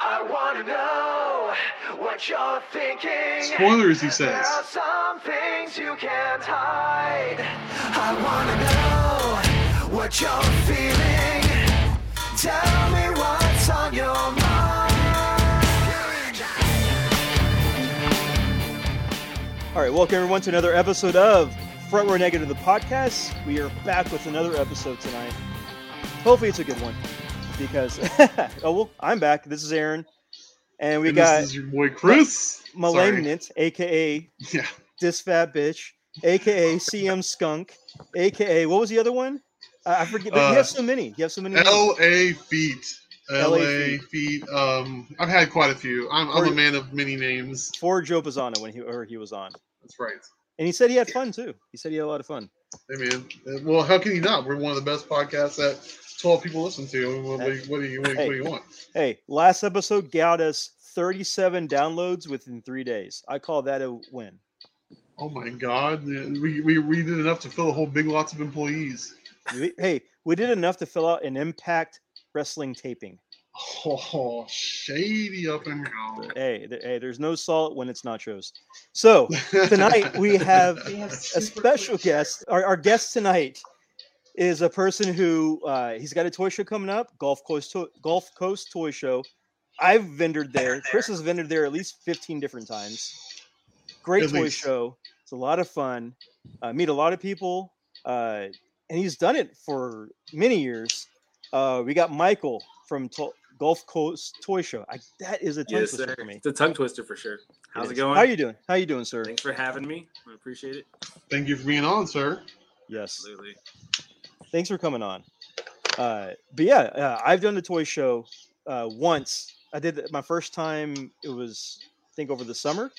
wanna know what you're thinking. Spoilers, he There says. are some things you can't hide. I wanna know what you're feeling. Tell me what's on your mind. All right, welcome everyone to another episode of Front Row Negative, the podcast. We are back with another episode tonight. Hopefully, it's a good one because oh well, I'm back. This is Aaron, and we and got this is your boy Chris. Sorry. Malignant, aka Yeah. This Fat Bitch, aka CM Skunk, aka what was the other one? I I forget. Uh, you have so many. You have so many. names. L.A. Feet. LA L.A. Feet. Um, I've had quite a few. I'm, I'm Or- a man of many names. For Joe Pisano when he or he was on, That's right. and he said he had fun too. He said he had a lot of fun. Hey, man. Uh, Well, how can you not? We're one of the best podcasts that 12 people listen to. I mean, What, what, do you- what, do, you, what, do you- what do you want? Hey, last episode got us 37 downloads within three days. I call that a win. Oh, my God. Uh, We, we, we did enough to fill a whole big lots of employees. We- hey, we did enough to fill out an Impact Wrestling taping. Oh, shady up in here. Hey, th- hey, there's no salt when it's nachos. So tonight we have a special guest. Our, our guest tonight is a person who uh, he's got a toy show coming up, Gulf Coast to- Gulf Coast Toy Show. I've vendored there. Chris has vendored there at least 15 different times. Great At toy least. show. It's a lot of fun. Uh, meet a lot of people, uh, and he's done it for many years. Uh, we got Michael from to- Gulf Coast Toy Show. I, that is a tongue Yes, twister sir. for me. It's a tongue twister for sure. How's it, is. going? How you doing? How you doing, sir? Thanks for having me. I appreciate it. Thank you for being on, sir. Yes. Absolutely. thanks for coming on. Uh, but yeah, uh, I've done the toy show uh, once. I did it- my first time. It was I think over the summer.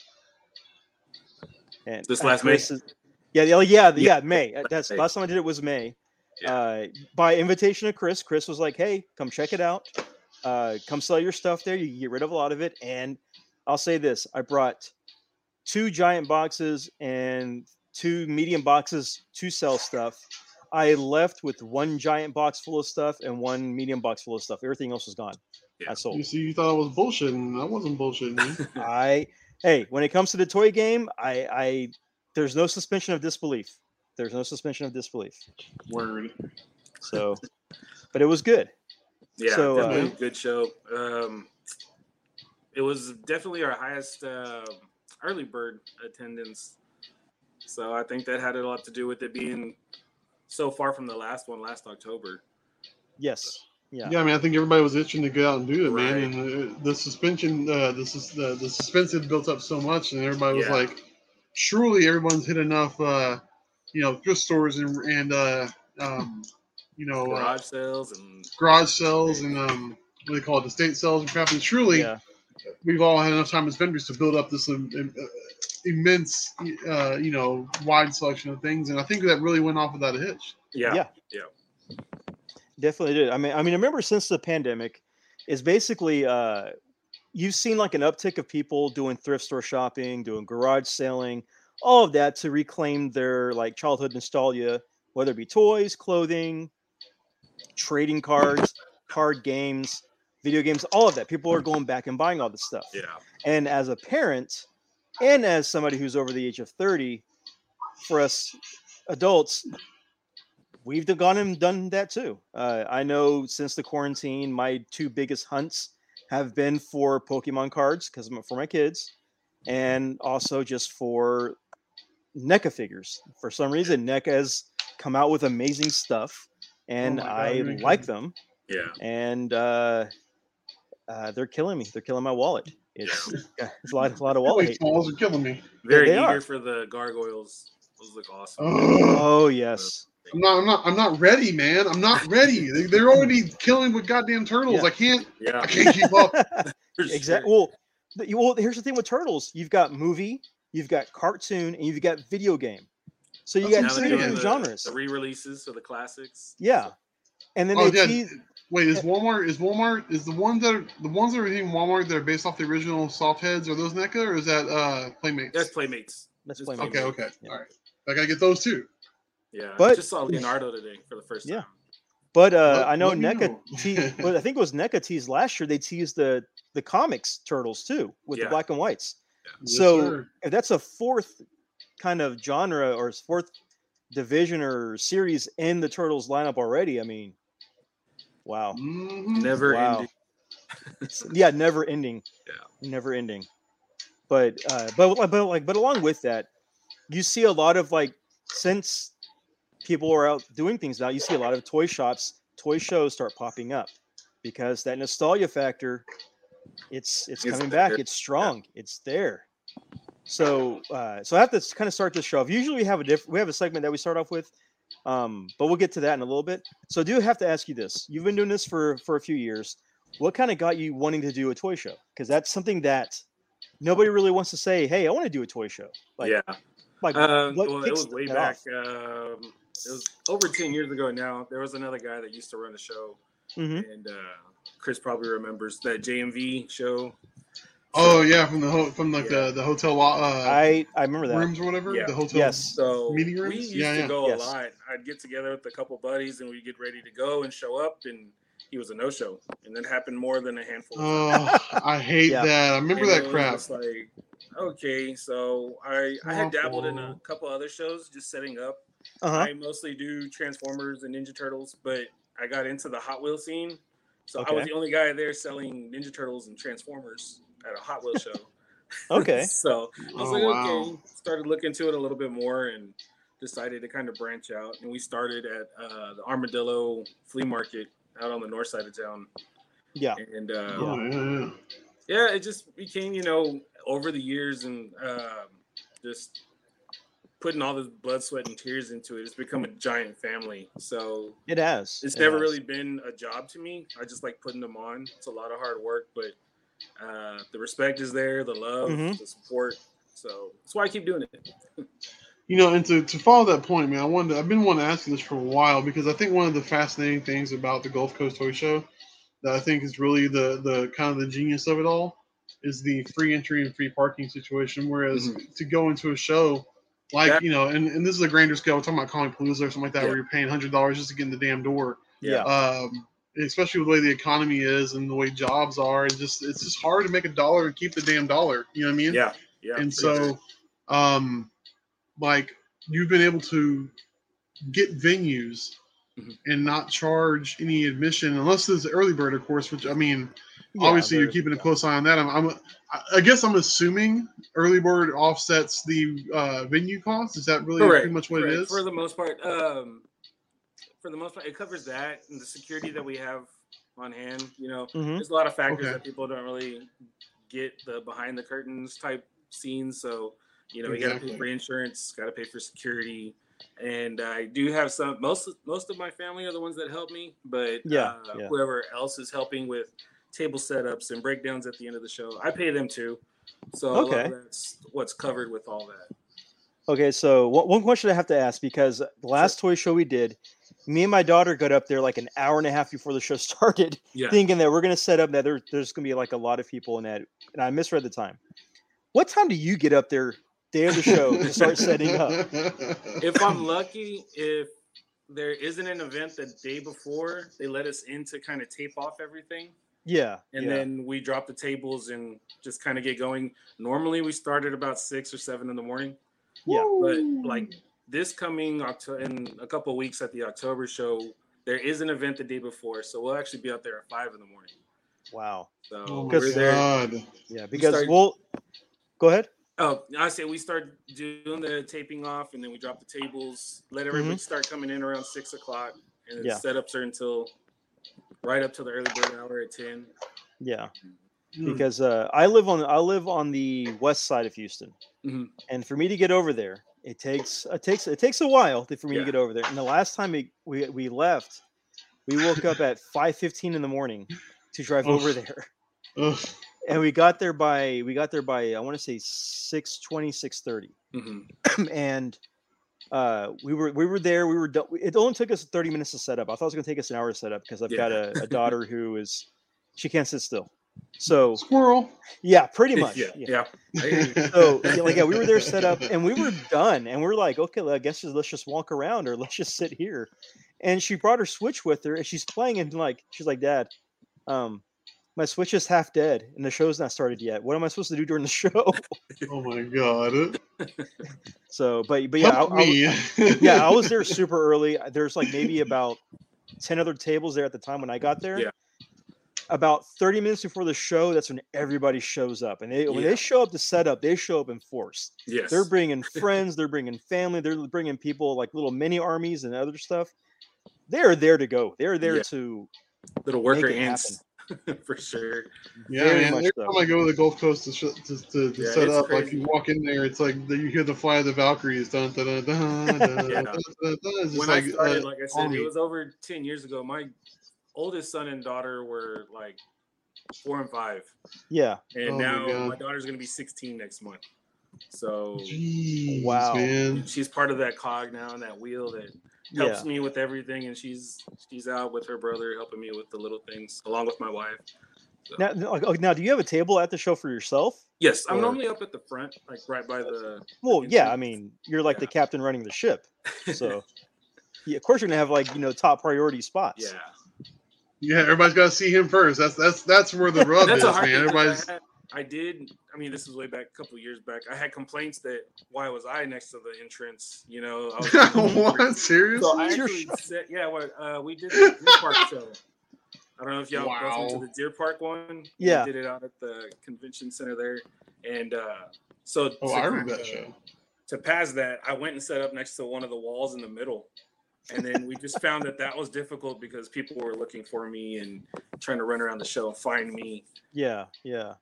And This uh, last May? Chris is- yeah, the- oh, yeah, the- Yeah. yeah, May. Uh, That's May. last time I did it was May. Yeah. Uh, by invitation of Chris, Chris was like, "Hey, come check it out. Uh, come sell your stuff there. You can get rid of a lot of it." And I'll say this: I brought two giant boxes and two medium boxes to sell stuff. I left with one giant box full of stuff and one medium box full of stuff. Everything else was gone. Yeah. I You sold. see, you thought I was bullshitting. I wasn't bullshitting. man. I hey, when it comes to the toy game, I I there's no suspension of disbelief. There's no suspension of disbelief. Word. So, but it was good. Yeah, So, uh, definitely a good show. Um, it was definitely our highest uh, early bird attendance. So I think that had a lot to do with it being so far from the last one last October. Yes. Yeah. Yeah. I mean, I think everybody was itching to get out and do it, Right. man. And uh, the suspension, uh, this is the the suspense had built up so much, and everybody was Yeah. like, surely everyone's hit enough, uh, you know, thrift stores and and uh, um, you Oh, know, uh, Garage sales and garage sales and um, what do they call it, estate sales and crap. And surely Yeah. we've all had enough time as vendors to build up this um, im- uh, immense, uh, you know, wide selection of things. And I think that really went off without a hitch. yeah, Yeah. Definitely did. I mean, I mean, I remember since the pandemic, it's basically uh, you've seen like an uptick of people doing thrift store shopping, doing garage selling, all of that to reclaim their like childhood nostalgia, whether it be toys, clothing, trading cards, card games, video games, all of that. People are going back and buying all this stuff. yeah, And as a parent, and as somebody who's over the age of 30, for us adults, we've d- gone and done that too. Uh, I know since the quarantine, my two biggest hunts have been for Pokemon cards because for my kids, and also just for NECA figures. For some reason, NECA has come out with amazing stuff, and Oh my God, I really like good. them yeah. and uh, uh, they're killing me. They're killing my wallet. It's, it's a lot, it's a lot of Holy wallet. hate. balls are killing me. Very they eager are. for the gargoyles. Those look awesome. Ugh. Oh yes, I'm not, I'm not, I'm not ready, man. I'm not ready. They, they're already killing with goddamn turtles. Yeah. I can't, I Yeah, can't keep up. for sure. exactly. Well, the- you- well, here's the thing with turtles: you've got movie, you've got cartoon, and you've got video game. So you That's got what they're three I'm doing different saying. genres. The re-releases for the classics. yeah, and then Oh, they yeah. tease. Wait, is Walmart, is Walmart, is the ones that are, the ones that are hitting Walmart that are based off the original soft heads, are those NECA or is that uh Playmates? That's Playmates. Let's Just play. fucking- okay, okay. Yeah. All right. I gotta get those too. Yeah, But- I just saw Leonardo today for the first Yeah. time. But uh, Let- I know E let me NECA. know. E Te- well, I think it was NECA teased last year. They teased the the comics turtles too with Yeah. the black and whites. Yes, So- sir. If that's a fourth kind of genre or fourth division or series in the turtles lineup already, I mean, wow. Mhm. Never Wow. ending. It's- yeah, never ending. Yeah, never ending. But uh, but but like but along with that, you see a lot of like since people are out doing things now, you see a lot of toy shops, toy shows start popping up because that nostalgia factor, it's it's, It's coming there. back. It's strong. It's there. So uh, so I have to kind of start this show off. Usually we have a diff- we have a segment that we start off with, um, but we'll get to that in a little bit. So I do have to ask you this. You've been doing this for for a few years what kind of got you wanting to do a toy show? Because that's something that nobody really wants to say. Hey, I want to do a toy show. Like, yeah. Like, Um, what well, it kicks was way that back. off? Um, it was over ten years ago now. There was another guy that used to run a show, Mhm. and uh, Chris probably remembers that JMV show. Oh yeah, from the ho- from like the, the hotel lo- uh, I I remember that. rooms or whatever. Yeah. The hotel. Yes. So Meeting rooms? we used Yeah, to yeah. go Yes. a lot. I'd get together with a couple buddies, and we'd get ready to go and show up, and he was a no-show, and that happened more than a handful. of times. Oh, I hate Yeah. that. I remember And that it was crap. just Like, okay, so I I had dabbled in a couple other shows, just setting up. Uh-huh. I mostly do Transformers and Ninja Turtles, but I got into the Hot Wheel scene, so I was Okay. the only guy there selling Ninja Turtles and Transformers at a Hot Wheel show. Okay. so I was Oh, like, wow. okay, started looking into it a little bit more and decided to kind of branch out. And we started at uh, the Armadillo Flea Market out on the north side of town, Yeah. and uh, Oh, yeah, yeah. yeah it just became you know over the years and um, just putting all this blood sweat and tears into it it's become a giant family so It has. it's It never has. really been a job to me i just like putting them on it's a lot of hard work but uh, the respect is there the love Mhm. the support so that's why i keep doing it You know, and to, to follow that point, man, I wanted to, I've been wanting to ask you this for a while because I think one of the fascinating things about the Gulf Coast Toy Show that I think is really the the kind of the genius of it all is the free entry and free parking situation. Whereas to go into a show like Mm-hmm. Yeah. you know, and, and this is a grander scale. We're talking about Comic Palooza or something like that, Yeah. where you're paying hundred dollars just to get in the damn door. Yeah. Um, especially with the way the economy is and the way jobs are, and just it's just hard to make a dollar and keep the damn dollar. You know what I mean? yeah yeah and for sure. so um like you've been able to get venues Mhm. Mm-hmm. and not charge any admission unless there's an early bird of course which i mean Yeah, obviously you're there- keeping a yeah. close eye on that i'm, I'm I- i guess i'm assuming early bird offsets the uh, venue cost is that really Correct, pretty much what correct. it is for the most part. Um, for the most part, it covers that and the security that we have on hand. You know, Mhm. there's a lot of factors Okay. that people don't really get the behind the curtains type scenes. So you know, you got to Exactly. pay for insurance, got to pay for security, and I do have some. Most most of my family are the ones that help me, but Yeah, uh, yeah. whoever else is helping with table setups and breakdowns at the end of the show, I pay them too. So a lot Okay. of that's what's covered with all that. Okay, so one one question I have to ask because the last toy show we did, me and my daughter got up there like an hour and a half before the show started, Yeah. thinking that we're gonna set up that there, there's gonna be like a lot of people in that, and I misread the time. What time do you get up there day of the show to start setting up? if I'm lucky, if there isn't an event the day before, they let us in to kind of tape off everything. Yeah, And yeah. then we drop the tables and just kind of get going. Normally, we start at about six or seven in the morning. Yeah, But like this coming October, in a couple weeks at the October show, there is an event the day before. So we'll actually be out there at five in the morning. wow. So oh my we're there. god Yeah, because start- we'll go ahead. Oh, I say we start doing the taping off, and then we drop the tables. Let everybody start coming in around six o'clock, and then Mm-hmm. Yeah. setups are until right up to the early bird hour at ten. Yeah, Hmm. Mm. because uh, I live on I live on the west side of Houston, Mhm. and for me to get over there, it takes it takes it takes a while to- for me Yeah. to get over there. And the last time we we, we left, we woke up at five fifteen in the morning to drive Oh. over there, Ugh. and we got there by we got there by I want to say 620, 630. Mhm. and uh, we were we were there. We were. do- It only took us thirty minutes to set up. I thought it was going to take us an hour to set up because I've got Yeah. a, a daughter who is she can't sit still. So squirrel yeah, pretty much. Yeah, yeah. yeah. I- So yeah, like yeah, we were there set up and we were done and we are like, okay, well, I guess just, let's just walk around or let's just sit here. And she brought her Switch with her and she's playing and like she's like, Dad, um, my Switch is half dead and the show's not started yet. What am I supposed to do during the show? Oh my god. So, but but yeah, I, Help I- me. yeah, I was there super early. There's like maybe about 10 other tables there at the time when I got there. Yeah. About 30 minutes before the show, that's when everybody shows up. And they, when Yeah. they show up to set up, they show up in force. Yes. They're bringing friends, they're bringing family, they're bringing people like little mini armies and other stuff. They're there to go. They're there Yeah. to Little worker make it ants for sure. Yeah, Very man. much Every so. time I go to the Gulf Coast to, sh- to, to, to Yeah, set it's up, like crazy. you walk in there, it's like the, you hear the fly of the Valkyries. Dun, dun, dun, dun, dun, dun, Yeah. dun, dun, dun. It's just when like, I uh, started, like I said, army. it was over ten years ago. My oldest son and daughter were like four and five, yeah. and Oh my now my, God. daughter's gonna be sixteen next month. So Jeez, Wow. man. she's part of that cog now and that wheel that helps Yeah. me with everything. And she's she's out with her brother helping me with the little things, along with my wife. Now, now- oh, now, do you have a table at the show for yourself? Yes, I'm Or- normally up at the front, like right by the. Well, Fucking yeah. true. I mean, you're like the Yeah. captain running the ship. So, yeah, of course, you're going to have like, you know, top priority spots. Yeah, Yeah, everybody's got to see him first. That's that's that's where the rub that's is, a hard man. thing. 'cause I Everybody's had- I did. I mean, this was way back a couple years back. I had complaints that why was I next to the entrance? You know, I was what? Seriously? So I It's your actually said, yeah, well, uh, we did the Deer Park show. I don't know if y'all both Wow. went to the Deer Park one. Yeah. We did it out at the convention center there. And uh, so oh, to, I remember uh, that show. to pass that, I went and set up next to one of the walls in the middle. And then we just found that that was difficult because people were looking for me and trying to run around the show and find me. Yeah, yeah.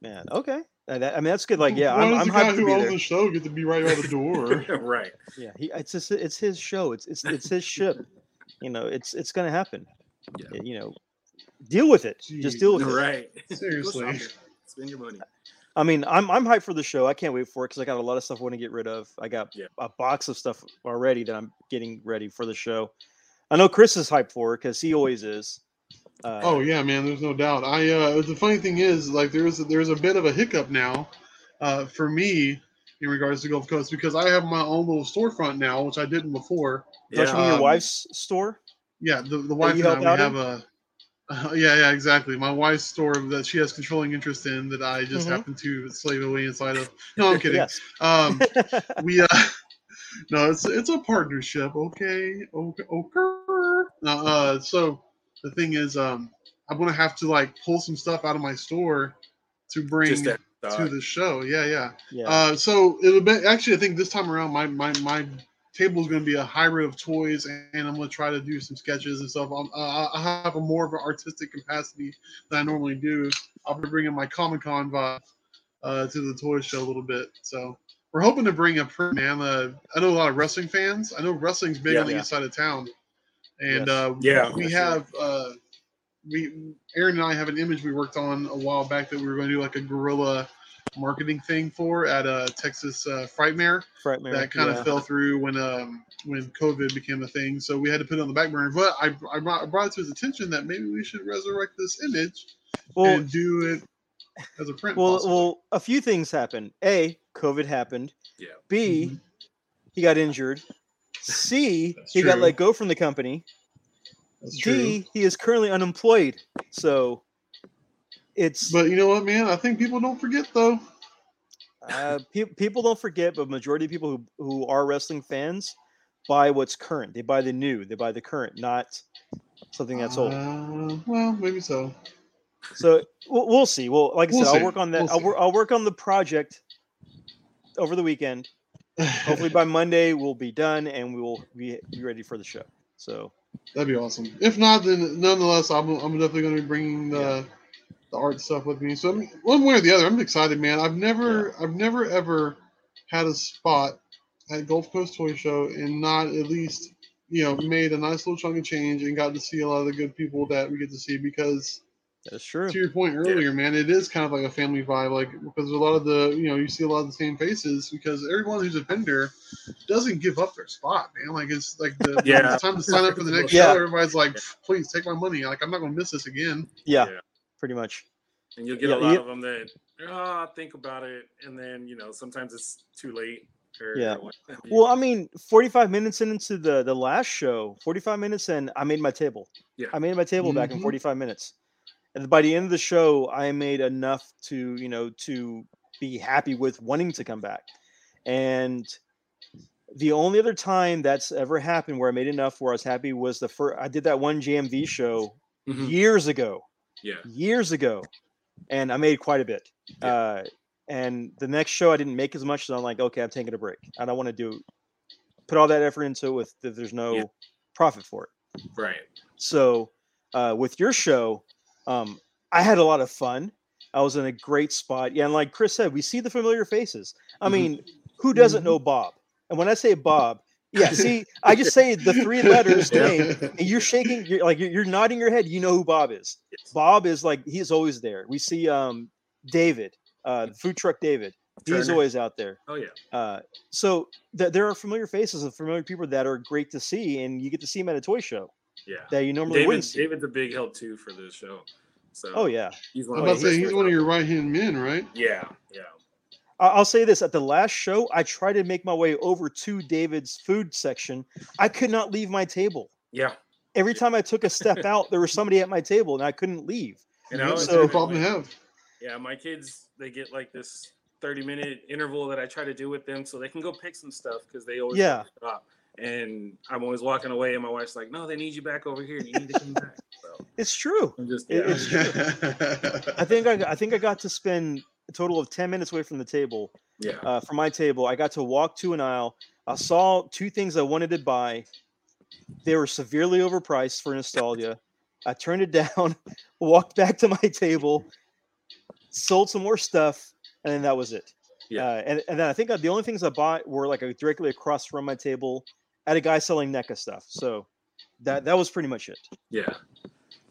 Man, okay. Uh, that- I mean, that's good. Like, yeah, Why I'm, does I'm the guy hyped to who be owns there. the show get to be right by the door? right. Yeah, he, it's just, it's his show. It's it's it's his ship. You know, it's it's gonna happen. Yeah. Y- You know, deal with it. Just deal with it. Right. Seriously. Go shopping. Spend your money. I mean, I'm I'm hyped for the show. I can't wait for it because I got a lot of stuff I want to get rid of. I got Yeah. a box of stuff already that I'm getting ready for the show. I know Chris is hyped for it because he always is. Uh, Oh yeah, man. There's no doubt. I uh, the funny thing is, like, there's there's a bit of a hiccup now, uh, for me in regards to Gulf Coast because I have my own little storefront now, which I didn't before. Don't you Yeah. mean your um, wife's store? Yeah, the, the wife you and I help we out have a. yeah, yeah, exactly. My wife's store that she has controlling interest in that I just Mhm. happen to slave away inside of. No, I'm kidding. Yes. Um, we uh no it's it's a partnership okay okay, okay. Uh, uh so the thing is um i'm gonna have to like pull some stuff out of my store to bring Just that. to the show yeah yeah, Yeah. uh so it'll be actually i think this time around my my my table is going to be a hybrid of toys and i'm going to try to do some sketches and stuff I'm, uh, i have a more of an artistic capacity than i normally do i'll be bringing my comic con vibe uh, to the toy show a little bit so we're hoping to bring a pretty man uh, i know a lot of wrestling fans i know wrestling's big Yeah. on the Yeah. east side of town and Yes. uh, Yeah. we for sure. have uh, we Aaron and I have an image we worked on a while back that we were going to do like a guerrilla marketing thing for at uh, Texas uh, Frightmare Frightmare, that kind yeah. of fell through when um when COVID became a thing, so we had to put it on the back burner. But I I brought, I brought it to his attention that maybe we should resurrect this image Well, and do it as a print. well, possibly. well, a few things happened. A, COVID happened. Yeah. B, Mm-hmm. he got injured. C, That's he got true. let go from the company. That's true. D, he is currently unemployed. So it's But you know what, man? I think people don't forget though. uh, pe- people don't forget, but majority of people who who are wrestling fans buy what's current. They buy the new. They buy the current, not something that's old. Uh, well, maybe so. So we'll, we'll see. Well, like I We'll said, see. I'll work on that. We'll I'll, see. wor- I'll work on the project over the weekend. Hopefully by Monday we'll be done and we will be, be ready for the show. So That'd be awesome. If not, then nonetheless, I'm, I'm definitely going to be bringing the the art stuff with me. So I mean, one way or the other, I'm excited, man. I've never I've never ever had a spot at Gulf Coast Toy Show and not at least you know made a nice little chunk of change and got to see a lot of the good people that we get to see because that's true. to your point earlier, man, it is kind of like a family vibe, like because a lot of the you know you see a lot of the same faces because everyone who's a vendor doesn't give up their spot, man. Like it's like the when Yeah. it's time to sign up for the next Yeah. show. Everybody's like, please take my money. Like I'm not gonna miss this again. Yeah, Yeah. pretty much. And you'll get Yeah, a lot yeah. of them that oh, I'll think about it, and then you know sometimes it's too late. Or Yeah. what have you. Well, I mean, 45 minutes into the the last show, 45 minutes in, I made my table. Yeah. I made my table back in Mhm. 45 minutes. and by the end of the show, I made enough to you know to be happy with wanting to come back. And the only other time that's ever happened where I made enough where I was happy was the first. I did that one JMV show Mhm. years ago, Yeah. years ago, and I made quite a bit. Yeah. Uh, and the next show I didn't make as much, so I'm like, okay, I'm taking a break. I don't want to do put all that effort into it with that there's no Yeah. profit for it. Right. So uh, with your show, um, I had a lot of fun. I was in a great spot. Yeah, and like Chris said, we see the familiar faces. I Mhm. mean, who doesn't Mm-hmm. know Bob? And when I say Bob, yeah, see, I just say the three letters name, and you're shaking, you're like you're, you're nodding your head. You know who Bob is. Yes. Bob is like he's always there. We see um David, uh, food truck David. He's Turner. always out there. Oh yeah. Uh, so th- there are familiar faces and familiar people that are great to see, and you get to see them at a toy show Yeah. that you normally David, wouldn't see. David's a big help too for the show. So Oh yeah, he's I'm one about to of the say he's one of your right hand men, right? Yeah, yeah. I- I'll say this: at the last show, I tried to make my way over to David's food section. I could not leave my table. Yeah. Every time I took a step out, there was somebody at my table, and I couldn't leave. And Yeah, I that's was a good so- problem to have. Yeah, my kids they get like this thirty minute interval that I try to do with them so they can go pick some stuff because they always Yeah. stop. And I'm always walking away, and my wife's like, "No, they need you back over here. You need to come back." So It's true. I'm just It- yeah, it's true. I think I, I think I got to spend a total of ten minutes away from the table. yeah, Uh, from my table, I got to walk to an aisle. I saw two things I wanted to buy. They were severely overpriced for nostalgia. I turned it down, walked back to my table, sold some more stuff, and then that was it. Yeah. Uh, and, and then I think the only things I bought were like directly across from my table at a guy selling NECA stuff. So that that was pretty much it. yeah,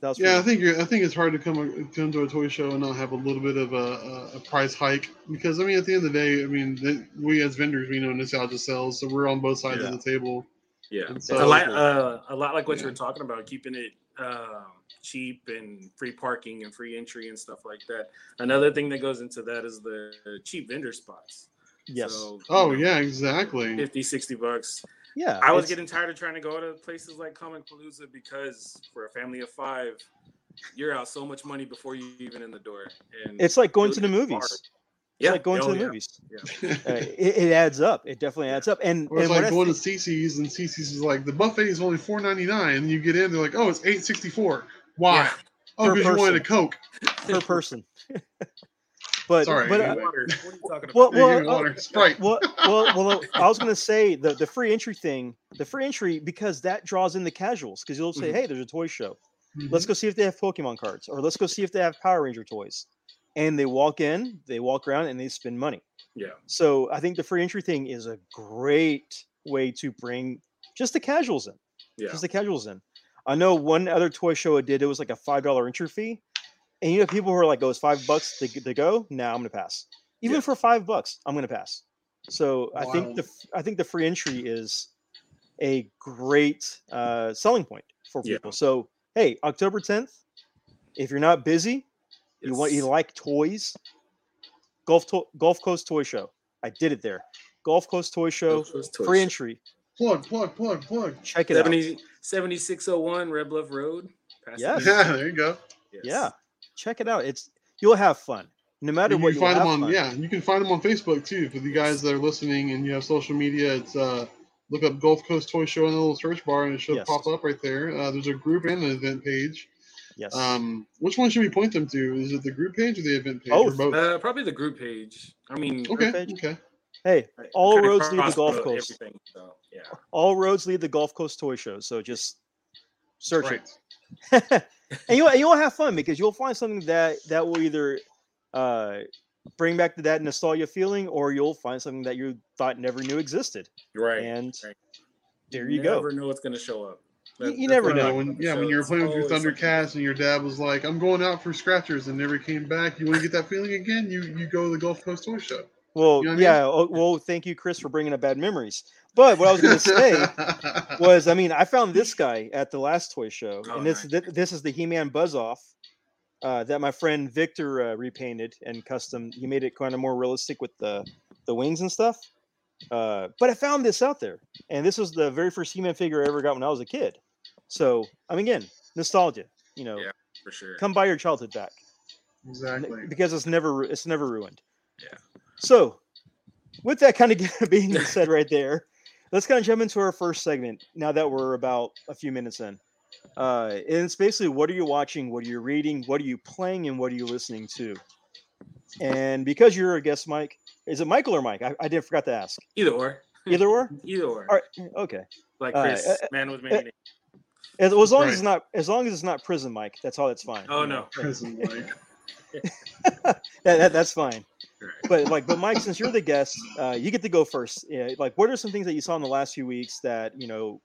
That was Yeah, I pretty think you're, I think it's hard to come come to a toy show and not have a little bit of a, a, a price hike because I mean at the end of the day, I mean the, we as vendors we know nostalgia sells, so we're on both sides of the table. yeah. And It's a so, lot, uh, a lot like what you Yeah. were talking about, keeping it um cheap and free parking and free entry and stuff like that. Another thing that goes into that is the cheap vendor spots. yes. So, oh you know, yeah, exactly. 50, 60 bucks. yeah. I was it's- getting tired of trying to go to places like Comic Palooza because for a family of five, you're out so much money before you even in the door. And it's like going to really the it's movies. hard. It's yeah, like going oh, to the yeah. movies. Uh, or it, it adds up. It definitely adds up. And, it's and when I like going think- to CC's and CC's is like the buffet is only four ninety nine, and you get in, they're like, oh, it's eight sixty four. Why? Yeah. Oh, Per because you wanted a person. coke. per person. but Sorry, but you uh, went- Water. What are you talking about? well, You're getting well, uh, water, Sprite. well, well, well, I was gonna say the the free entry thing, the free entry because that draws in the casuals because you'll say, Mm-hmm. Mhm. hey, there's a toy show. Let's go see if they have Pokemon cards, or let's go see if they have Power Ranger toys. And they walk in, they walk around, and they spend money. yeah. So I think the free entry thing is a great way to bring just the casuals in. Yeah. just the casuals in. I know one other toy show I did, it was like a five dollar entry fee, and you have people who are like, "Oh, it's five bucks to, g- to go." Now I'm gonna pass. Even Yeah. for five bucks, I'm gonna pass. So I think the Wild. f- I think the free entry is a great uh, selling point for Yeah. people. So hey, October 10th, if you're not busy, you want you It's- like toys, Gulf to- Gulf Coast Toy Show. I did it there. Gulf Coast Toy Show, Those was free toys. entry. Plug, plug, plug, plug. Check it out. 70, 7601 Red Bluff Road. Pasadena. Yes. Yeah, there you go. Yes. Yeah, check it out. It's you'll have fun no matter you what. can You'll find them have on fun. yeah you can find them on facebook too for the guys that are listening and you have social media it's uh look up gulf coast toy show in the little search bar and it should Yes. pop up right there uh, there's a group and an event page Yes. um which one should we point them to is it the group page or the event page Both. Or Uh, probably the group page. I mean, okay page. okay hey, I- I All kinda roads lead to cross Gulf promote Coast. Everything, so, yeah. all roads lead to Gulf Coast Toy Show, so just search right it, and you'll and you'll have fun because you'll find something that that will either uh, bring back to that nostalgia feeling, or you'll find something that you thought never knew existed. You're right. and right. there you Never go. know what's going to show up. You- you that's never Or what I no, know. like Uh, when, about the yeah, when show. you were It's playing with your always something. Thundercats and your dad was like, "I'm going out for scratchers," and never came back. You want to get that feeling again? You you go to the Gulf Coast Toy Show. Well, know what I mean? yeah. Oh, well, thank you, Chris, for bringing up bad memories. But what I was going to say was, I mean, I found this guy at the last toy show, Oh, and this nice. thi- this is the He-Man Buzz Off uh, that my friend Victor uh, repainted and custom. He made it kind of more realistic with the the wings and stuff. Uh, but I found this out there, and this was the very first He-Man figure I ever got when I was a kid. So, I mean, again, nostalgia. You know, Yeah. for sure. Come buy your childhood back Exactly. because it's never ru- it's never ruined. Yeah. So, with that kind of being said right there, let's kind of jump into our first segment now that we're about a few minutes in. Uh, and it's basically what are you watching, what are you reading, what are you playing, and what are you listening to? And because you're a guest, Mike, is it Michael or Mike? I, I did forgot to ask. Either or, Either or. either or. All right. Okay. Like uh, Chris, uh, man with many. names. As, well, as long as it's Right. not as long as it's not prison, Mike. That's all. That's fine. Oh no. Prison like That, that, that's fine. Right. but like but mike since you're the guest uh, you get to go first yeah, like what are some things that you saw in the last few weeks that you know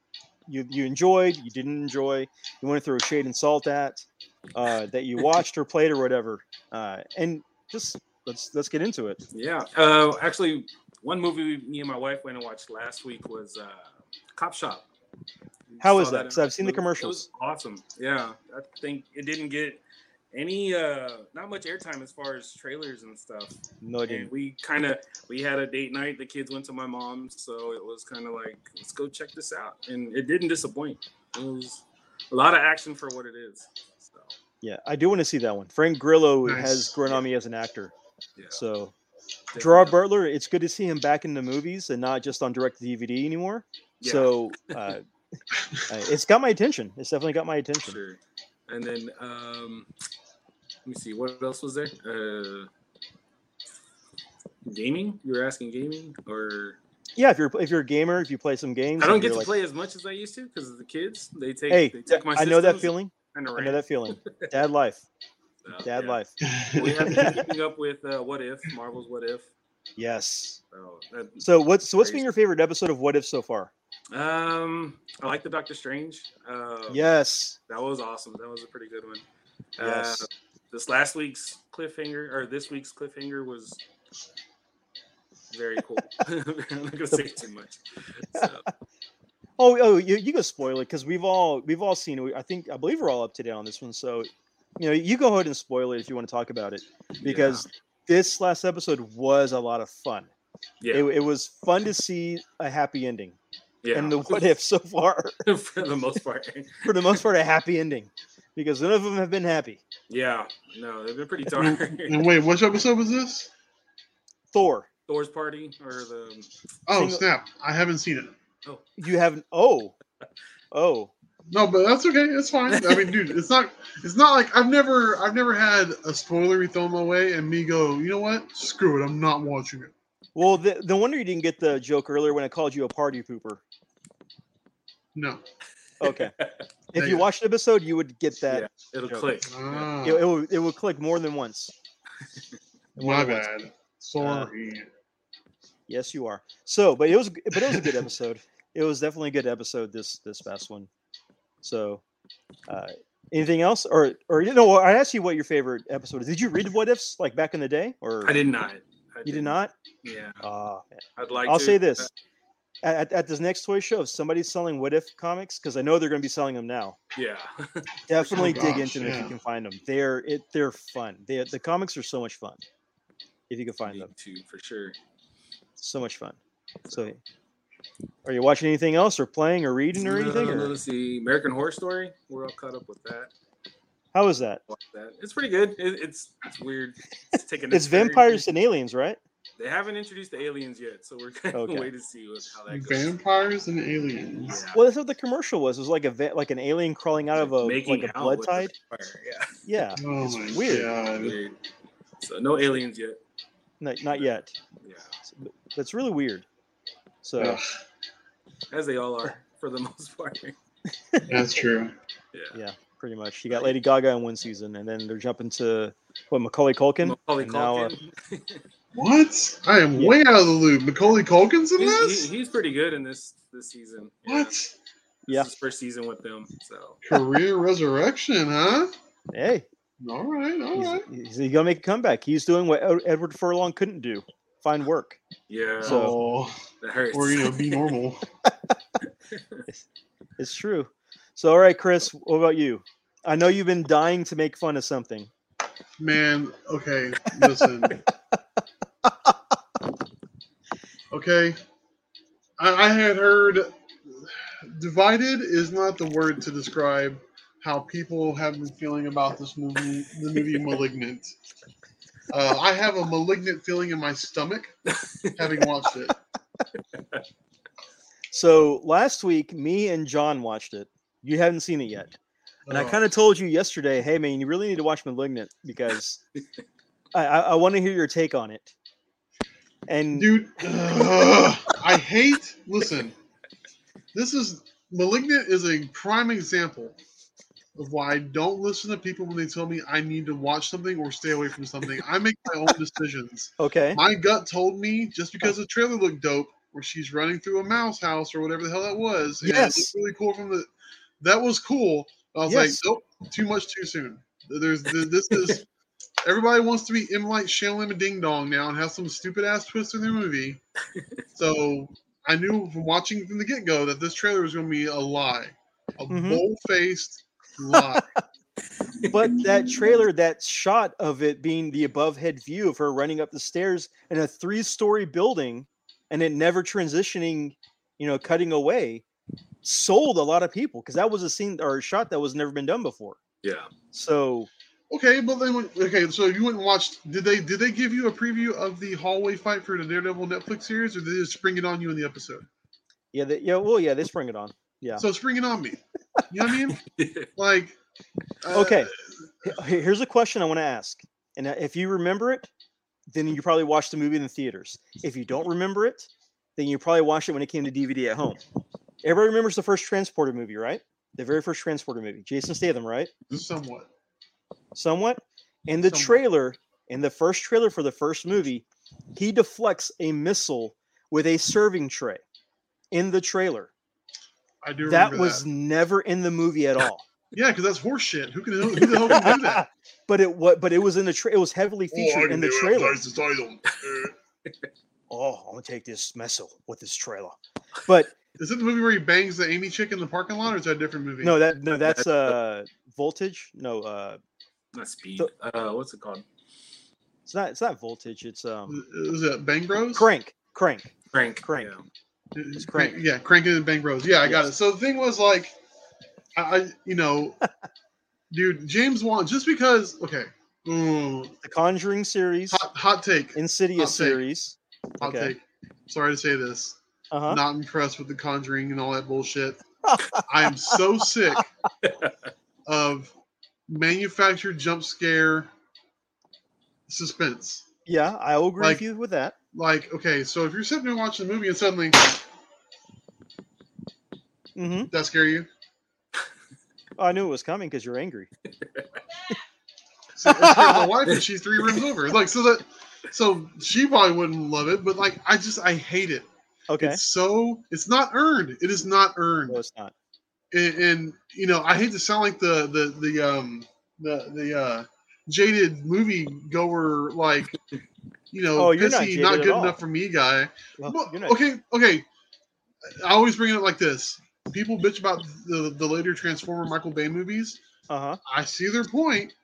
you, you enjoyed you didn't enjoy you want to throw shade and salt at uh, that you watched or played or whatever uh, and just let's let's get into it Yeah. Uh, actually, one movie me and my wife went and watched last week was uh, Cop Shop. How Saw is that? 'Cause on I've seen the Hulu. commercials. It was awesome. Yeah. I think it didn't get any, uh, not much airtime as far as trailers and stuff. no i And didn't we kind of, we had a date night. The kids went to my mom's. So it was kind of like, let's go check this out. And it didn't disappoint. It was a lot of action for what it is. So, yeah i do want to see that one frank grillo has Nice. grown on me as an actor yeah. so definitely. gerard butler it's good to see him back in the movies and not just on direct dvd anymore Yeah. so uh, uh, it's got my attention it's definitely got my attention Sure. And then um, let me see, what else was there? Uh, gaming? You were asking gaming, or Yeah, if you're if you're a gamer, if you play some games, I don't if get to you're like, play as much as I used to because of the kids. They take Hey, they take my. I know that systems feeling. and I rant, know that feeling. Dad life. so, Dad yeah. life. We have to keep keeping up with uh, what if Marvel's what if. Yes. So, that, So what's so what's been Crazy. your favorite episode of What If so far? um, I like the Doctor Strange. Uh, Yes. that was awesome. That was a pretty good one. Yes. Uh, this last week's cliffhanger or this week's cliffhanger was very cool. I'm not gonna say too much. So, Oh, oh, you, you go spoil it because we've all we've all seen it. We- I think I believe we're all up to date on this one. So, you know, you go ahead and spoil it if you want to talk about it because this last episode was a lot of fun. yeah, It, it was fun to see a happy ending yeah. and the What If so far for the most part. for the most part a happy ending because none of them have been happy. Yeah, no, they've been pretty dark. Mm-hmm. and wait, which episode was this? Thor. Thor's party or the Oh Single- snap! I haven't seen it. You haven't. Oh, oh, No, but that's okay. It's fine. I mean, dude, it's not. It's not like I've never. I've never had a spoiler thrown my way and me go. You know what? Screw it. I'm not watching it. well, the, the wonder you didn't get the joke earlier when I called you a party pooper. No. Okay, if Thank you you. watched an episode, you would get that. it'll Joke. click. Ah, It, it will, it will click more than once. More my than once. bad. Sorry. uh, Yes, you are. So, but it was, but it was a good episode. It was definitely a good episode. This this past one. So, uh, anything else, or or you know, what, I asked you what your favorite episode is. Did you read What Ifs like back in the day, or I did not. I you did didn't. not? Yeah, Ah, man. I'd like. I'll to, say but this: at, at, at this next toy show, if somebody's selling What If comics, because I know they're going to be selling them now, Yeah, definitely Oh, dig gosh, into them if you yeah. can find them. They're it, they're fun. They, the comics are so much fun if you can find me them. too for sure. So much fun. So, are you watching anything else, or playing, or reading, or anything? Uh, or- let's see, American Horror Story. We're all caught up with that. how is that? watch that. It's pretty good. It, it's it's weird. It's taking. It's vampires and aliens, right? They haven't introduced the aliens yet, so we're kind Okay. of wait to see what, how that goes. Vampires and aliens. Yeah. Well, that's what the commercial was. It was like a va- like an alien crawling out of a like a out blood with the tide. vampire, Yeah. Yeah, Oh It's my weird. god. Weird. So no aliens yet. no, not yet. Yeah. That's really weird. So. Ugh, As they all are for the most part. that's true. Yeah. Yeah, pretty much. You got Lady Gaga in one season, and then they're jumping to what Macaulay Culkin. Macaulay And now, uh, Culkin. What? I am Yeah. way out of the loop. Macaulay Culkin's in he's, this. he, he's pretty good in this this season. Yeah. what? This Yeah. is his first season with them. So Career resurrection, huh? Hey, All right, all he's, right. he's, he's gonna make a comeback. He's doing what Ed- Edward Furlong couldn't do: find work. yeah. So- oh, that hurts. or you know, be normal. It's true. So, all right, Chris, what about you? I know you've been dying to make fun of something. Man, okay, listen. okay, I, I had heard divided is not the word to describe how people have been feeling about this movie, the movie Malignant. Uh, I have a malignant feeling in my stomach having watched it. So last week, me and John watched it. You haven't seen it yet. And I Uh, kind of told you yesterday, hey man, you really need to watch *Malignant* because I, I, I want to hear your take on it. And dude, ugh, I hate. Listen, this is Malignant is a prime example of why I don't listen to people when they tell me I need to watch something or stay away from something. I make my own decisions. okay, Oh. My gut told me just because the trailer looked dope, where she's running through a mouse house or whatever the hell that was, and Yes. it looked really cool from the. That was cool. I was Yes. like, nope, too much too soon. There's th- this is everybody wants to be M Light Shyamalan Ding Dong now and have some stupid ass twist in their movie. so I knew from watching from the get go that this trailer was going to be a lie, a Mhm. bold faced lie. but that trailer, that shot of it being the above head view of her running up the stairs in a three story building, and it never transitioning, you know, cutting away, sold a lot of people because that was a scene or a shot that was never been done before. Yeah. So Okay, but then when- okay, so you went and watched. Did they did they give you a preview of the hallway fight for the Daredevil Netflix series, or did they just spring it on you in the episode? yeah, they, yeah, well, yeah, they spring it on. Yeah. So spring it on me. You know what I mean? Like, uh, Okay. He- he- Here's a question I want to ask. And uh, if you remember it, then you probably watched the movie in the theaters. If you don't remember it, then you probably watched it when it came to DVD at home. Everybody remembers the first Transporter movie, right? The very first Transporter movie. Jason Statham, right? somewhat. Somewhat. In the Somewhat. trailer, in the first trailer for the first movie, he deflects a missile with a serving tray in the trailer. I do. That remember was never in the movie at all. yeah, because that's horseshit. Who can who the hell can do that? Oh, but it was but it was in the tra- it was heavily featured in the trailer. oh, I'm gonna take this missile with this trailer. But Is it the movie where he bangs the Amy chick in the parking lot, or is that a different movie? no, that no, that's That's uh the- voltage. No, uh, Not speed. So- Uh, what's it called? it's not. It's not voltage. It's um Is it Bang Bros? crank, crank. Crank. Crank. yeah. It's crank. Yeah, cranking and bang bros. Yeah, I got Yes. it. So the thing was like, I, I you know, dude, James Wan, just because, okay, ooh, The Conjuring series, hot, hot take, Insidious I'll take- series. hot okay. take. Sorry to say this, Uh huh. not impressed with the Conjuring and all that bullshit. I am so sick of manufactured jump scare suspense. Yeah, I will agree Like- with you with that. Like, okay, so if you're sitting there watching the movie and suddenly Mm-hmm. Oh, that scare you, I knew it was coming because you're angry. So, I scared my wife, and she's three rooms over. Like so that, so she probably wouldn't love it, but like I just I hate it. Okay. It's so it's not earned. It is not earned. no, it's not. And, and you know I hate to sound like the the the um the the uh jaded movie goer like you know Oh, you're not pissy jaded not, at good all. enough for me guy. Well, Well, you're not. okay, okay. I always bring it up like this. People bitch about the the later Transformer Michael Bay movies. Uh huh. I see their point,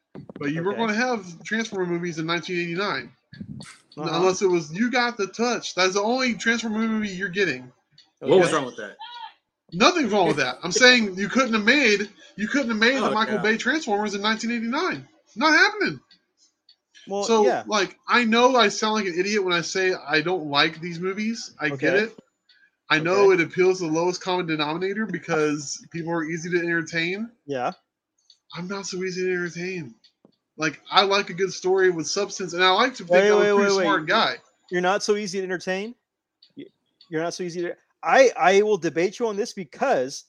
but you were Okay. going to have Transformer movies in 1989, uh unless it was you got the touch. That's the only Transformer movie you're getting. What was wrong with that? Nothing's wrong with that. I'm saying you couldn't have made you couldn't have made the Oh, Michael yeah. Bay Transformers in 1989. Not happening. Well, so, yeah. like, I know I sound like an idiot when I say I don't like these movies. I get Okay. it. I know it appeals to the lowest common denominator because people are easy to entertain. Yeah. I'm not so easy to entertain. Like I like a good story with substance, and I like to think Wait, I'm wait, a pretty wait, smart wait. guy. you're not so easy to entertain. You- You're not so easy to. I I will debate you on this because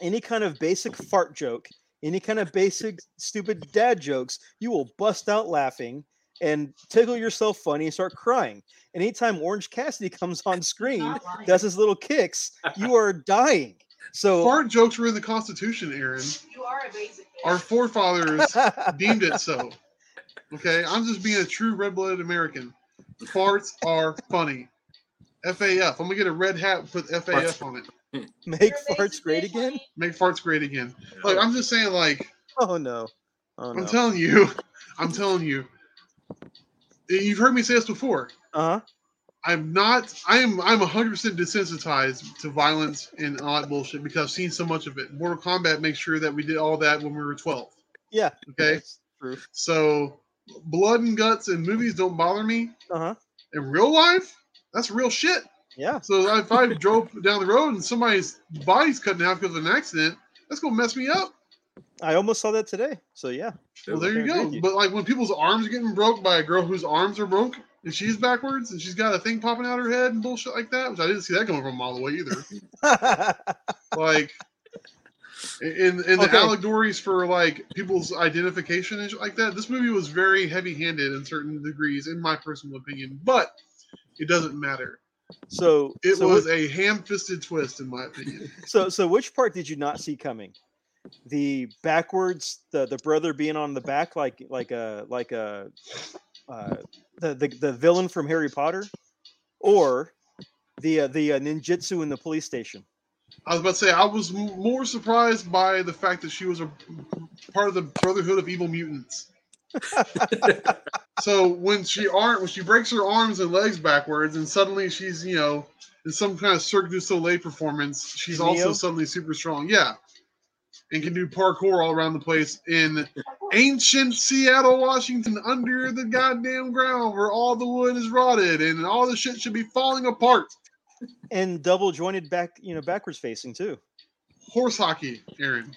any kind of basic fart joke, any kind of basic stupid dad jokes, you will bust out laughing and tickle yourself funny and start crying. And anytime Orange Cassidy comes on screen, does his little kicks, you are dying. So Fart jokes were in the Constitution, Aaron. You are amazing. Our forefathers deemed it so. Okay, I'm just being a true red-blooded American. Farts are funny. FAF. I'm gonna get a red hat and put FAF on it. make You're farts great amazing, again? honey. Make farts great again. Oh. Like I'm just saying, like Oh no. Oh I'm no. telling you, I'm telling you. You've heard me say this before. Uh huh. I'm not. I'm. I'm 100 percent desensitized to violence and all that bullshit because I've seen so much of it. Mortal Kombat makes sure that we did all that when we were 12. Yeah. Okay. That's true. So, blood and guts and movies don't bother me. Uh huh. In real life, that's real shit. Yeah. So if I drove down the road and somebody's body's cut in half because of an accident, that's gonna mess me up. I almost saw that today. So yeah. Well, there you Can't go. read you. But like when people's arms are getting broke by a girl whose arms are broke and she's backwards and she's got a thing popping out her head and bullshit like that, which I didn't see that coming from a mile away either. like in in the Okay. allegories for like people's identification and shit like that, this movie was very heavy handed in certain degrees, in my personal opinion. But it doesn't matter. so It so was a ham fisted twist, in my opinion. So so which part did you not see coming? The backwards, the the brother being on the back like like a like a uh, the, the the villain from Harry Potter, or the uh, the uh, ninjutsu in the police station. I was about to say I was m- more surprised by the fact that she was a part of the Brotherhood of Evil Mutants. so when she arm when she breaks her arms and legs backwards, and suddenly she's you know in some kind of Cirque du Soleil performance, she's also Neo? suddenly super strong. Yeah, and can do parkour all around the place in ancient Seattle, Washington, under the goddamn ground where all the wood is rotted and all the shit should be falling apart. And double jointed back, you know, backwards facing too. Horse hockey, Aaron.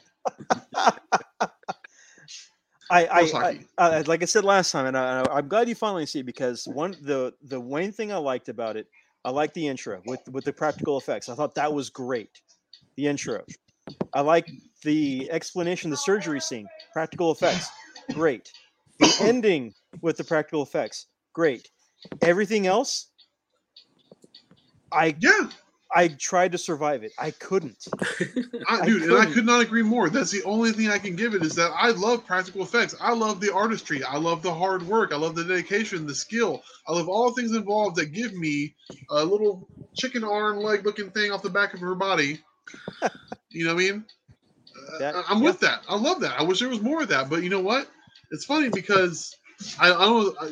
I, I, Horse I, hockey. I Uh, like I said last time, and I, I- I'm glad you finally see it because one the the one thing I liked about it, I liked the intro with with the practical effects. I thought that was great. The intro, I like the explanation, the surgery scene, practical effects, great. The ending with the practical effects, great. Everything else, I Yeah. I tried to survive it. I couldn't. I, I dude, and I couldn't. could not agree more. That's the only thing I can give it is that I love practical effects. I love the artistry. I love the hard work. I love the dedication, the skill. I love all things involved that give me a little chicken arm leg looking thing off the back of her body. you know what I mean? Uh, That- I- I'm with that. I love that. I wish there was more of that. But you know what? It's funny because I, I don't. I,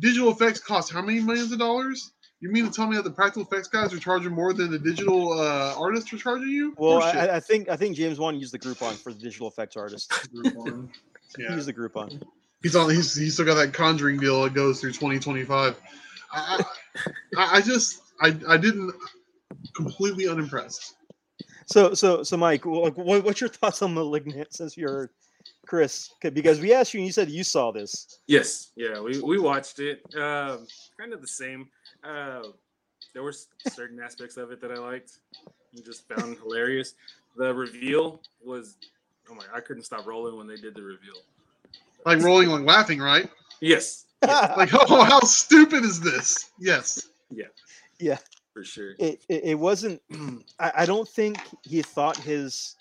digital effects cost how many millions of dollars? You mean to tell me that the practical effects guys are charging more than the digital uh, artists are charging you? Well, I, Horseshit. I- I think I think James Wan used the Groupon for the digital effects artist. Groupon. He yeah, used the Groupon. he's on. He's, he's still got that Conjuring deal that goes through 2025. I, I, I just I, I didn't completely unimpressed. So, so, so, Mike, like, what, what's your thoughts on *Malignant* since you're Chris? 'Kay, Because we asked you, and you said you saw this. Yes, yeah, we, we watched it. Um, kind of the same. Uh, there were s- certain aspects of it that I liked and just found hilarious. The reveal was, oh my, I couldn't stop rolling when they did the reveal. Like rolling, like laughing, right? Yes, Like, oh, how stupid is this? Yes. for sure. it, it, it wasn't. I, I don't think he thought his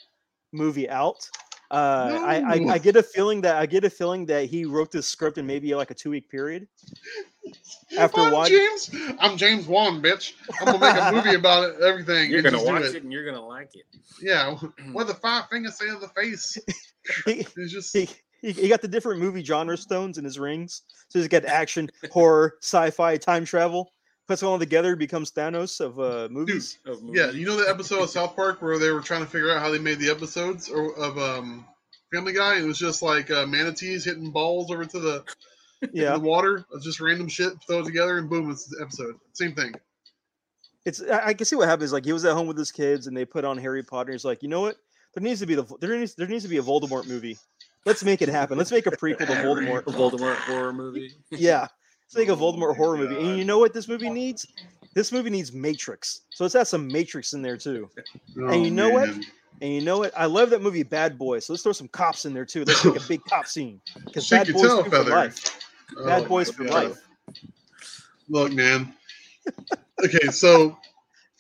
movie out. Uh, I, I, No. I get a feeling that I get a feeling that he wrote this script in maybe like a two week period. After I'm watch- James, I'm James Wan, bitch. I'm gonna make a movie about it, everything. You're and gonna just do watch it and you're gonna like it. Yeah. What the five fingers say to the face? He, It's just he, he he got the different movie genre stones in his rings. So he's got action, horror, sci-fi, time travel. Puts it all together, becomes Thanos of uh, movies. Of Yeah, movies. you know the episode of South Park where they were trying to figure out how they made the episodes or, of um, Family Guy? It was just like uh, manatees hitting balls over to the, to Yeah, the water. It's just random shit, throw it together, and boom, it's the episode. Same thing. it's I, I can see what happens. Like he was at home with his kids, and they put on Harry Potter. He's like, you know what? There needs to be the Vo- there needs there needs to be a Voldemort movie. Let's make it happen. Let's make a prequel to A Voldemort. Voldemort horror movie. Yeah, let's make a Oh Voldemort my horror movie. And you God. know what this movie needs? This movie needs Matrix. So let's add some Matrix in there too. And you know what? And you know what? I love that movie Bad Boys. So let's throw some cops in there too. Let's make a big cop scene because Shake Bad your Boys tail do for feather. life. Oh Bad my Boys for God. life. Look, man. Okay, so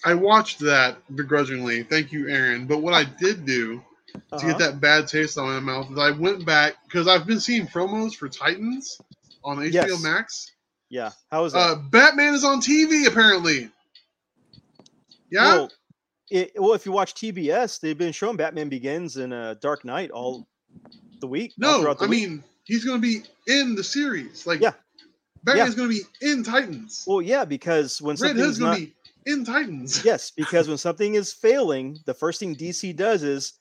I watched that begrudgingly. Thank you, Aaron. But what I did do to Uh-huh. get that bad taste out of my mouth is I went back because I've been seeing promos for Titans on HBO Yes. Max. Yeah. How is that? Uh, Batman is on TV apparently. Yeah, Well, it, well, if you watch TBS, they've been showing Batman Begins and uh, Dark Knight all the week. all no, throughout the I week. mean he's going to be in the series. Like, Yeah. Batman's Yeah. going to be in Titans. Well, yeah, because when Red Hood's something's going not to be in Titans. yes, because when something is failing, the first thing DC does is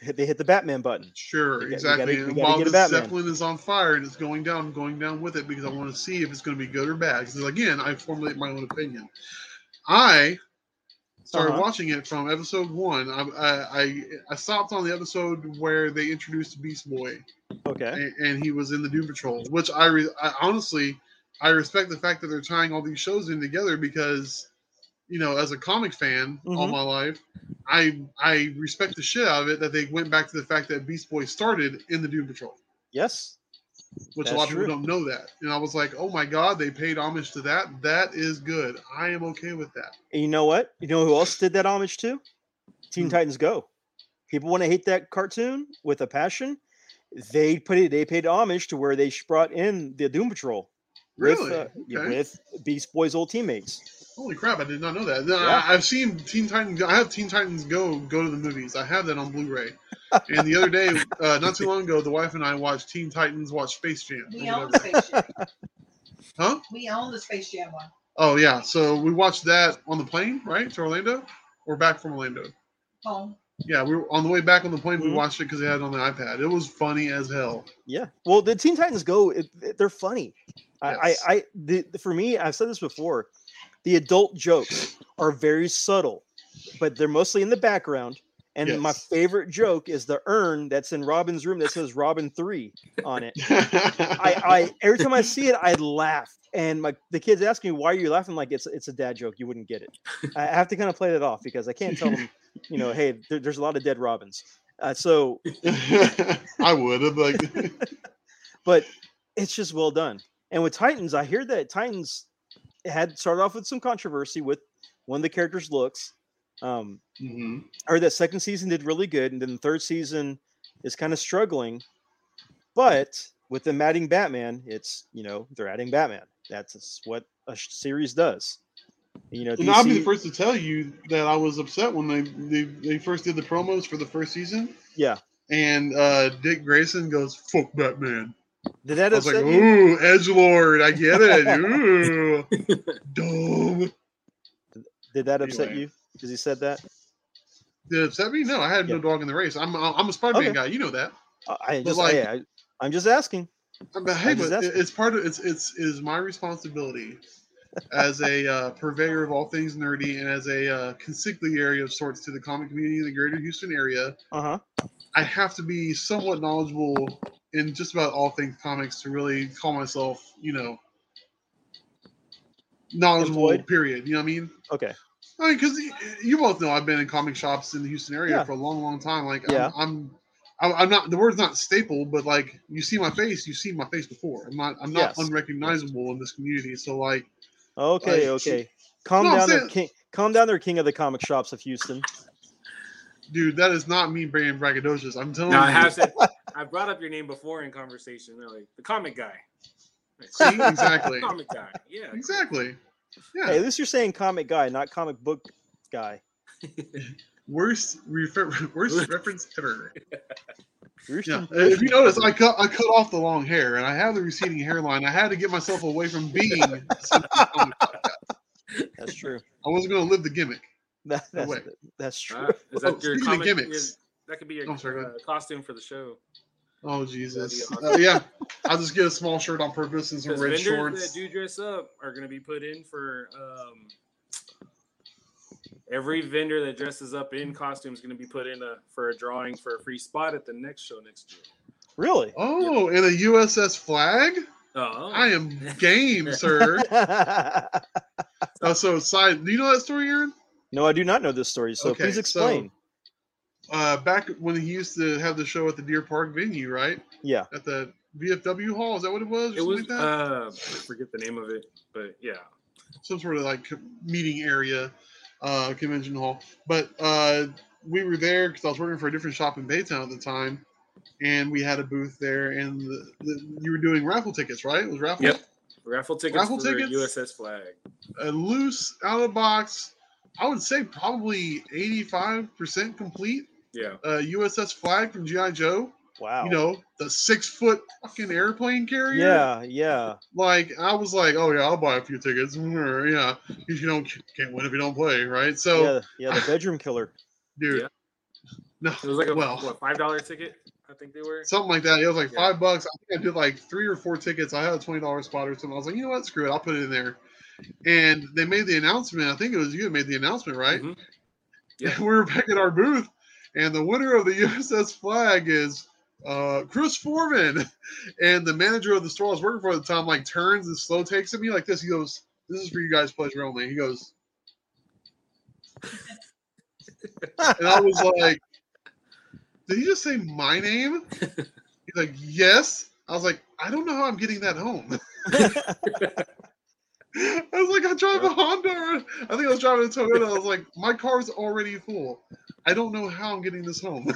hit- they hit the Batman button. Sure, We got- we exactly. gotta- we and gotta while get a this Batman. Zeppelin is on fire and it's going down, I'm going down with it because I want to see if it's going to be good or bad. Because again, I formulate my own opinion. I started Uh-huh. watching it from episode one. I, I I I stopped on the episode where they introduced Beast Boy Okay. and, and he was in the Doom Patrol, which I, re- I honestly I respect the fact that they're tying all these shows in together because you know as a comic fan all Mhm. my life I I respect the shit out of it that they went back to the fact that Beast Boy started in the Doom Patrol, Yes. which a That's lot of people true. don't know that, and I was like, oh my god, they paid homage to that. That is good. I am okay with that. And you know what? You know who else did that homage to? Teen Hmm. Titans Go. People want to hate that cartoon with a passion. They put it. They paid homage to where they sh- brought in the Doom Patrol with, Really? uh, yeah, Okay. with Beast Boy's old teammates. Holy crap! I did not know that. No, Yeah. I, I've seen Teen Titans. I have Teen Titans Go go to the movies. I have that on Blu-ray. And the other day, uh, not too long ago, the wife and I watched Teen Titans, watched Space Jam. or We own the whatever. Space Jam. Huh? We own the Space Jam one. Oh yeah. So we watched that on the plane, right, to Orlando, or back from Orlando. Home. Yeah, we were on the way back on the plane. Mhm. We watched it because they had it on the iPad. It was funny as hell. Yeah. Well, the Teen Titans Go. It, it- they're funny. I, I, Yes. I the, for me, I've said this before. The adult jokes are very subtle, but they're mostly in the background. And my Yes. favorite joke is the urn that's in Robin's room that says Robin Three on it. I, I every time I see it, I laugh. And my the kids ask me why are you laughing? I'm like it's it's a dad joke. You wouldn't get it. I have to kind of play that off because I can't tell them, you know, hey, there, there's a lot of dead robins. Uh, so, I, would have like. but it's just well done. And with Titans, I hear that Titans had started off with some controversy with one of the characters' looks. Um, Mhm. I heard that second season did really good, and then the third season is kind of struggling. But with them adding Batman, it's you know they're adding Batman. That's just what a sh- series does. You know, And I'll be the DC first to tell you that I was upset when they they, they first did the promos for the first season. yeah. and uh, Dick Grayson goes, "Fuck Batman." Did that I was like, upset you? "Ooh, Edge Lord, I get it." Ooh, dumb. Did that upset anyway. you? Because he said that. Did it upset me? No, I had Yeah. no dog in the race. I'm I'm a Spider-Man Okay. guy. You know that. I- I But just like- hey, I, I'm just asking. But hey, I just but asked- it- it's part of it's it's is my responsibility as a uh, purveyor of all things nerdy and as a uh, consigliere of sorts to the comic community in the greater Houston area. Uh huh. I have to be somewhat knowledgeable in just about all things comics to really call myself, you know, knowledgeable. Employed? Period. You know what I mean? Okay. I mean, because you both know I've been in comic shops in the Houston area Yeah. for a long, long time. Like, Yeah. I'm, I'm, I- I'm not. The word's not staple, but like, you see my face, you've seen my face before. I'm not, I'm not Yes. unrecognizable in this community. So like, Okay. Like- okay. Calm No, I'm down, there, saying- king. Calm down, there, king of the comic shops of Houston. dude, that is not me being braggadocious. I'm telling Now you. I have said I brought up your name before in conversation. They're like the comic guy. See? exactly, Comic guy. Yeah. exactly. Yeah. Hey, at least you're saying comic guy, not comic book guy. Worst, refer- worst reference ever. You're Yeah. still- If you notice, I cut, I cut off the long hair, and I have the receding hairline. I had to get myself away from being. I That's true. wasn't going to live the gimmick. That, No that's, way. that's true. Uh, is Oh, that your speaking of comic? Your, gimmicks. that could be your I'm sorry, go uh, costume for the show. Oh Jesus! That'd be Uh, yeah, I'll just get a small shirt on purpose and some Because red vendors shorts. that uh, do dress up are going to be put in for um, every vendor that dresses up in costume is going to be put in a, for a drawing for a free spot at the next show next year. Really? Oh, and a USS flag. Oh, I am game, sir. Uh, so, side. Do you know that story, Aaron? no, I do not know this story. So Okay, please so- explain. Uh, back when he used to have the show at the Deer Park venue, right yeah. at the VFW Hall. Is that what it was? or It something was like that? uh, I forget the name of it, but yeah, some sort of like meeting area, uh, convention hall. But uh, we were there because I was working for a different shop in Baytown at the time, and we had a booth there. And the, the, you were doing raffle tickets, right? It was raffle. Yep. raffle tickets Raffle for tickets? USS flag. A loose out of the box. I would say probably 85% complete Yeah, uh, USS flag from GI Joe. Wow. you know, the six foot fucking airplane carrier. yeah, yeah. Like I was like, oh yeah, I'll buy a few tickets. Yeah, if you don't can't win if you don't play, right? So, yeah, yeah, the bedroom killer. dude, no, It was like a well, what five dollar ticket. I think they were. something like that. It was like Yeah. five bucks. I think I did like three or four tickets. I had a twenty dollars spot or something. I was like, you know what? Screw it. I'll put it in there. And they made the announcement. I think it was you that made the announcement, right? Mhm. Yeah. we were back at our booth, and the winner of the USS flag is uh, Chris Foreman. And the manager of the store I was working for at the time like turns and slow takes at me like this. He goes, "This is for you guys' pleasure only." He goes, and I was like, "Did he just say my name?" He's like, "Yes." I was like, "I don't know how I'm getting that home." I was like, "I drive a Honda." or- I think I was driving a Toyota. I was like, "My car's already full. I don't know how I'm getting this home.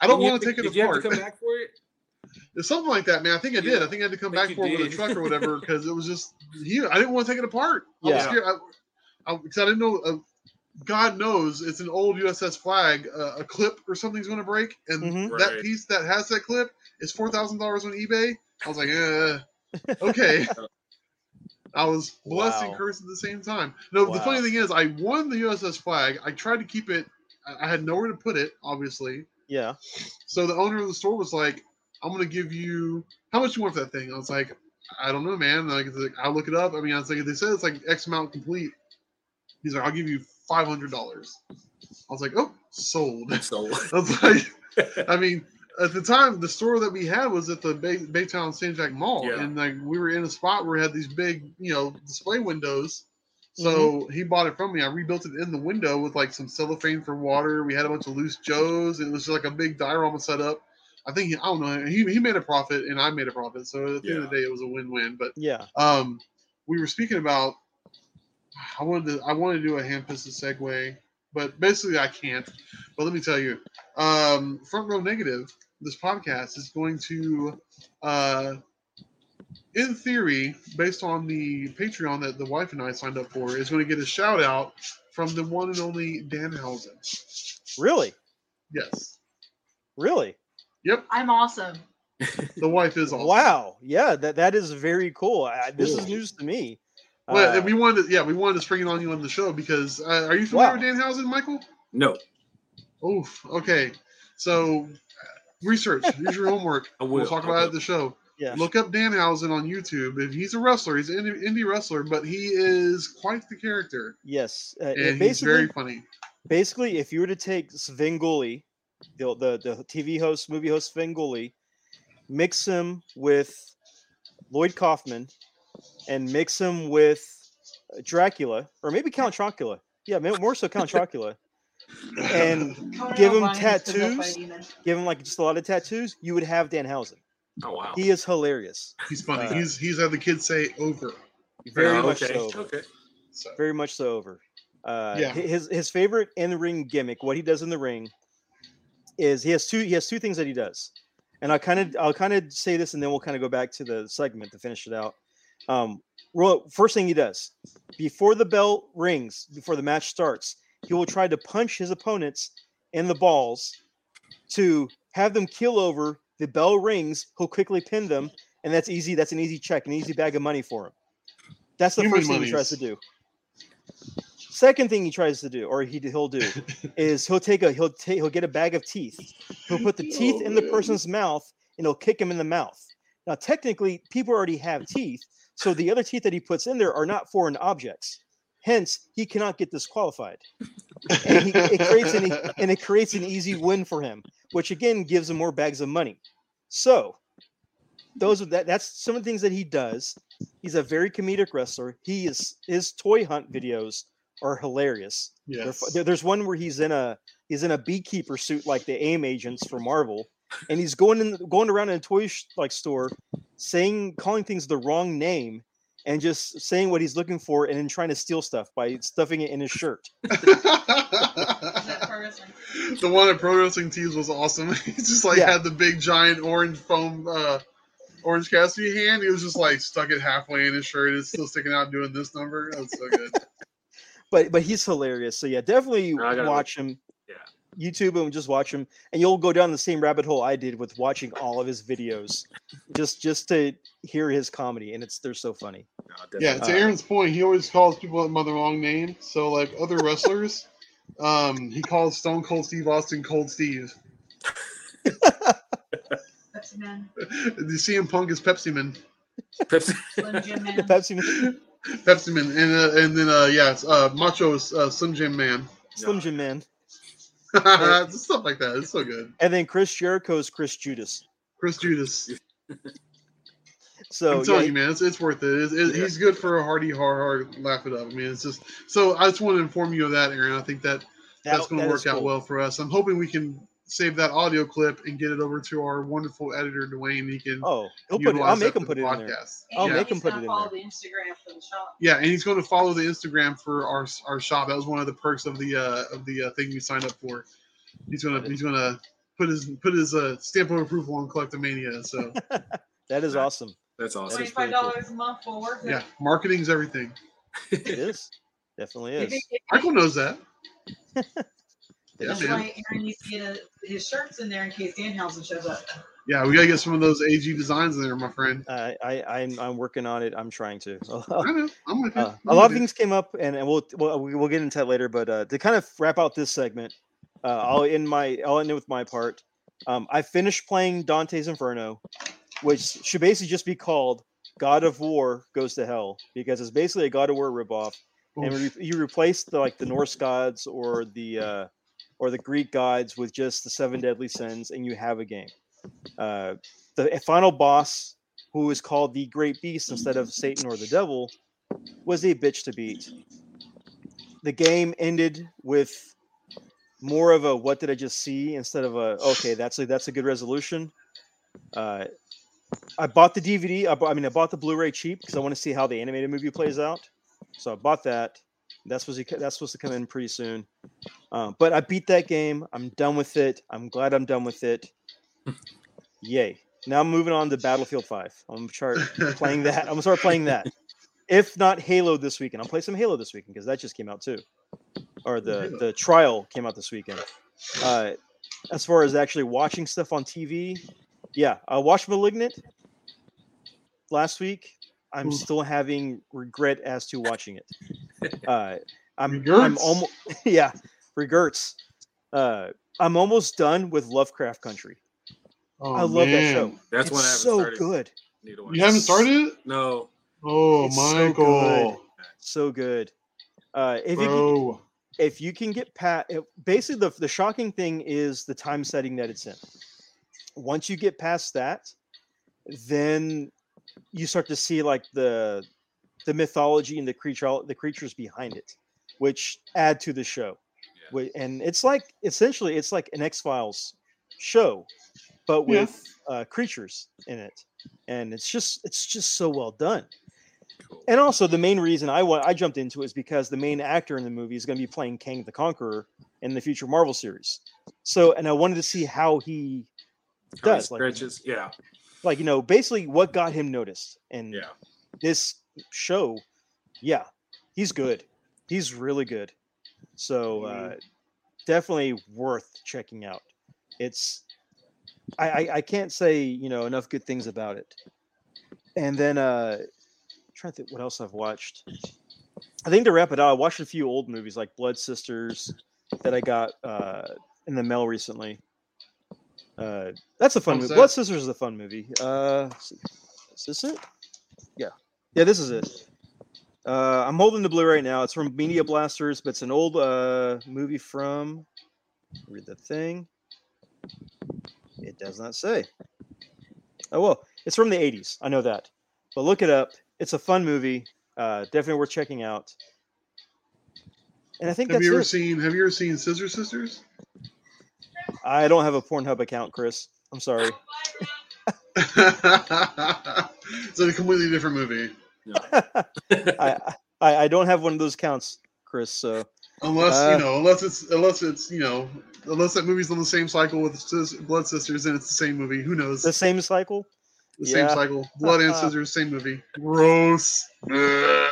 I don't Didn't you want have to take it Did you have to apart." come back for it? It's something like that, man. I think I did. Yeah, I think I had to come I back think for you it with a did. truck or whatever because it was just here. I didn't want to take it apart. I Yeah. was scared. I, I, 'cause I didn't know. Uh, God knows it's an old USS flag. Uh, a clip or something's going to break, and Mhm. that Right. piece that has that clip is four thousand dollars on eBay. I was like, uh, okay. I was blessed and Wow. cursed at the same time. No, the funny Wow. thing is, I won the USS flag. I tried to keep it. I- I had nowhere to put it, obviously. Yeah. So the owner of the store was like, "I'm gonna give you how much you want for that thing." I was like, "I don't know, man." Like, it's like, I look it up. I mean, I was like, "They said it's like X amount complete." He's like, "I'll give you five hundred dollars." I was like, "Oh, sold." I So was like, "I mean." At the time, the store that we had was at the Bay- Baytown San Jack Mall, Yeah. and like we were in a spot where we had these big, you know, display windows. So he bought it from me. I rebuilt it in the window with like some cellophane for water. We had a bunch of loose joes, and it was just like a big diorama set up. I think he, I don't know. He, he made a profit, and I made a profit. So at the end of the day, it was a win-win. But Yeah. um, we were speaking about. I wanted to I wanted to do a hand pistol segue, but basically I can't. But let me tell you, um, front row negative. This podcast is going to, uh, in theory, based on the Patreon that the wife and I signed up for, is going to get a shout out from the one and only Dan Housen. Really? Yes, Really? I'm awesome. the wife is awesome. Wow. Yeah, that that is very cool. I, this is Cool. news to me. Well, Uh, we wanted, to, yeah, we wanted to spring it on you on the show because uh, are you familiar with Wow. Dan Housen, Michael? no, Oof. Okay. So research. Here's your homework. I will. We'll talk I about it will. at the show. yeah. Look up Danhausen on YouTube. If he's a wrestler, he's an indie wrestler, but he is quite the character, Yes. Uh, and he's basically, very funny. basically, if you were to take Sven Gulli, the, the the TV host, movie host Sven Gulli, mix him with Lloyd Kaufman, and mix him with uh, Dracula, or maybe Count Chocula. Yeah, ma- more so Count Chocula. And Conan Give 'em O'Brien is the tattoos. Delphi demon. give him like just a lot of tattoos, you would have Danhausen. Oh wow. He is hilarious. he's funny. uh, he's he's had the kids say over. Very Oh, much okay. so. Okay. So Very much so over. Uh, Yeah. hi- His his favorite in ring gimmick, what he does in the ring, is he has two he has two things that he does, and I kind of I'll kind of say this, and then we'll kind of go back to the segment to finish it out. Um, well, first thing he does before the bell rings, before the match starts, he will try to punch his opponents in the balls to have them kill over. The bell rings, he'll quickly pin them, and that's easy. That's an easy check, an easy bag of money for him. That's the Human first thing he tries monies. to do. Second thing he tries to do, or he he'll do, is he'll take a he'll take he'll get a bag of teeth. He'll put the teeth Oh, in the man. person's mouth and he'll kick him in the mouth. Now, technically, people already have teeth, so the other teeth that he puts in there are not foreign objects. Hence, he cannot get disqualified, and he, it creates an, e- and it creates an easy win for him, which again gives him more bags of money. So, those are that. That's some of the things that he does. He's a very comedic wrestler. He is his toy hunt videos are hilarious. They're fu- yes. there- there's one where he's in a he's in a beekeeper suit like the AIM agents for Marvel, and he's going in going around in a toy sh- like store, saying calling things the wrong name, and just saying what he's looking for, and then trying to steal stuff by stuffing it in his shirt. Is that person? the one at pro wrestling tees was awesome. He just like Yeah. had the big giant orange foam uh orange Cassidy hand. He was just like stuck it halfway in his shirt. It's still sticking out doing this number. That's so good. But but he's hilarious. So yeah, definitely No, I gotta look- watch him. yeah. YouTube and just watch him, and you'll go down the same rabbit hole I did with watching all of his videos, just just to hear his comedy, and it's they're so funny. No, Yeah, to Uh, Aaron's point, he always calls people out by the wrong name. So like other wrestlers, um, he calls Stone Cold Steve Austin Cold Steve. Pepsi Man, The CM Punk is Pepsi Man, Pepsi. Slim The Jim Man. Pepsi Pepsi Man, and uh, and then uh, yeah, it's, uh, Macho is uh, Slim Jim Man. Slim Jim Man, Just stuff like that. It's so good. and then Chris Jericho's Chris Judas. Chris Judas. So I'm telling yeah, you, man, it's, it's worth it. It's, it Yeah. He's good for a hearty, hard, hard laugh it up. I mean, it's just so. I just want to inform you of that, Aaron. I think that that's going to that work is out cool. well for us. I'm hoping we can save that audio clip and get it over to our wonderful editor Dwayne. and He can Oh, he'll put it. I'll utilize that make him for put the it in there. podcast. I'll And yeah. make him he's put gonna it in follow there. the Instagram for the shop. Yeah, and he's going to follow the Instagram for our our shop. That was one of the perks of the uh, of the uh, thing we signed up for. He's gonna he's gonna put his put his uh, stamp of approval on Collectomania. So That is awesome. That's awesome. That is Twenty-five pretty cool. dollars a month will work. yeah, marketing's everything. It is definitely If is. he- if Michael knows that. That Yeah, That's is- man. why Aaron needs to get a, his shirts in there in case Danhausen shows up. Yeah, we gotta get some of those AG designs in there, my friend. I, I I'm I'm working on it. I'm trying to. I know. I'm with you. Uh, I'm a lot with of you. things came up, and, and we'll, we'll we- we'll get into that later. But uh, to kind of wrap out this segment, uh, I'll end my I'll end it with my part. Um, I finished playing Dante's Inferno, which should basically just be called God of War Goes to Hell because it's basically a God of War ripoff, and Oof. re- you replace the, like the Norse gods or the uh, or the Greek gods with just the seven deadly sins, and you have a game. Uh, the final boss, who is called the Great Beast instead of Satan or the Devil, was a bitch to beat. The game ended with more of a "What did I just see?" instead of a "Okay, that's a that's a good resolution." Uh, I bought the DVD. I, bought, I mean, I bought the Blu-ray cheap because I want to see how the animated movie plays out. So I bought that. That's supposed to, that's supposed to come in pretty soon. Uh, but I beat that game. I'm done with it. I'm glad I'm done with it. Yay! Now I'm moving on to Battlefield Five. I'm chart playing that. I'm gonna start playing that. If not Halo this weekend, I'll play some Halo this weekend because that just came out too, or the Halo. the trial came out this weekend. Uh, as far as actually watching stuff on TV, yeah, I watched *Malignant* last week. I'm Oof. still having regret as to watching it. Uh, I'm I'm Regrets? almost yeah regrets. Uh, I'm almost done with Lovecraft Country. Oh, I love that man. show. That's it's one I haven't so started. good. Need to watch You it. haven't started it? No. Oh, It's so Michael, so good. Uh, if you can, bro. if you can get past, basically the the shocking thing is the time setting that it's in. Once you get past that, then you start to see like the the mythology and the creature the creatures behind it, which add to the show. Yeah. Wh- And it's like essentially it's like an X Files show, but Yeah. with uh, creatures in it, and it's just it's just so well done. Cool. And also, the main reason I want I jumped into it is because the main actor in the movie is going to be playing Kang the Conqueror in the future Marvel series. So, and I wanted to see how he How many does, like- stretches? yeah. like you know basically what got him noticed. And Yeah. this show, yeah, he's good. He's really good. So uh, definitely worth checking out. It's I, I I can't say you know enough good things about it. And then uh, trying to think what else I've watched. I think to wrap it up, I watched a few old movies like Blood Sisters that I got uh, in the mail recently. Uh, that's a fun What's movie. that? Blood Sisters is a fun movie. Uh, let's see. is this it? Yeah, yeah, this is it. Uh, I'm holding the blue right now. It's from Media Blasters, but it's an old uh, movie from. Read the thing. It does not say. Oh well, it's from the 80s. I know that, but look it up. It's a fun movie. Uh, definitely worth checking out. And I think Have that's you ever it. seen Have you ever seen Scissor Sisters? I don't have a Pornhub account, Chris. I'm sorry. it's a completely different movie. I, I I don't have one of those accounts, Chris. So Unless Uh. you know, unless it's unless it's you know, unless that movie's on the same cycle with Sis- Blood Sisters and it's the same movie. Who knows? the same cycle. the same yeah. cycle. Blood and Scissors, same movie. Gross. Ugh.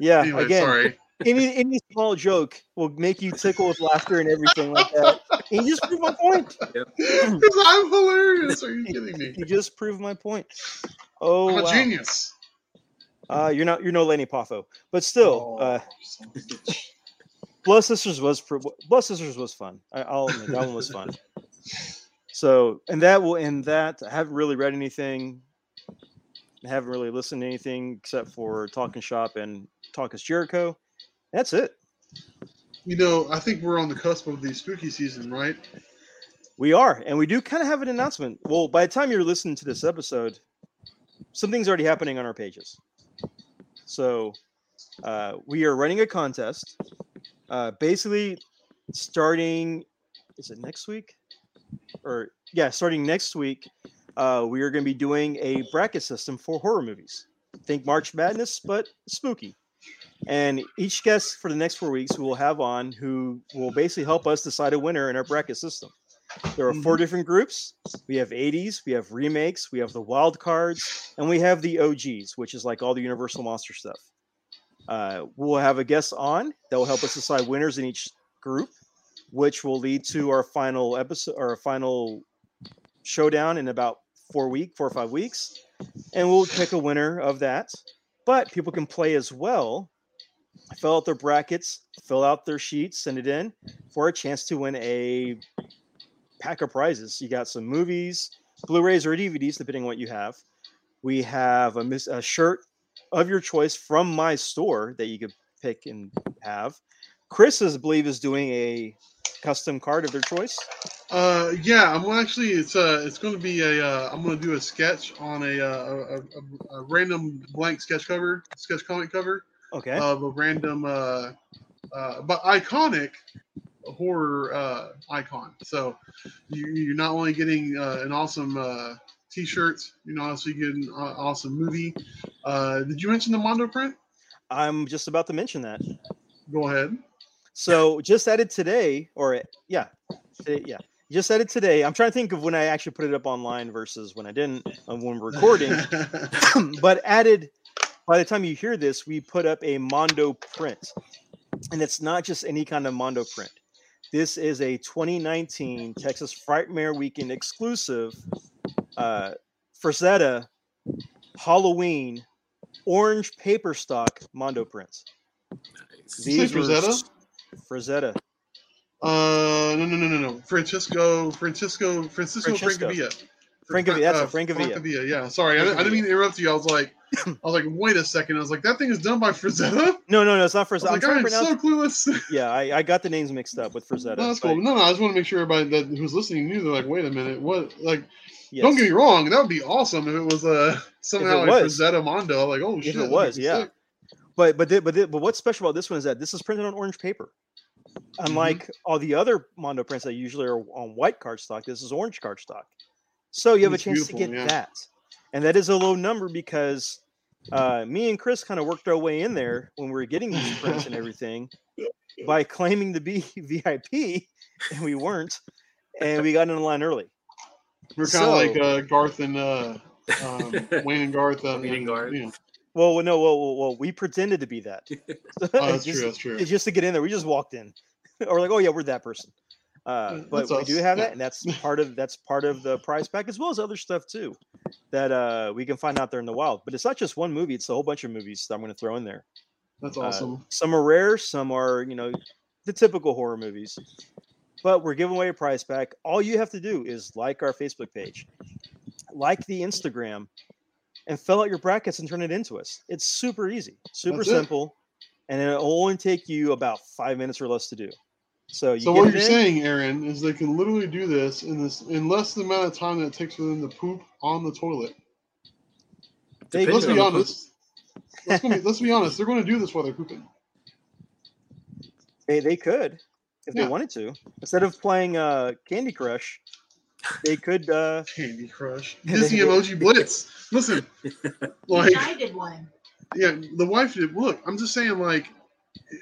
Yeah. anyway, again, sorry. any any small joke will make you tickle with laughter and everything like that. He just proved my point. Because I'm hilarious. Are you kidding me? He just proved my point. Oh, I'm a wow. genius. Uh, you're not. You're no Lenny Poffo, but still, uh, Oh, Blood Sisters was pro- Blood Sisters was fun. I, I'll admit that one was fun. So, and that will end that. I haven't really read anything. I haven't really listened to anything except for Talking Shop and Talk is Jericho. That's it. you know, I think we're on the cusp of the spooky season, right? We are, and we do kind of have an announcement. Well, by the time you're listening to this episode, something's already happening on our pages. So uh, we are running a contest, uh, basically starting. Is it next week? Or yeah, starting next week, uh, we are going to be doing a bracket system for horror movies. Think March Madness, but spooky. And each guest for the next four weeks, we will have on who will basically help us decide a winner in our bracket system. There are four different groups. We have 80s, we have remakes, we have the wild cards, and we have the OGs, which is like all the Universal Monster stuff. Uh, we'll have a guest on that will help us decide winners in each group, which will lead to our final episode, our final showdown in about four week, four or five weeks, and we'll pick a winner of that. But people can play as well. Fill out their brackets, fill out their sheets, send it in for a chance to win a pack of prizes. You got some movies, Blu-rays or DVDs, depending on what you have. We have a, mis- a shirt of your choice from my store that you could pick and have. Chris, is, I believe, is doing a custom card of their choice. Uh, yeah, I'm gonna actually. It's uh, it's going to be a. Uh, I'm going to do a sketch on a, uh, a, a, a random blank sketch cover, sketch comic cover Okay. of a random, uh, uh, but iconic horror uh, icon. So you, you're not only getting uh, an awesome uh, t-shirt, you know, also you get an uh, awesome movie. Uh, did you mention the Mondo print? I'm just about to mention that. Go ahead. So just added today, or yeah, today, yeah, just added today. I'm trying to think of when I actually put it up online versus when I didn't, and when we're recording. but added by the time you hear this, we put up a Mondo print. And it's not just any kind of Mondo print. This is a 2019 Texas Frightmare Weekend exclusive uh, Frazetta Halloween orange paper stock Mondo prints. Nice. Did you These say were Frazetta? s- Frazetta. Uh, no, no, no, no, no. Francisco, Francisco, Francisco, Francisco. Francavilla. Uh, Francavilla, that's it, Francavilla. Yeah, sorry, I didn't, I didn't mean to interrupt you. I was like, I was like, wait a second. I was like, that thing is done by Frazetta. No, no, no, it's not I was Frazetta. I'm like, trying I to am pronounce. so clueless. Yeah, I, I got the names mixed up with Frazetta. no, that's but cool. No, no, I just want to make sure everybody that who's listening knew. They're like, wait a minute, what? Like, yes. don't get me wrong, that would be awesome if it was uh, somehow it a was. Frazetta Mondo. Like, oh If shit, it that'd was, be yeah. sick. But but thi- but thi- but what's special about this one is that this is printed on orange paper. Mm-hmm. Unlike all the other Mondo prints that usually are on white cardstock, this is orange cardstock. So you have a It's chance to beautiful, get yeah. that, and that is a low number because uh, me and Chris kind of worked our way in there when we were getting these prints and everything by claiming to be VIP, and we weren't, and we got in line early. We're kind of So- like uh, Garth and uh, um, Wayne and Garth. Uh, Wayne and Garth. you know. Well, well, no, well, well, well, we pretended to be that. Oh, that's Just- true. That's true. It's just to get in there. We just walked in, or like, oh yeah, we're that person. Uh, Yeah, but Mm, that's we do us. have Yeah. that, and that's part of that's part of the prize pack as well as other stuff too that uh, we can find out there in the wild. But it's not just one movie; it's a whole bunch of movies that I'm going to throw in there. That's Uh, awesome. Some are rare, some are you know the typical horror movies. But we're giving away a prize pack. All you have to do is like our Facebook page, like the Instagram, and fill out your brackets and turn it into us. It's super easy, super That's it. simple, and it'll only take you about five minutes or less to do. So you So get what it you're in, saying, Aaron, is they can literally do this in this in less the amount of time that it takes for them to poop on the toilet. they Let's Depends on be the honest. Let's, gonna be, let's be honest. They're going to do this while they're pooping. They, they could, if Yeah. they wanted to, instead of playing uh, Candy Crush, they could. Uh, Candy Crush, They- Disney emoji blitz. Listen, like I did one. yeah, the wife did. Look, I'm just saying, like,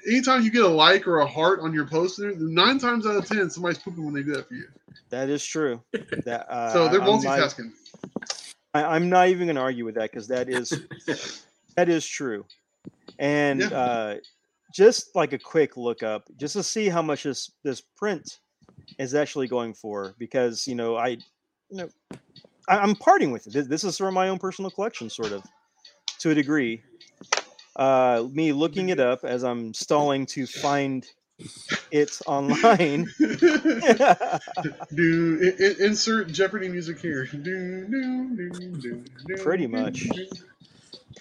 anytime you get a like or a heart on your post, there- nine times out of ten, somebody's pooping when they do that for you. that is true. That uh, So they're I- I'm not- multitasking. I, I'm not even going to argue with that because that is that is true. And Yeah. uh, just like a quick look up, just to see how much this this print is actually going for because you know I, you know, I, I'm parting with it. This, this is from my own personal collection, sort of, to a degree. Uh, me looking it up as I'm stalling to find it online. do i- i- insert Jeopardy music here. Do, do, do, do, do, Pretty do, much. do.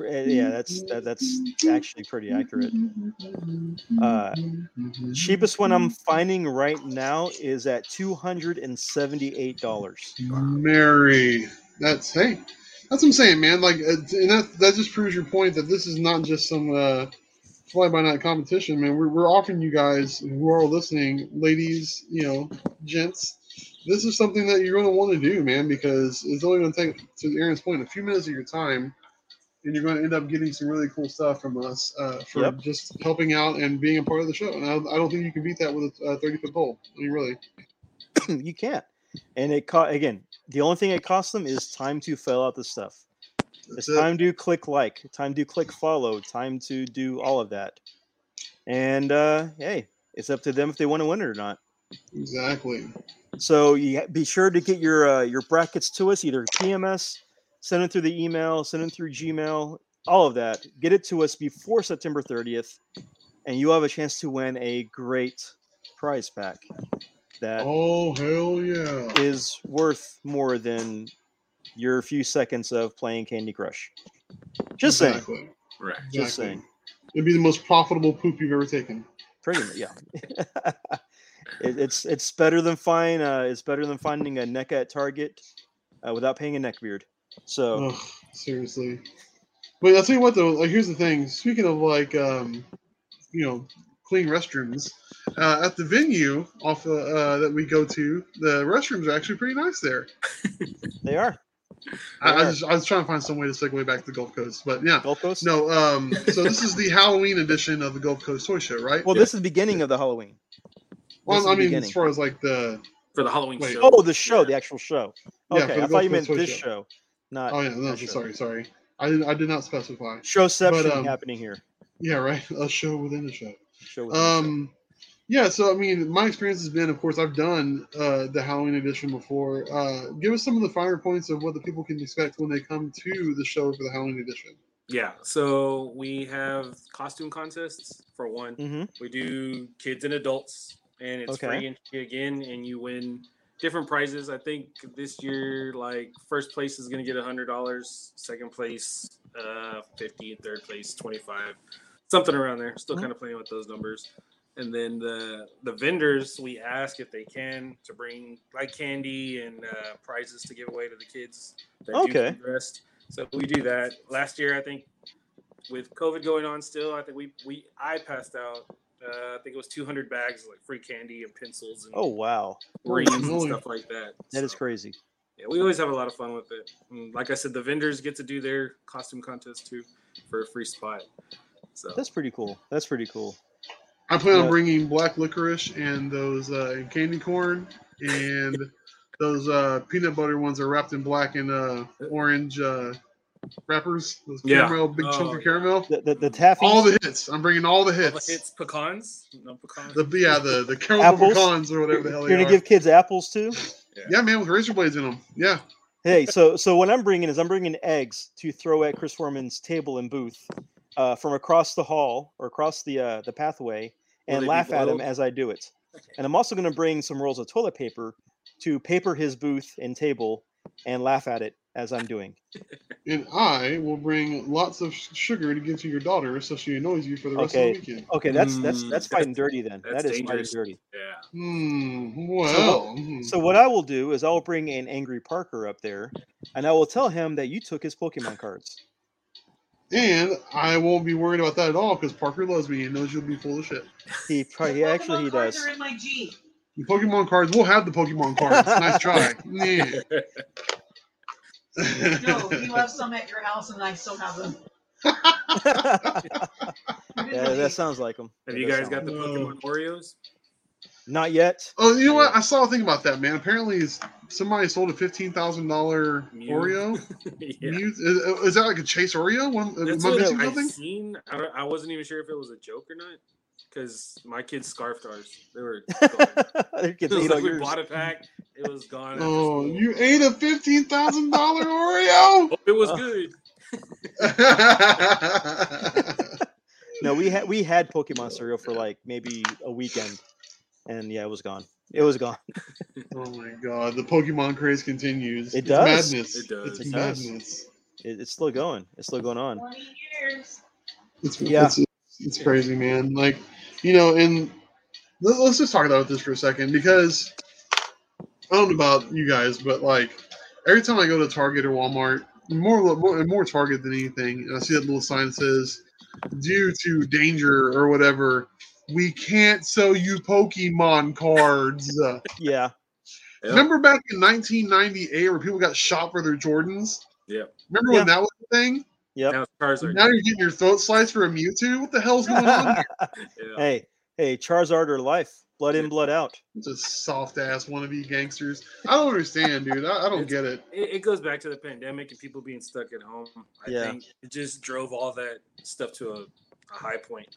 yeah, that's that, that's actually pretty accurate. Uh, Cheapest one Mm-hmm. I'm finding right now is at two hundred and seventy-eight dollars. Mary, that's hey, that's what I'm saying, man. Like, it's- and that that just proves your point that this is not just some uh, fly by night competition, man. We're we're offering you guys who are listening, ladies, you know, gents. This is something that you're going to want to do, man, because it's only going to take, to Aaron's point, a few minutes of your time, and you're going to end up getting some really cool stuff from us uh, for Yep. just helping out and being a part of the show. And I, I don't think you can beat that with a 30 foot pole. I mean, really. Hmm. you can't. And it co- again, the only thing it costs them is time to fill out the stuff. That's It's it. time to click like, time to click follow, time to do all of that. And uh, hey, it's up to them if they want to win it or not. Exactly. So you ha- be sure to get your uh, your brackets to us either PMS, send them through the email, send them through Gmail, all of that. Get it to us before September 30th, and you will have a chance to win a great prize pack that is Oh hell yeah! worth more than your few seconds of playing Candy Crush. Just saying, Exactly. Right. just Exactly. saying, It'd be the most profitable poop you've ever taken. pretty much, yeah. it, it's it's better than find uh, it's better than finding a NECA at Target uh, without paying a neck beard. So. Ugh, seriously. But I'll tell you what though. Like, here's the thing. Speaking of like, um, you know, clean restrooms uh, at the venue off uh, uh, that we go to, the restrooms are actually pretty nice there. They are I, I, They are. just, I was trying to find some way to segue back to the Gulf Coast, but yeah. Gulf Coast. No, um, so this is the Halloween edition of the Gulf Coast Toy Show, right? Well, this is the beginning of the Halloween. this well, is I the mean, beginning. as far as like the For the Halloween Wait. show. Oh, the show, Yeah. the actual show. Yeah, for Okay, the I Gulf thought you meant Coast Toy Show. this show, not oh yeah, no, Gotcha. sorry, sorry, I did, I did not specify. showception But, um, happening here. Yeah, right. A show within a show. Show within the show. Um, yeah. So I mean, my experience has been, of course, I've done uh, the Halloween edition before. Uh, give us some of the finer points of what the people can expect when they come to the show for the Halloween edition. Yeah. So we have costume contests for one. Mhm. We do kids and adults, and it's Okay. free entry again, and you win different prizes. I think this year, like first place is gonna get a hundred dollars, second place, uh, fifty, and third place, twenty-five, something around there. Still Mhm. kind of playing with those numbers. And then the the vendors, we ask if they can to bring like candy and uh, prizes to give away to the kids that do Okay. come dressed. So we do that. Last year, I think with COVID going on still, I think we we I passed out. Uh, I think it was 200 bags of like free candy and pencils and Oh wow, rings and Holy. stuff like that. that is So, crazy. Yeah, we always have a lot of fun with it. And like I said, the vendors get to do their costume contest too for a free spot. So That's pretty cool. That's pretty cool. I plan on Yeah. bringing black licorice and those uh, and candy corn and those uh, peanut butter ones are wrapped in black and uh, orange uh, wrappers. Those Yeah. caramel, big chunk Oh, of yeah. caramel. The the, the taffy. All the hits. I'm bringing all the All the hits. hits pecans, no pecans. The yeah, the the caramel Apples? pecans or whatever the hell You're they gonna are. give kids apples too. yeah, man, with razor blades in them. Yeah. Hey, so so what I'm bringing is I'm bringing eggs to throw at Chris Foreman's table and booth uh, from across the hall or across the uh, the pathway Will they and be laugh at him boiled? as I do it. And I'm also going to bring some rolls of toilet paper to paper his booth and table and laugh at it as I'm doing. And I will bring lots of sh- sugar to give to your daughter so she annoys you for the rest Okay. of the weekend. Okay, that's that's that's Mm, that's- fighting dirty then. That that's is dangerous. fighting yeah. Hmm. Well. hmm. dirty. So what I will do is I'll bring an angry Parker up there and I will tell him that you took his Pokemon cards. and I won't be worried about that at all because Parker loves me and knows you'll be full of shit. He probably he actually he Pokemon cards does. are in my G. The Pokemon cards. We'll have the Pokemon cards. nice try. Yeah. No, you left some at your house and I still have them. yeah, You didn't leave. that sounds like him. Have That you does guys sound like got the No. Pokemon Oreos? Not yet. oh, you know what? I saw a thing about that, man. Apparently, it's- somebody sold a fifteen thousand dollar Mew. Oreo. yeah. Mew- is, is that like a Chase Oreo? One, am That's I what missing I something? seen. I, don't, I wasn't even sure if it was a joke or not. because my kids scarfed ours. They were. Gone. They're it getting was ate like all we yours. bought a pack. It was gone. after Oh, school. you ate a fifteen thousand dollar Oreo. Hope it was Oh. good. Oh, No, we had we had Pokemon cereal for like maybe a weekend, and yeah, it was gone. It was gone. oh my god, the Pokemon craze continues. It it's does. Madness. It does. It's It does. madness. It, it's still going. It's still going on. Twenty years. It's Yeah. it's, it's crazy, man. Like you know, and let, let's just talk about this for a second because I don't know about you guys, but like every time I go to Target or Walmart, more more, more Target than anything, and I see that little sign that says, "Due to danger or whatever." We can't sell you Pokemon cards. Uh, Yeah, Yep. Remember back in 1998 where people got shot for their Jordans? Yep. Remember Yeah. when that was a thing? Yep. Now cars are. Now you're getting your throat sliced for a Mewtwo? What the hell's going on here? yeah. hey, hey, Charizard or life, blood in, Yeah. blood out. Just soft ass one of you gangsters. I don't understand, dude. I, I don't It's- get it. It, it goes back to the pandemic and people being stuck at home. I Yeah. think it just drove all that stuff to a, a high point. It-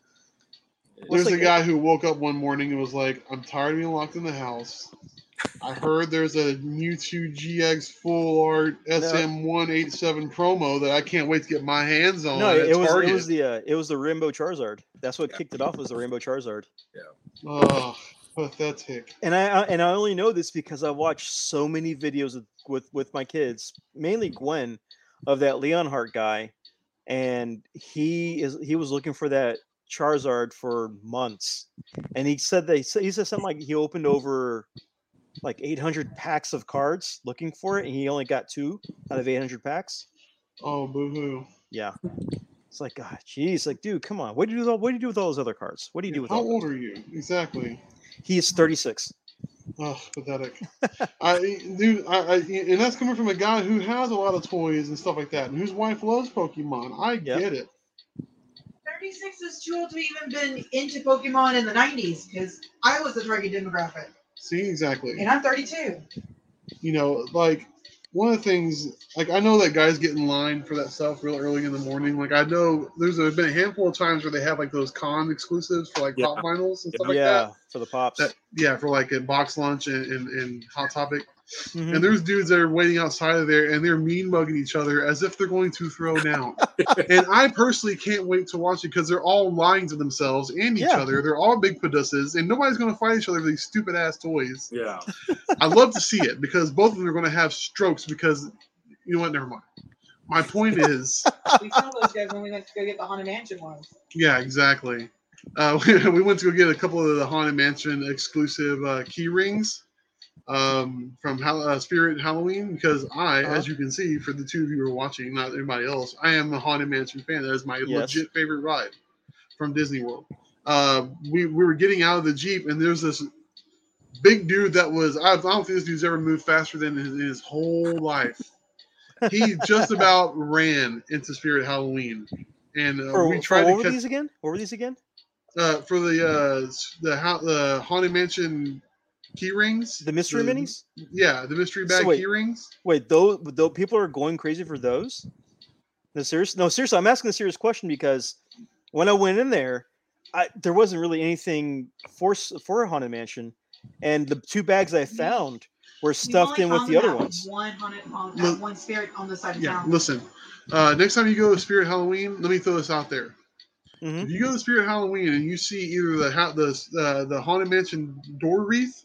Well, There's it's a guy like- who woke up one morning and was like, I'm tired of being locked in the house. I heard there's a Mewtwo GX Full Art SM187 promo that I can't wait to get my hands on. No, at it was Target. it was the uh, it was the Rainbow Charizard. That's what kicked it off was the Rainbow Charizard. Ugh, pathetic. And I I- and I only know this because I watched so many videos with with, with my kids, mainly Gwen, of that Leonhardt guy, and he is he was looking for that Charizard for months, and he said they he said something like he opened over like 800 packs of cards looking for it, and he only got two out of 800 packs. Oh, boo hoo. Yeah. It's like, God, jeez, like, dude, come on. What do you do? With all, what do you do with all those other cards? What do you do with How all? old are you? Exactly. He is thirty six. Oh, pathetic. I dude, I, I and that's coming from a guy who has a lot of toys and stuff like that, and whose wife loves Pokemon. I Yeah. get it. Thirty-six is too old to even been into Pokemon in the nineties because I was the target demographic, See, exactly. and I'm thirty-two. You know, like one of the things, like I know that guys get in line for that stuff real early in the morning. Like I know there's been a handful of times where they have like those con exclusives for like Yeah. pop vinyls and stuff like yeah, that. for the pops. That yeah, for like at box lunch and, and, and Hot Topic. Mhm. And there's dudes that are waiting outside of there and they're mean mugging each other as if they're going to throw down. and I personally can't wait to watch it because they're all lying to themselves and each Yeah. other. They're all big pedusses and nobody's going to fight each other for these stupid ass toys. Yeah. I'd love to see it because both of them are going to have strokes because you know what? Never mind. My point is, We saw those guys when we went to go get the haunted mansion ones. yeah, exactly. Uh, we, went to go get a couple of the Haunted Mansion exclusive uh, key rings um, from Hall- uh, Spirit Halloween because I, Uh-huh. as you can see, for the two of you who are watching, not anybody else, I am a Haunted Mansion fan. That is my Yes. legit favorite ride from Disney World. Uh, we, we were getting out of the Jeep, and there's this big dude that was, I don't think this dude's ever moved faster than his, his whole life. He just about ran into Spirit Halloween. And uh, for, we for tried what to were catch these again? What were these again? uh, for the uh, s- the hau- the haunted mansion key rings. The mystery the- minis? Yeah, the mystery So bag wait. key rings. Wait, though, though people are going crazy for those. No, serious. No, seriously, I'm asking a serious question because when I went in there, I, there wasn't really anything for s- for a haunted mansion, and the two bags I found were We stuffed only in with found the other that ones. One haunted, on, Look- that one spirit on the side of Yeah, town. listen. Uh, next time you go to Spirit Halloween, let me throw this out there. Mhm. If you go to Spirit Halloween and you see either the ha- the s- uh, the haunted mansion door wreath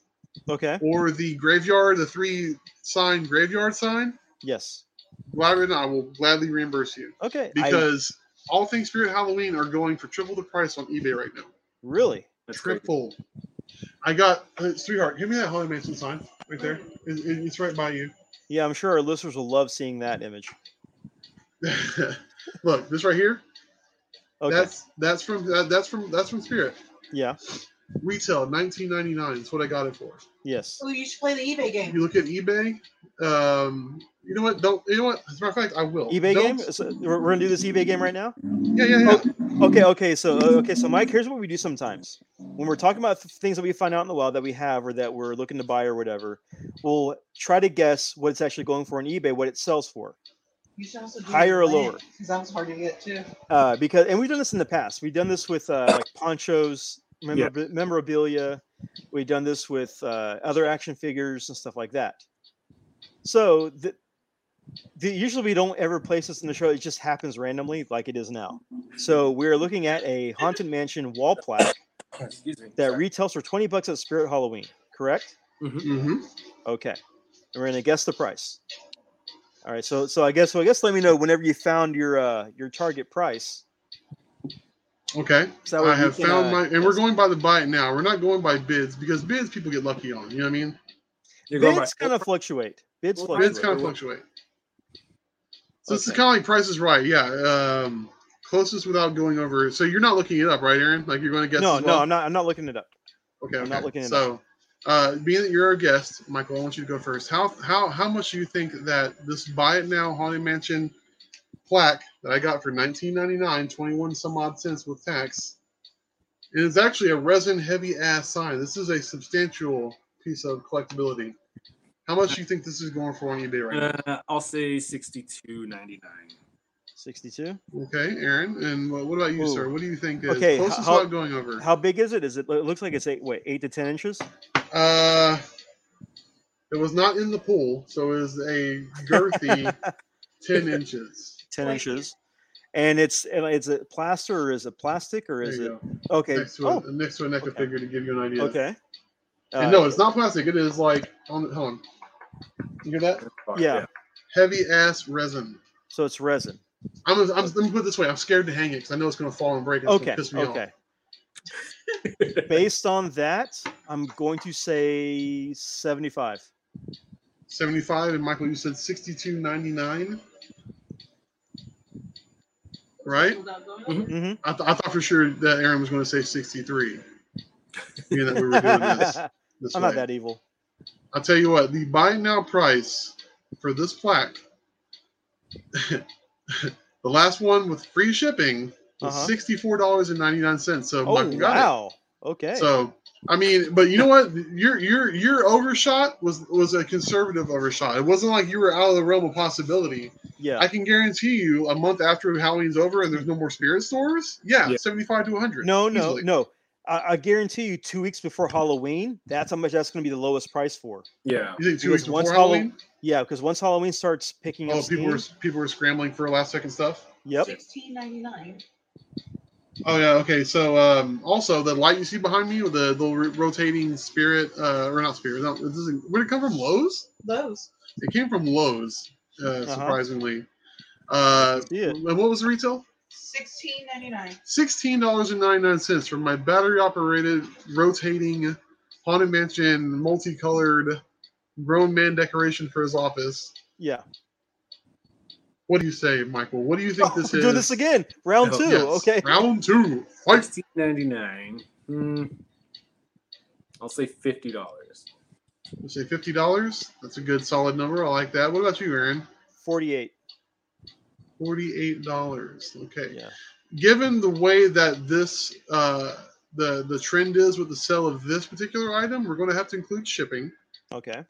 Okay. or the graveyard, the three sign graveyard sign, Yes. Robin, I will gladly reimburse you Okay. I, because all things Spirit Halloween are going for triple the price on eBay right now. really. That's great. triple. I got uh, sweetheart. Give me that Holy Mansion sign right there. It, it- it's right by you. Yeah, I'm sure our listeners will love seeing that image. Look, this right here. Okay. That's that's from that, that's from that's from Spirit. yeah. Retail 19.99 is what I got it for. Yes. Oh, you should play the eBay You game. look at eBay. Um, you know what? Don't you know what? As a matter of fact, I will. eBay Oh. Don't- game. So we're, we're gonna do this eBay game right now. Yeah, yeah, yeah. Okay. Okay. So uh, okay. So Mike, here's what we do sometimes when we're talking about th- things that we find out in the wild that we have or that we're looking to buy or whatever. We'll try to guess what it's actually going for on eBay, what it sells for, You should also do Higher or lower? Because that was hard to get too. uh, because and we've done this in the past. We've done this with uh, like ponchos memorab- memorabilia. We've done this with uh, other action figures and stuff like that. So the, the, usually we don't ever place this in the show. It just happens randomly, like it is now. So we're looking at a haunted mansion wall plaque Oh, Excuse me. that Sorry. retails for twenty bucks at Spirit Halloween. Correct? Mm-hmm. Okay. And we're gonna guess the price. All right. So so I guess so I guess let me know whenever you found your uh your target price. Okay. So that way I we have can, found uh, my, and we're going by the buy it now. We're not going by bids because bids people get lucky on. You know what I mean? You're going bids by- kind of fluctuate. Bids Well, fluctuate. Bids kind of fluctuate. So this is Okay. kind of like Price is Right. Yeah. Um, closest without going over. So you're not looking it up, right, Aaron? Like you're going to guess. no, as no, well? I'm not. I'm not looking it up. Okay, I'm okay. not looking it so, uh, being that you're our guest, Michael, I want you to go first. How how how much do you think that this buy it now haunted mansion plaque that I got for 19.99, 21 some odd cents with tax, it is actually a resin heavy ass sign. This is a substantial piece of collectability. How much do you think this is going for on eBay right Uh, I'll say sixty-two ninety-nine. Sixty-two. now? Okay, Aaron, and uh, what, what about you, sir? Ooh. What do you think is Okay, closest how- without going over? How big is it? Is it? It looks like it's eight. What? Eight to ten inches. Uh, it was not in the pool, so it was a girthy ten inches. Ten Like- inches. And it's and it's a plaster or is it plastic or There is you it go. okay? Next to a, oh, next to a NECA okay. figure to give you an idea. okay. Uh, And no, it's not plastic. It is like on. Hold on. You hear that? Yeah. Heavy ass resin. So it's resin. I'm, I'm let me put it this way. I'm scared to hang it because I know it's going to fall and break. And it's Okay. Gonna piss me Okay. Off. Based on that, I'm going to say seventy-five. 75 and Michael, you said 62.99, right? Mm-hmm. I, th- I thought for sure that Aaron was going to say 63. Being that we were doing this. this I'm way. not that evil. I'll tell you what, the buy now price for this plaque, the last one with free shipping was Uh-huh. sixty-four dollars and ninety-nine cents. So Oh Michael got wow. Okay. it. So I mean, but you know what? Your your your overshot was was a conservative overshot. It wasn't like you were out of the realm of possibility. yeah. I can guarantee you, a month after Halloween's over and there's no more spirit stores, yeah, Yeah. seventy-five to hundred. No, no, no. I, I guarantee you, two weeks before Halloween, that's how much that's going to be the lowest price for. Yeah. You think two Because weeks before once Hallow- Halloween? Yeah, because once Halloween starts picking up Oh, people steam, were people were scrambling for last-second stuff. yep. Sixteen ninety nine. Oh yeah. Okay. So um, also the light you see behind me with the the ro- rotating spirit, uh, or not spirit? No, this isn't, where did it come from? Lowe's. Those. It came from Lowe's, uh, Uh-huh. surprisingly. Uh, see it. and what was the retail? Sixteen ninety nine. Sixteen dollars and ninety nine cents for my battery operated rotating haunted mansion multicolored grown man decoration for his office. Yeah. What do you say, Michael? What do you think this We're is? doing Oh, this again. Round Oh, two. Yes. Okay. Round two. Fight. Sixteen ninety-nine. Hmm. I'll say fifty dollars. We'll say fifty dollars. That's a good solid number. I like that. What about you, Aaron? 48. Forty-eight dollars. Okay. Yeah. Given the way that this uh, the the trend is with the sale of this particular item, we're going to have to include shipping. Okay.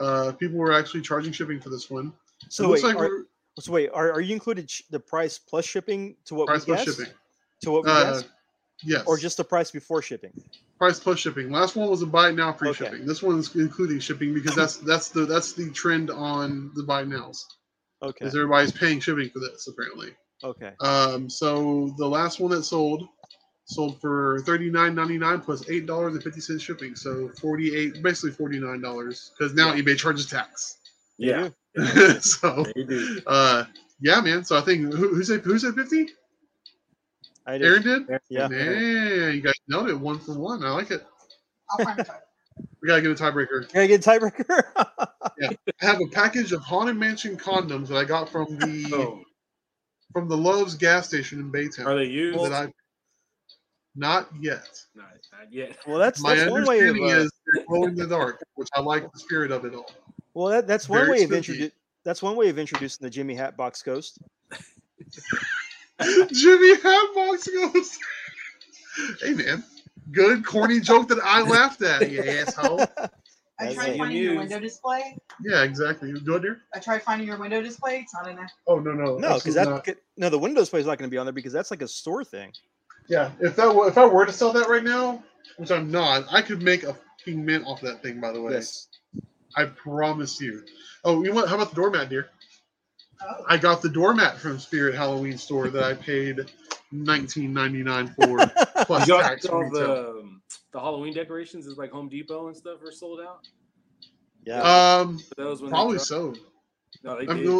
Uh, people were actually charging shipping for this one. So it looks wait, like are, we're so wait, are, are you included sh- the price plus shipping to what price we plus guessed? shipping. To what we Uh, guessed? yes. Oh, Or just the price before shipping? price plus shipping. Last one was a buy now free Okay. shipping. This one's including shipping because that's that's the that's the trend on the buy nows. Okay. Is everybody's paying shipping for this apparently. okay. Um, so the last one that sold sold for thirty nine ninety nine plus eight dollars and fifty cents shipping, so forty eight, basically forty nine dollars, because now eBay charges tax. They Yeah. do. so, They do. uh, yeah, man. So I think who, who said who said fifty? I did. Aaron did. Yeah. Man, you guys nailed it. One for one. I like it. I'll find out. We gotta get a tiebreaker. Can I get a tiebreaker? I have a package of haunted mansion condoms that I got from the Oh, from the Love's gas station in Baytown. are they used? that I not yet. not, not yet. well, that's, My that's one way of. understanding uh, is they're glow in the dark, which I like the spirit of it all. Well, that, that's one Very way of spooky. introducing. That's one way of introducing the Jimmy Hat Box Ghost. Jimmy Hatbox goes, "Hey man, good corny joke that I laughed at, you asshole." I That's tried it. finding your Used. window display. Yeah, exactly. You doing there? I tried finding your window display. It's not in there. Oh no, no, No, because absolutely that not. could, no the Windows Play is not going to be on there because that's like a store thing. Yeah, if that were, if I were to sell that right now, which I'm not, I could make a fucking mint off that thing. By the way, Yes. I promise you. Oh, you know what? How about the doormat, dear? Oh, I got the doormat from Spirit Halloween store that I paid 19.99 for plus Y'all- tax all retail. the um, the Halloween decorations is like Home Depot and stuff are sold out. Yeah. Um, Those when they probably dropped- so. No, they I'm, did. uh, uh,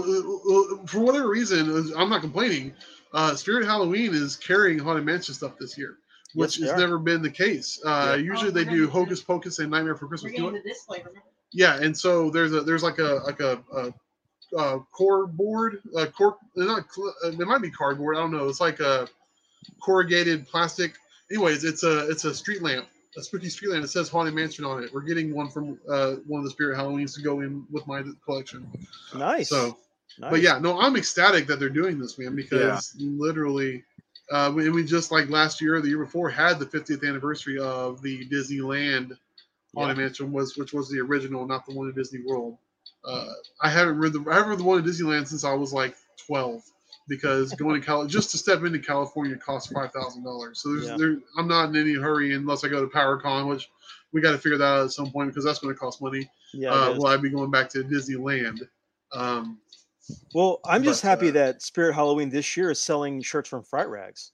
uh, for whatever reason, uh, I'm not complaining. Uh, Spirit Halloween is carrying Haunted Mansion stuff this year, which Yes, they has are. never been the case. Uh, Yeah. Usually Oh, they we're do gonna- Hocus Pocus and Nightmare for we're Christmas. getting too. the display. Remember? Yeah, and so there's a there's like a like a, a, a core board, a cork. they're Not cl- uh, it might be cardboard. I don't know. It's like a corrugated plastic. Anyways, it's a it's a street lamp, a spooky street lamp. It says Haunted Mansion on it. We're getting one from uh, one of the Spirit Halloweens to go in with my collection. Nice. So. nice. But yeah, no, I'm ecstatic that they're doing this, man, because literally, uh, we, we just like last year, or the year before, had the 50th anniversary of the Disneyland Haunted Mansion was, which was the original, not the one at Disney World. Uh, I haven't read the I haven't read the one at Disneyland since I was like 12, because going to Cali just to step into California costs five thousand dollars. So there's Yeah. there, I'm not in any hurry unless I go to PowerCon, which we got to figure that out at some point because that's going to cost money. Yeah. it uh, is. will I be going back to Disneyland? Um, Well, I'm just But, happy uh, that Spirit Halloween this year is selling shirts from Fright Rags.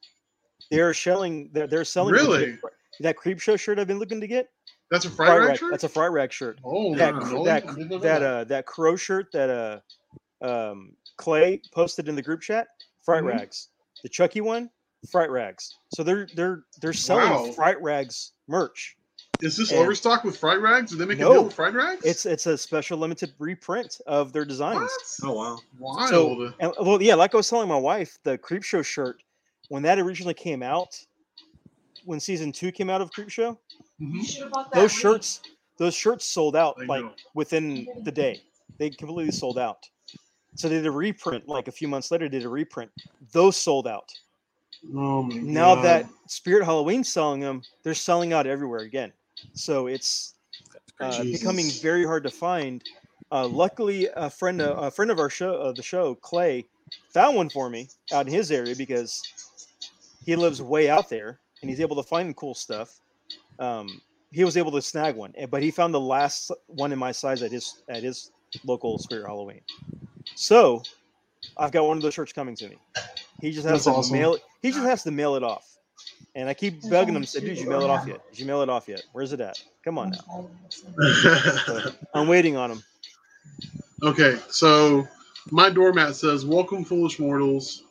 They're selling. They're, they're selling. legit Really? Fri- that creep show shirt I've been looking to get. That's a fried Fright rag Rag- shirt. That's a Fright Rag shirt. oh that wow. cr- No, that I didn't know that uh that crow shirt that uh um Clay posted in the group chat. Fright Mhm. Rags. The Chucky one. Fright Rags. So they're they're they're selling Wow. Fright Rags merch. Is this and- overstock with fried rags? Did they make No. a deal with fried rags? It's it's a special limited reprint of their designs. Oh wow. Wild. So, and, well, yeah, like I was telling my wife, the Creep Show shirt, when that originally came out, when season two came out of Creep Show, You Mhm. should have bought that. those wreath. shirts, those shirts sold out I like know. within the day. They completely sold out. So they did a reprint like a few months later. Did a reprint. Those sold out. Oh my Now God. that Spirit Halloween's selling them, they're selling out everywhere again. So it's uh, becoming Jesus. very hard to find. Uh, luckily, a friend uh, a friend of our show of the show, Clay, found one for me out in his area because he lives way out there and he's able to find cool stuff. Um, he was able to snag one, eh, but he found the last one in my size at his at his local Spirit Halloween. So I've got one of those shirts coming to me. He just That's has to awesome. mail. He just has to mail it off, and I keep That's bugging him. awesome. Mm. Said, "Dude, did you mail it off yet? Did you mail it off yet? Where's it at? Come on now." I'm waiting on him. okay, so my doormat says "Welcome, foolish mortals,"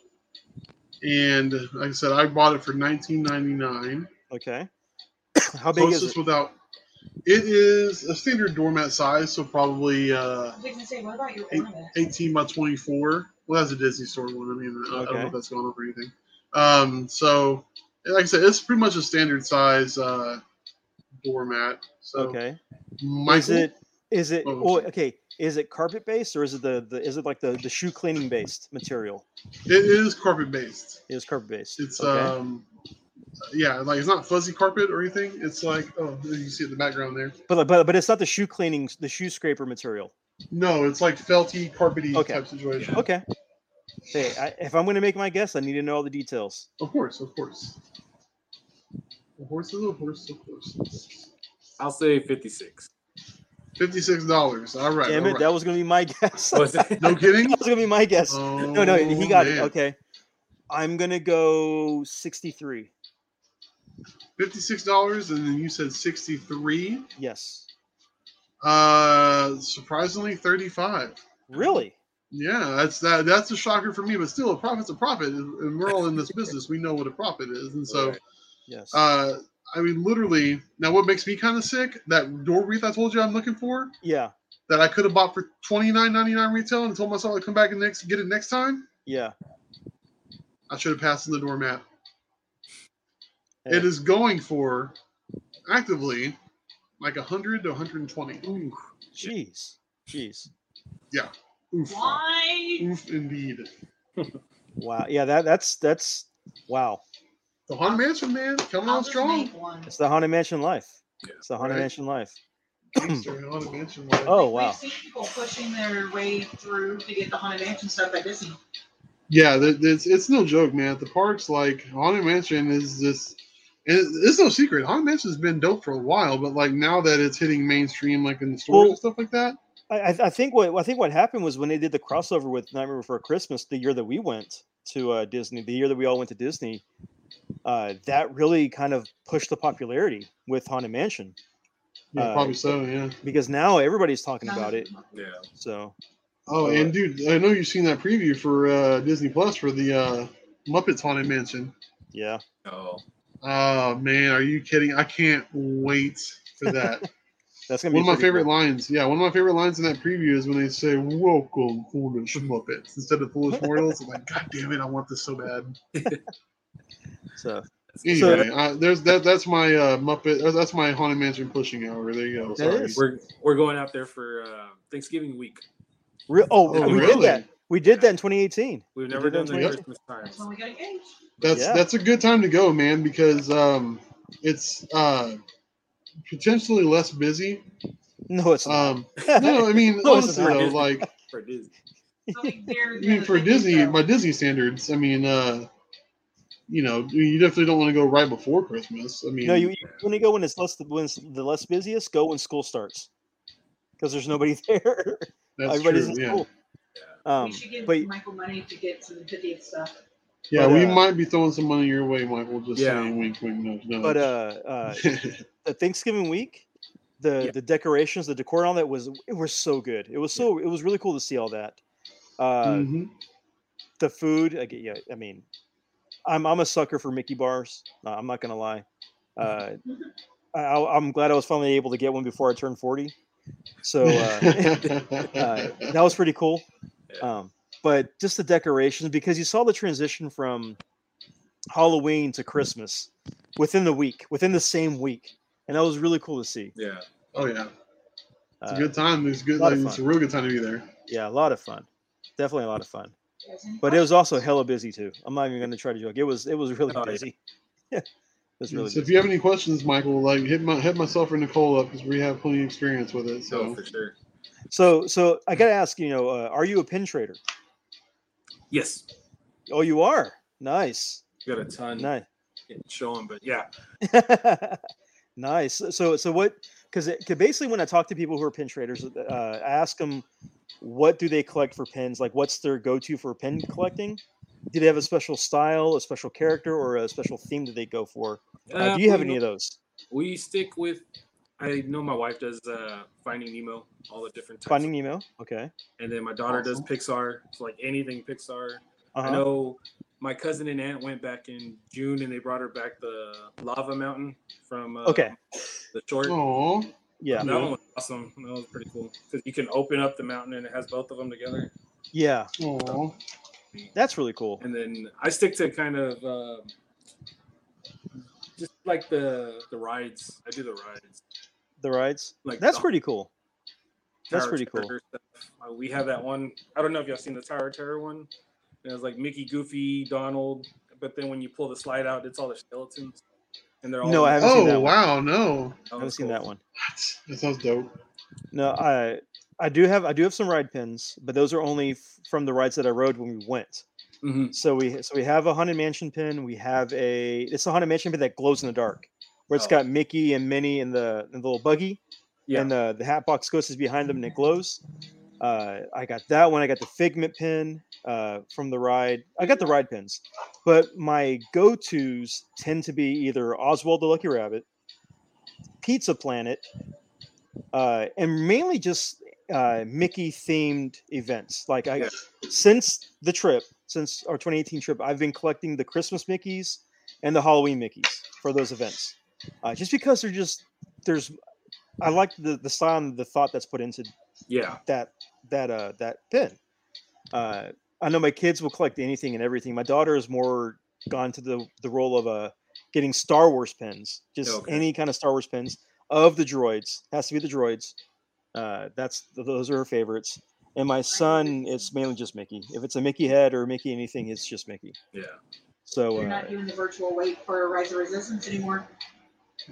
and like I said, I bought it for 19.99. Okay. How big is Closest it? without. It is a standard doormat size, so probably uh, I was gonna say, what about your Eight- ornament? 18 by 24. Well, that's a Disney store one. I mean, I, I don't Okay. know if that's going up or anything. Um, so, like I said, it's pretty much a standard size uh, doormat. So, Okay. Michael, Is it is it Oh, oh, sorry. okay? Is it carpet based or is it the, the is it like the, the shoe cleaning based material? it is carpet based. It is carpet based. It's okay. um, yeah, like it's not fuzzy carpet or anything. It's like oh, you see it in the background there. but but but it's not the shoe cleaning the shoe scraper material. No, it's like felty, carpety Okay. type situation. Okay. Hey, I, if I'm going to make my guess, I need to know all the details. Of course, of course. A horse is a horse, of course. I'll say 56. Fifty-six dollars. All right. Damn all it, right. that was going to be my guess. that Was Oh, it? no kidding. was going to be my guess. no, no, Oh, he got it. man. Okay. I'm going to go 63. Fifty-six dollars, and then you said sixty-three. Yes. Uh, surprisingly, thirty-five. Really? Yeah, that's that. That's a shocker for me, but still, a profit's a profit, and and we're all in this business. We know what a profit is, and so, Right. Yes. uh, I mean, literally. Now, what makes me kind of sick? That door wreath I told you I'm looking for, yeah. that I could have bought for twenty-nine ninety-nine retail, and told myself I'd come back and next get it next time. Yeah. I should have passed on the doormat. Hey. It is going for actively like hundred to hundred and twenty. Ooh. Jeez. Jeez. Oof. Why? Oof, indeed. Wow. Yeah, that that's that's wow. The Haunted Mansion, man, coming I'll on just strong. make one. It's the haunted mansion life. It's the haunted Right. mansion life. Mr. Haunted Mansion, like- Oh We've wow. seen people pushing their way through to get the haunted mansion stuff at Disney. Yeah, th- th- it's, it's no joke, man. At the parks, like Haunted Mansion is just It, it's no secret. Haunted Mansion's been dope for a while, but like now that it's hitting mainstream, like in the stores Well- and stuff like that. I, I- I think what I think what happened was when they did the crossover with Nightmare Before Christmas, the year that we went to uh, Disney, the year that we all went to Disney, uh, that really kind of pushed the popularity with Haunted Mansion Yeah, Uh, probably so. Yeah. because now everybody's talking about it. Yeah. So Oh, uh, and dude, I know you've seen that preview for uh, Disney Plus for the uh, Muppets Haunted Mansion. yeah, Oh. Oh man, are you kidding? I can't wait for that. that's gonna one of be my pretty favorite cool. lines. Yeah, one of my favorite lines in that preview is when they say "Welcome, foolish Muppets" instead of "foolish mortals." I'm like, God damn it, I want this so bad. So Anyway, uh, there's that. That's my uh, Muppet. uh, That's my haunted mansion pushing hour. There you go. That Sorry. is. We're we're going out there for uh, Thanksgiving week. re- oh, Oh, we did really? that. We did that in 2018. We've We never did that done in that 2018. Christmas time. That's when we got engaged. That's Yeah. that's a good time to go, man, because um, it's uh, potentially less busy. No, it's not. Um, no, I mean No, it's honestly not. though, like For Disney. Something very I mean, good. for Thank you, Disney, Joe. by Disney standards, I mean, uh, you know, you definitely don't want to go right before Christmas. I mean, no, you, you want to go when it's less when it's the less busiest. Go when school starts because there's nobody there. that's Everybody's true. in Yeah, school. Um, we should give but Michael money to get some 50th stuff. yeah, But, we uh, might be throwing some money your way, Michael. Just Yeah. saying, wink, wink, nudge, nudge. but uh, uh, the Thanksgiving week, the Yeah. the decorations, the decor on that was it was so good. It was so it was really cool to see all that. Uh, Mhm. The food, I get, yeah. I mean, I'm I'm a sucker for Mickey bars. uh, I'm not gonna lie. Uh, Mm-hmm. I, I- I'm glad I was finally able to get one before I turned 40. So uh, uh, that was pretty cool. Um, but just the decorations, because you saw the transition from Halloween to Christmas within the week, within the same week, and that was really cool to see. Yeah. oh yeah, it's Uh, a good time. It's good. lot Like, of it's a fun. real good time to be there. yeah, a lot of fun. Definitely a lot of fun. Yes, and- But it was also hella busy too. I'm not even going to try to joke. It was it was really Oh, yeah. busy. Yeah. it was Yeah, really Mm, so if busy. you have any questions, Michael, like hit my hit myself or Nicole up because we have plenty of experience with it. So So Oh, for sure. So so I got to ask, you know, uh, are you a pin trader? Yes. Oh, you are. Nice. Got a ton Nice. showing, but yeah. nice. uh, So, so what? Because basically, when I talk to people who are pin traders, uh, I ask them what do they collect for pins? Like, what's their go-to for pin collecting? Do they have a special style, a special character, or a special theme that they go for? Uh, do you have we- any of those? We stick with. I know my wife does uh, Finding Nemo, all the different types, Finding Nemo. Okay. and then my daughter Awesome. does Pixar, so like anything Pixar. I Uh-huh. know my cousin and aunt went back in June, and they brought her back the lava mountain from uh, Okay. the short. oh, Yeah. That one was awesome. That was pretty cool because you can open up the mountain and it has both of them together. Yeah. oh, That's really cool. And then I stick to kind of um just like the the rides. I do the rides. The rides. Like That's the pretty cool. That's Tower pretty of cool. Terror stuff. Uh, we have that one. I don't know if y'all seen the Tower of Terror one. And It was like Mickey, Goofy, Donald, but then when you pull the slide out, it's all the skeletons, and they're all No, in I the- haven't seen that oh one. wow, no, that I was haven't seen cool. that one. that sounds dope. No, I I do have I do have some ride pins, but those are only f- from the rides that I rode when we went. Mhm. So we so we have a haunted mansion pin. We have a it's a haunted mansion pin that glows in the dark, where it's Oh. got Mickey and Minnie and the, and the little buggy, Yeah, Mm-hmm. and the the hatbox ghost is behind them and it glows. Uh, I got that one. I got the figment pin uh, from the ride. I got the ride pins, but my go tos tend to be either Oswald the Lucky Rabbit, Pizza Planet, uh, and mainly just uh, Mickey themed events. Like I, Yeah. since the trip, since our 2018 trip, I've been collecting the Christmas Mickeys and the Halloween Mickeys for those events, uh, just because they're just there's. I like the the style and the thought that's put into yeah, that that uh that pin. Uh, I know my kids will collect anything and everything. My daughter is more gone to the the role of uh getting Star Wars pins, just Okay. any kind of Star Wars pins of the droids. Has to be the droids. Uh, that's th- those are her favorites. And my son, it's mainly just Mickey. If it's a Mickey head or Mickey anything, it's just Mickey. yeah. So You're uh, not doing the virtual wait for Rise of Resistance anymore.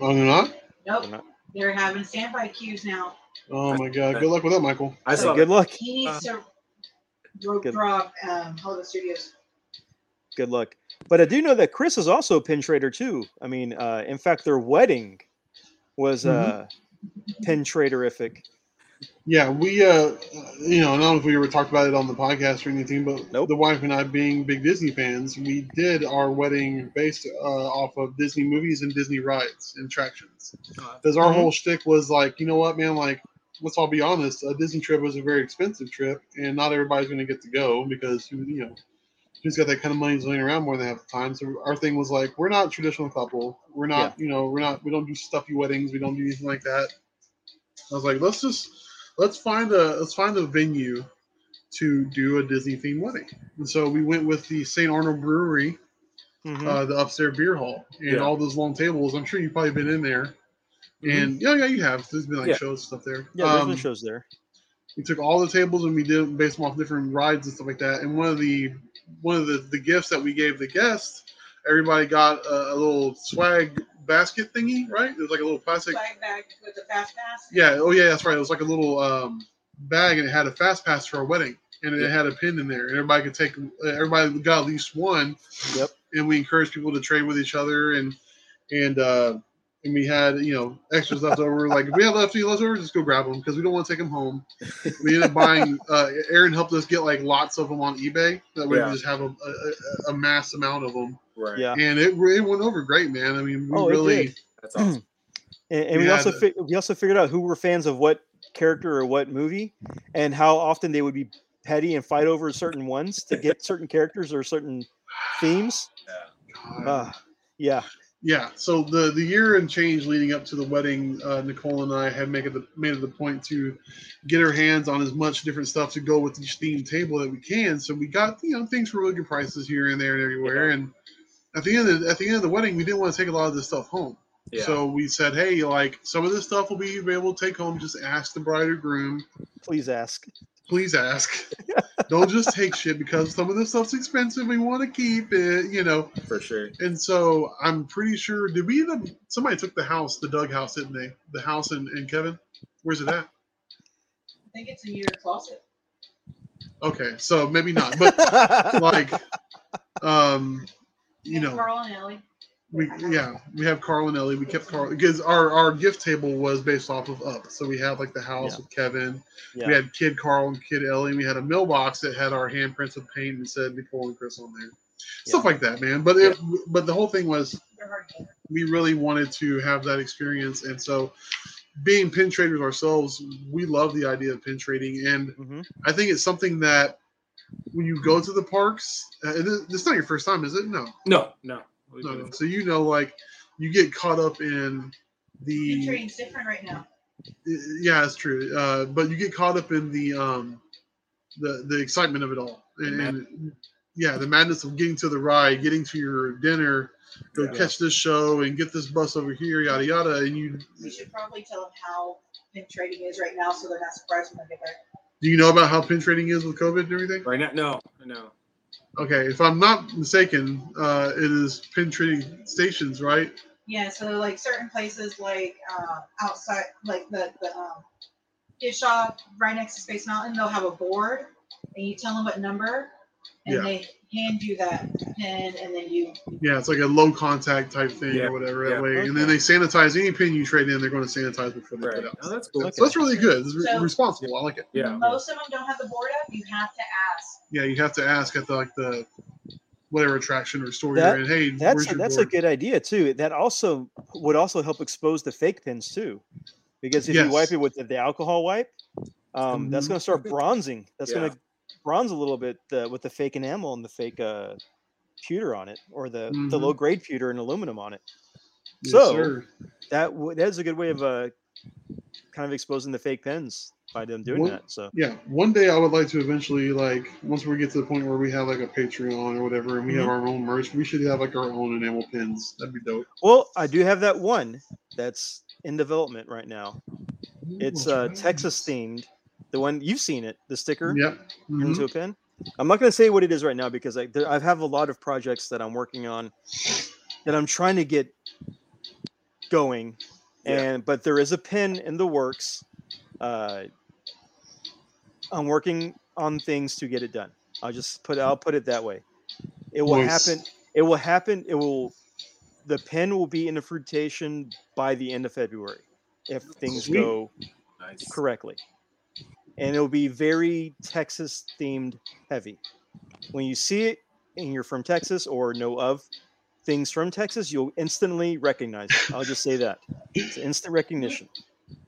Oh, they're not. They're Nope. not- They're having standby queues now. Oh my god, good luck with that, Michael. I hey, saw good luck. He needs to rope Good. drop um, Hollywood Studios. Good luck. But I do know that Chris is also a pin trader too. I mean, uh, in fact, their wedding was uh, Mm-hmm. pin traderific. Yeah, we, uh, you know, I don't know if we ever talked about it on the podcast or anything, but Nope. the wife and I, being big Disney fans, we did our wedding based uh, off of Disney movies and Disney rides and attractions. Uh, Because our Mhm. whole shtick was like, you know what, man, like, let's all be honest, a Disney trip was a very expensive trip, and not everybody's going to get to go because, you you know, who's got that kind of money laying around more than half the time. So our thing was like, we're not a traditional couple. We're not, you know, we're not, we don't do stuffy weddings. We don't do anything like that. I was like, let's just let's find a let's find a venue to do a Disney themed wedding. And so we went with the St. Arnold Brewery, Mhm. uh, the upstairs beer hall, and Yeah. all those long tables. I'm sure you've probably been in there. And yeah, yeah, you have. There's been like Yeah. shows and stuff there. Mm-hmm. yeah, there's Um, been shows there. we took all the tables and we did based them off different rides and stuff like that. And one of the one of the, the gifts that we gave the guests, everybody got a, a little swag basket thingy, right? It was like a little plastic Swag bag with the fast pass. Yeah. Oh, yeah. That's right. It was like a little um, bag, and it had a fast pass for our wedding, and it Yeah. had a pin in there, and everybody could take. Everybody got at least one. Yep. And we encouraged people to trade with each other, and and uh, and we had you know extras left over. Like if we had left any left over, just go grab them because we don't want to take them home. We ended up buying. Uh, Aaron helped us get like lots of them on eBay. That way Yeah. we just have a, a, a- a mass amount of them, Right. Yeah. and it it went over great, man. I mean, we Oh, it really. did. That's awesome. And, and we Yeah, also the- fi- we also figured out who were fans of what character or what movie, and how often they would be petty and fight over certain ones to get certain characters or certain themes. God. Uh, yeah, Yeah. So the the year and change leading up to the wedding, uh, Nicole and I had make it the, made it the point to get our hands on as much different stuff to go with each themed table that we can. So we got you know things for really good prices here and there and everywhere. And at the end of the, at the end of the wedding, we didn't want to take a lot of this stuff home. Yeah. So we said, hey, like some of this stuff will be available to take home. Just ask the bride or groom please ask. please ask. Don't just take shit because some of this stuff's expensive. We want to keep it, you know. for sure. And so I'm pretty sure did we the somebody took the house, the Doug house, didn't they? The house and, and Kevin? Where's it at? I think it's in your closet. Okay, so maybe not. But like um you It's know Carl and Ellie. we yeah, we have Carl and Ellie. We kept Carl because our, our gift table was based off of up. So we have like the house Yeah. with Kevin. yeah. We had Kid Carl and Kid Ellie. And we had a mailbox that had our handprints of paint and said Nicole and Chris on there. Stuff like that, man. But it, but the whole thing was They're hard to get. we really wanted to have that experience, and so being pin traders ourselves, we love the idea of pin trading, and Mhm. I think it's something that when you go to the parks, uh, and this, this is not your first time, is it? No, No, no. We've no, been- no. So you know, like you get caught up in Your the train's different right now. yeah, it's true. Uh, but you get caught up in the um, the the excitement of it all, and, and yeah, the madness of getting to the ride, getting to your dinner, go Yeah. catch this show, and get this bus over here, yada yada, and you We should probably tell them how pin trading is right now, so they're not surprised when they get back. do you know about how pin trading is with COVID and everything? Right now, no, no. Okay, if I'm not mistaken, uh, it is pin trading stations, right? Yeah, so like certain places, like um, outside, like the the um, gift shop right next to Space Mountain, they'll have a board, and you tell them what number, and Yeah. they hand you that pin, and then you Yeah, it's like a low contact type thing Yeah, or whatever yeah. that way, and then Okay. they sanitize any pin you trade in. They're going to sanitize before they Right. put out. Oh, that's cool. So that's really good. It's re- So- responsible. I like it. Yeah. most of them don't have the board up. You have to ask. Yeah, you have to ask at the, like the whatever attraction or store That- you're in. Hey, That's where's a, your that's board? a good idea too. That also would also help expose the fake pins too, because if you wipe Yes. it with the, the alcohol wipe, um, that's Mhm. going to start bronzing. That's Yeah. going to bronze a little bit uh, with the fake enamel and the fake uh, pewter on it, or the, the Mhm. low grade pewter and aluminum on it. Yes, so- sir. That w- that is a good way of uh, kind of exposing the fake pins by them doing Well- that. So yeah, one day I would like to eventually like once we get to the point where we have like a Patreon or whatever, and we have our own merch. We should have like our own enamel pins. That'd be dope. well, I do have that one that's in development right now. It's uh, Texas themed. The one you've seen it, the sticker. Yeah. Mhm. into a pen. I'm not going to say what it is right now because I, there, I have a lot of projects that I'm working on that I'm trying to get going, Yeah. and but there is a pen in the works. Uh, I'm working on things to get it done. I'll just put I'll put it that way. It will Nice. happen. It will happen. It will. The pen will be in the fruitation by the end of February, if things Sweet. go Nice. correctly. And it'll be very Texas themed heavy. When you see it and you're from Texas or know of things from Texas, you'll instantly recognize it. I'll just say that. It's instant recognition.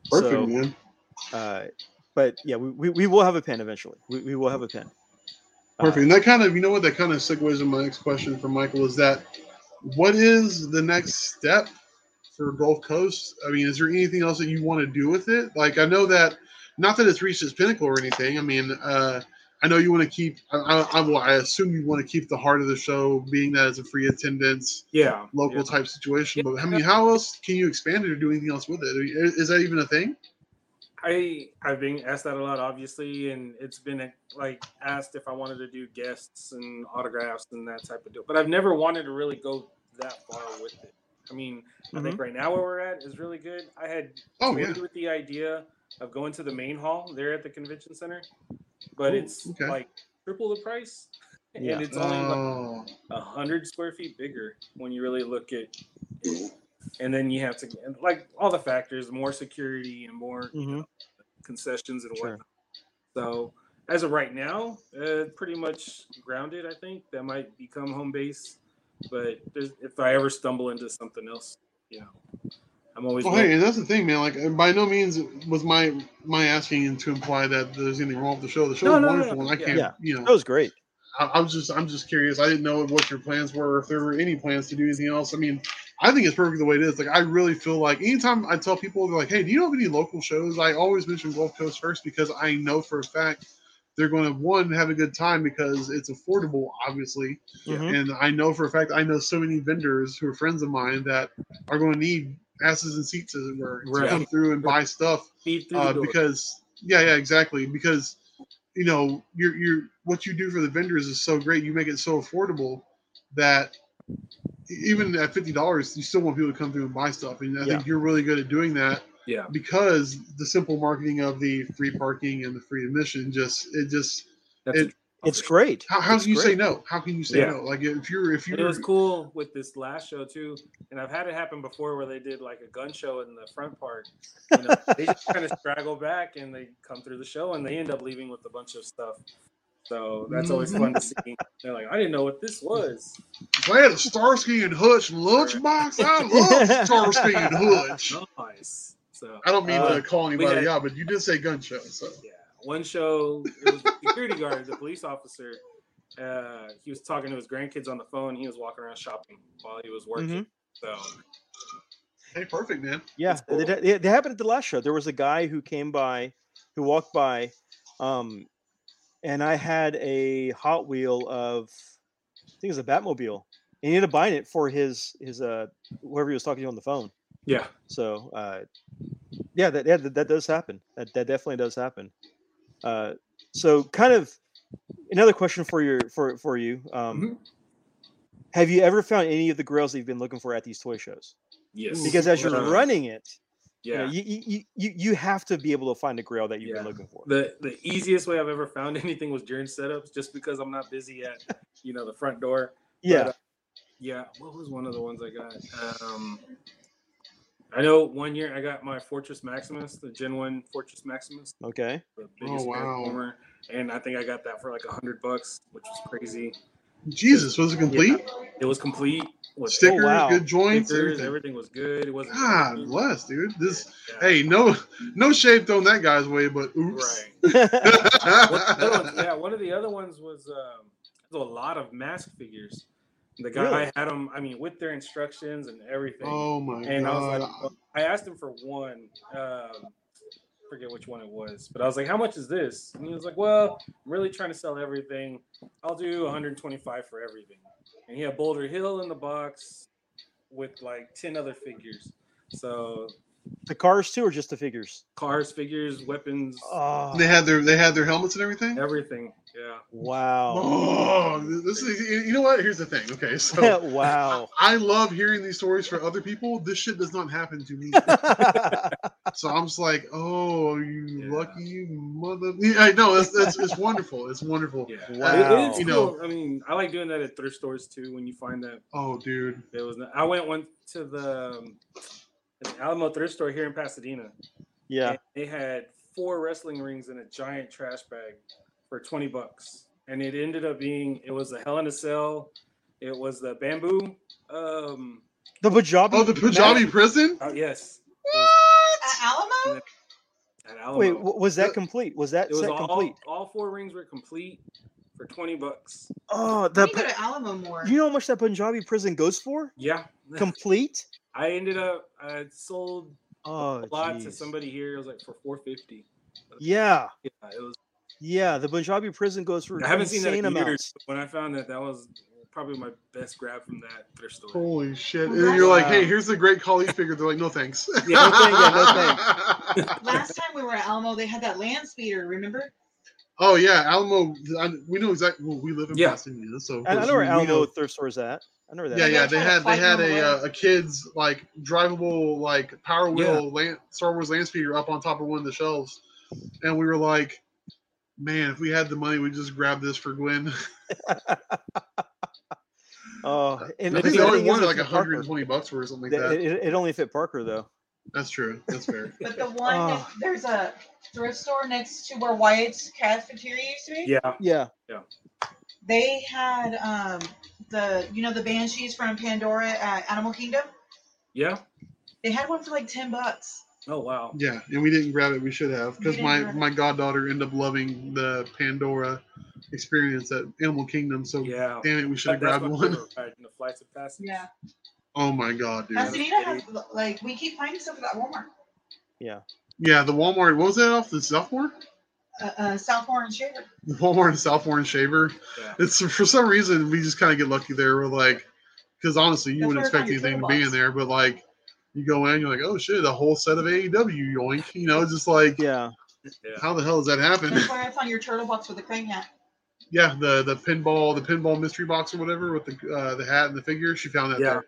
Perfect, So, man. uh, but yeah, we, we, we will have a pen eventually. We, we will have a pen. Uh, Perfect. And that kind of, you know what, that kind of segues in my next question for Michael is that what is the next step for Gulf Coast? I mean, is there anything else that you want to do with it? Like, I know that, not that it's reached its pinnacle or anything. I mean, uh, I know you want to keep, I, I, I, well, I assume you want to keep the heart of the show being that it's a free attendance, Yeah. local yeah. type situation. But I mean, how else can you expand it or do anything else with it? I mean, Is is that even a thing? I I've been asked that a lot, obviously, and it's been eh, like asked if I wanted to do guests and autographs and that type of deal. But I've never wanted to really go that far with it. I mean, I Mm-hmm. think right now where we're at is really good. I had Oh, toyed yeah. with the idea of going to the main hall there at the convention center, but Ooh, it's okay. like triple the price, Yeah. and it's only like Oh, a hundred square feet bigger when you really look at it. And then you have to like all the factors, more security and more you Mhm. know, concessions and Sure. whatnot. So as of right now, uh, pretty much grounded. I think that might become home base, but there's, if I ever stumble into something else, you know, I'm always Well, hey, and that's the thing, man. Like, and by no means was my my asking to imply that there's anything wrong with the show. The show No, is no, no, wonderful, no. and I Yeah. can't, Yeah. you That know, was great. I, I was just I'm just curious. I didn't know what your plans were, or if there were any plans to do anything else. I mean, I think it's perfect the way it is. Like, I really feel like anytime I tell people, they're like, "Hey, do you know of any local shows?" I always mention Gulf Coast first because I know for a fact they're going to one have a good time because it's affordable, obviously, Mhm. Mm-hmm. and I know for a fact I know so many vendors who are friends of mine that are going to need asses and seats, as it were, to Right. come through and buy stuff feed through uh, the door. because yeah, yeah, exactly. Because you know, you're you're what you do for the vendors is so great. You make it so affordable that e, even at fifty dollars, you still want people to come through and buy stuff. And I Yeah. think you're really good at doing that yeah. because the simple marketing of the free parking and the free admission just it just That's it- a- It's great. how, how It's can you say great. no? How can you say Yeah. no? Like if you're if you're And it was cool with this last show too, and I've had it happen before where they did like a gun show in the front part. You know, they just kind of straggle back and they come through the show and they end up leaving with a bunch of stuff. So that's always fun to Mm. see. They're like, I didn't know what this was. Man, Starsky and Hutch lunchbox. I love Starsky and Hutch. Nice. So I don't mean Uh, to call anybody had- out, but you did say gun show, so Yeah. One show, it was the security guard, the police officer. Uh, he was talking to his grandkids on the phone. He was walking around shopping while he was working. Mm-hmm. So hey, perfect, man. Yeah, It's cool. it, it, it happened at the last show. There was a guy who came by, who walked by, um, and I had a Hot Wheel of, I think it was a Batmobile, and he ended up buying it for his his uh whoever he was talking to on the phone. yeah, So uh, yeah, that, yeah, that that does happen. That that definitely does happen. Uh, so kind of another question for your for for you. Um, Mm-hmm. Mhm. Have you ever found any of the grails that you've been looking for at these toy shows? yes. Because as you're Uh, running it, you, know, yeah. you, you- you you you have to be able to find a grail that you've been Yeah. looking for. the the easiest way I've ever found anything was during setups, just because I'm not busy at you know the front door. Yeah, uh, Yeah, what was one of the ones I got? Um, I know one year I got my Fortress Maximus, the Gen One Fortress Maximus, okay. the biggest Oh, wow. transformer, and I think I got that for like a hundred bucks, which was crazy. Jesus, was it complete? It was complete with Stickers, wow. good joints, stickers, everything. everything was good. It wasn't. God bless, dude. This Yeah. hey, no no shade thrown that guy's way, but oops. Right. uh, yeah, One of the other ones- yeah, one of the other ones was um, there was a lot of mask figures. The guy Really? had them, I mean, with their instructions and everything. oh my and I was god. like, well, I asked him for one. Um, forget which one it was, but I was like, "How much is this?" And he was like, "Well, I'm really trying to sell everything. I'll do 125 for everything." And he had Boulder Hill in the box with like 10 other figures. So the cars too, or just the figures? cars, figures, weapons, Oh, they had their they had their helmets and everything. everything. Yeah. wow, Oh, this is you know what? Here's the thing. Okay, so wow. I love hearing these stories for other people. This shit does not happen to me. So I'm just like, oh, you Yeah. lucky you mother. Yeah, I know it's, it's it's wonderful. It's wonderful. Yeah. Wow. It is You cool. know- I mean, I like doing that at thrift stores too. When you find that Oh, dude. there was, no, I went one to the, um, the Alamo thrift store here in Pasadena. Yeah. and they had four wrestling rings in a giant trash bag for 20 bucks. And it ended up being it was a Hell in a Cell, it was the bamboo. Um, The Punjabi. Oh, the Punjabi prison. oh, yes, At Alamo? at Alamo. Wait, wa- was that It- complete? Was that it was set all, complete? all four rings were complete for 20 bucks. Oh, We the need to go to Alamo more. you know how much that Punjabi prison goes for? Yeah, Complete. I ended up I sold Oh, a lot to jeez. somebody here, it was like for 450. Yeah, Yeah, it was yeah. The Punjabi prison goes for I haven't insane seen that in years. amounts. but When I found that, that was probably my best grab from that thrift store. Holy shit! Well, And you're like, that's- hey, here's the great colleague figure. They're like, no thanks. Yeah, no thank- yeah, no thanks. Last time we were at Alamo, they had that land speeder, remember? oh yeah, Alamo. I, we know exactly. Well, we live in Yeah. Pasadena, so I, I know where we Alamo thrift store is at. I know where that. Yeah, is. yeah, They they tried to had they fight had him a away. uh, a kids like drivable like Power Wheel Yeah. land, Star Wars land speeder up on top of one of the shelves, and we were like, man, if we had the money, we'd just grab this for Gwen. Oh, and I the think they thing only is wanted it like fit Parker. 120 bucks for or something like That- that. It, it, it only fit Parker though. That's true. That's fair. But the one, Ah. there's a thrift store next to where Wyatt's cafeteria used to be. Yeah, Yeah. They had um, the, you know, the banshees from Pandora at Animal Kingdom. yeah. They had one for like 10 bucks. Oh wow. Yeah, and we didn't grab it. We should have We because didn't my grab it. my goddaughter ended up loving the Pandora experience at Animal Kingdom. So Yeah. damn it, we should have That- that's grabbed my one. favorite ride in the flights of passage. Yeah. Oh my god, dude. That's- Pasadena has, like, we keep finding stuff at that Walmart. Yeah, the Walmart. What was that off the sophomore? Uh, uh, South Orange Shaver. The Walmart and Southmore and Shaver. Yeah. It's for some reason we just kind of get lucky there. We're like, because honestly, you That's wouldn't expect where I found your anything to turtle be box. in there, but like, you go in, you're like, oh shit, a whole set of AEW yoink. You know, just like, Yeah. Yeah. how the hell does that happen? That's where I found your turtle box with the crane hat. yeah, the the pinball, the pinball mystery box or whatever with the uh, the hat and the figure. She found that Yeah. there.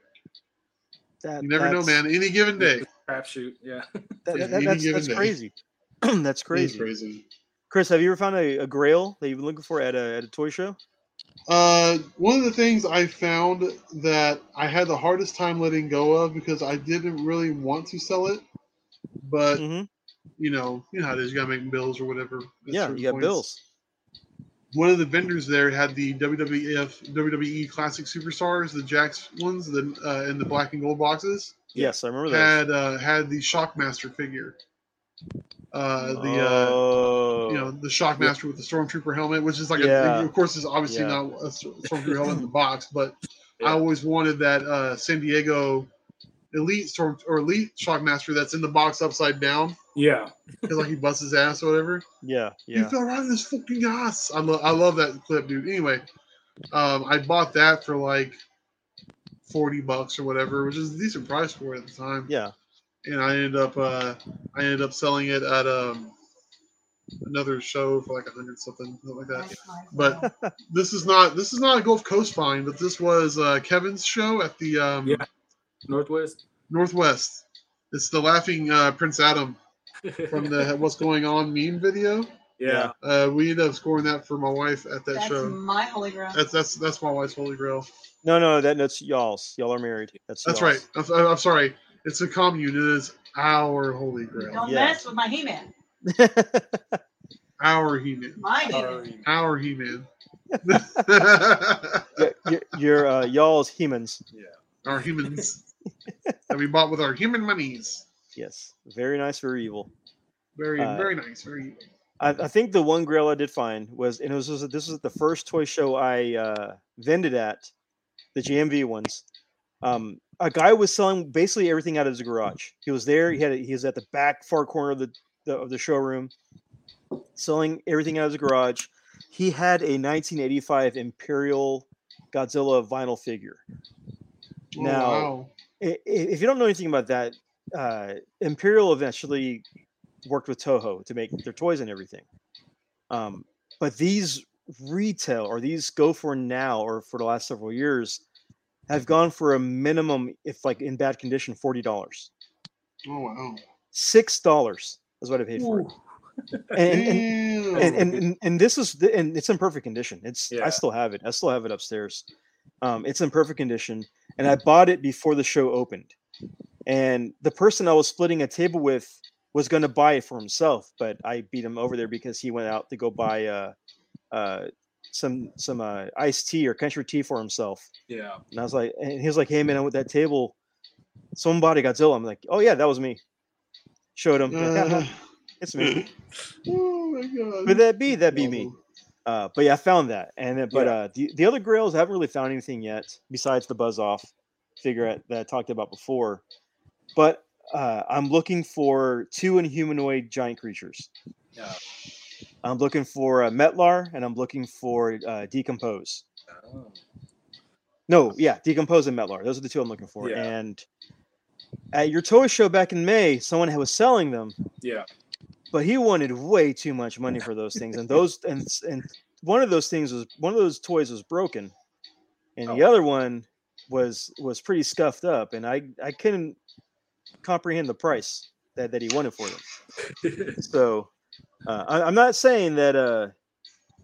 That, You never know, that's- man. Any given day. Crapshoot. Yeah. that- It's that- any that's given that's day. crazy. that's It's crazy. crazy. Chris, have you ever found a, a grail that you've been looking for at a, at a toy show? Uh, one of the things I found that I had the hardest time letting go of because I didn't really want to sell it, but Mm-hmm. you know, you know how it is. You gotta make bills or whatever. at Yeah, certain you got points. bills. One of the vendors there had the E WWF WWE Classic Superstars, the Jax ones, the uh, and the black and gold boxes. Yeah. Yes, I remember that. Had uh, had the Shockmaster figure. Uh, the uh, oh, you know the Shockmaster with the Stormtrooper helmet, which is like Yeah. a, of course is obviously Yeah. not a Stormtrooper helmet in the box, but Yeah. I always wanted that uh, San Diego Elite Storm or Elite Shockmaster that's in the box upside down Yeah. because like he busts his ass or whatever. yeah, You yeah. fell right in his fucking ass. I love I love that clip, dude. Anyway, um, I bought that for like forty bucks or whatever, which is a decent price for it at the time. Yeah. And I ended up uh, I ended up selling it at um, another show for like a hundred something, something like that. But- This is not this is not a Gulf Coast find, but this was uh, Kevin's show at the um, Yeah. Northwest. Northwest. It's the laughing uh, Prince Adam from the "What's Going On" meme video. yeah. Uh, we ended up scoring that for my wife at that that's show. my holy grail. That's that's that's my wife's holy grail. No, no, that that's y'all's. Y'all are married. That's That's y'all's. right. I'm, I'm- I'm sorry. It's a commune. It is our holy grail. Don't Yeah. mess with my He-Man. Our He-Man. My Uh, He-Man. Our He-Man. Y- y- Your uh, y'all's humans. yeah. our humans that we bought with our human monies. Yes, very nice, very evil. Very Uh, very nice. Very. I, I think the one grail I did find was, and it was, this was- this was the first toy show I uh, vended at, the GMV ones. Um, a guy was selling basically everything out of his garage. He was there. He had a, he was at the back far corner of the, the of the showroom, selling everything out of his garage. He had a 1985 Imperial Godzilla vinyl figure. Oh, now- wow. I- i- if you don't know anything about that, uh, Imperial eventually worked with Toho to make their toys and everything. Um, but these retail or these go for now or for the last several years have gone for a minimum, if like in bad condition, forty dollars. Oh wow. Six dollars is what I paid for it. And, and, Damn. and, and, and, and this is the, and it's in perfect condition. It's Yeah. I still have it. I still have it upstairs. Um, it's in perfect condition, and I bought it before the show opened. And the person I was splitting a table with was going to buy it for himself, but I beat him over there because he went out to go buy uh, uh, some some uh, iced tea or country tea for himself. Yeah. And I was like, and he was like, hey man, I'm with that table. Somebody got Godzilla. I'm like, oh yeah, that was me. Showed him, like, "Yeah, Uh, it's me. oh my god. Would that be? That'd be me. Uh, but yeah, I found that. And then, but Yeah. uh, the, the other grails, I haven't really found anything yet besides the buzz off figure at, that I talked about before. But uh, I'm looking for two inhumanoid giant creatures. Yeah. I'm looking for uh, Metlar and I'm looking for uh, Decompose. Oh. No, yeah, Decompose and Metlar. Those are the two I'm looking for. Yeah. And at your toy show back in May, someone was selling them Yeah. but he wanted way too much money for those things and those and s- and one of those things was one of those toys was broken and the other one was was pretty scuffed up and i i couldn't comprehend the price that that he wanted for them so uh, I, i'm not saying that uh,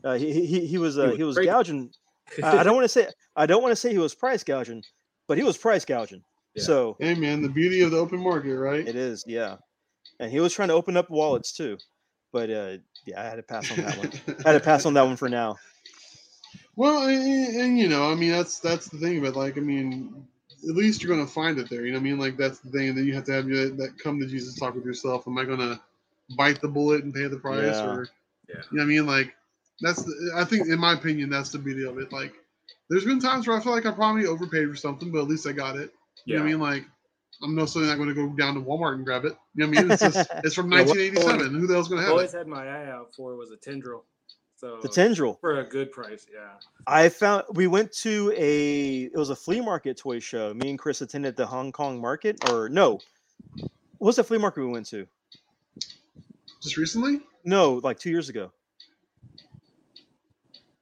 uh he, he- he he was uh, was he was great. gouging I, I don't want to say i don't want to say he was price gouging but he was price gouging Yeah. so Hey man, the beauty of the open market, right? it is yeah and he was trying to open up wallets too but uh yeah i had to pass on that one I had to pass on that one for now. Well, and, and- and, you know, I mean, that's that's the thing about like, I mean, at least you're gonna find it there. You know, what I mean, like that's the thing that you have to have your, that come to Jesus talk with yourself. Am I gonna bite the bullet and pay the price, Yeah. or Yeah. you know, what I mean, like that's the, I think in my opinion that's the beauty of it. Like, there's been times where I feel like I probably overpaid for something, but at least I got it. You know what I Yeah. mean? Like, I'm no certainly not going to go down to Walmart and grab it. You know what I mean? It's, just, it's from 1987. Who the hell's going to have Always it? had my eye out for was a tendril. So The tendril. for a good price, yeah. I found we went to a it was a flea market toy show. Me and Chris attended the Hong Kong market, or no, what's the flea market we went to? Just recently? No, like two years ago.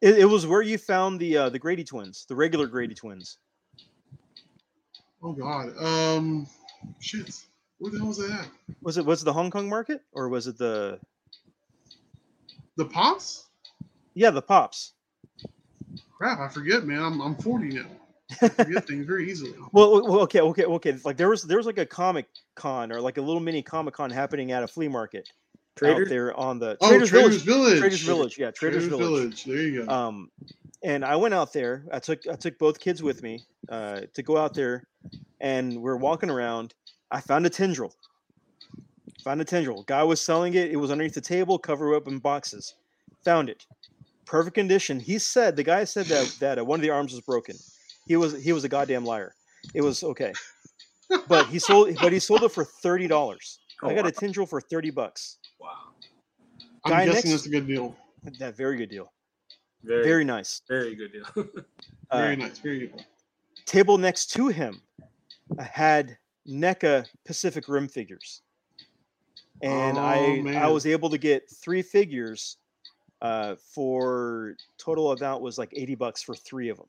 It, it was where you found the uh, the Grady twins, the regular Grady twins. Oh God. Um, shit. Where the hell was that? At? Was it was it the Hong Kong market or was it the The pops? yeah the pops? Crap, I forget, man. I'm, I'm 40 now. I forget things very easily. Well, w- w- okay, okay, okay. Like there was there was like a comic con or like a little mini comic con happening at a flea market out Trader. there on the Oh, Traders Traders, Village. Village. Traders Village. Yeah, Traders, Traders Village. Village. There you go. Um, and I went out there. I took I took both kids with me uh, to go out there, and we're walking around. I found a tendril. Found a tendril. Guy was selling it. It was underneath the table, covered up in boxes. Found it, perfect condition. He said the guy said that that uh, one of the arms was broken. He was he was a goddamn liar. It was okay, but he sold but he sold it for thirty dollars. I got a tendril for thirty bucks. Wow. I'm guy guessing next- that's a good deal. That very good deal. Very Very very, nice. good deal. Uh, Very nice. Very good. table next to him had NECA Pacific Rim figures, and Oh, I I man. was able to get three figures uh, for total amount was like eighty bucks for three of them,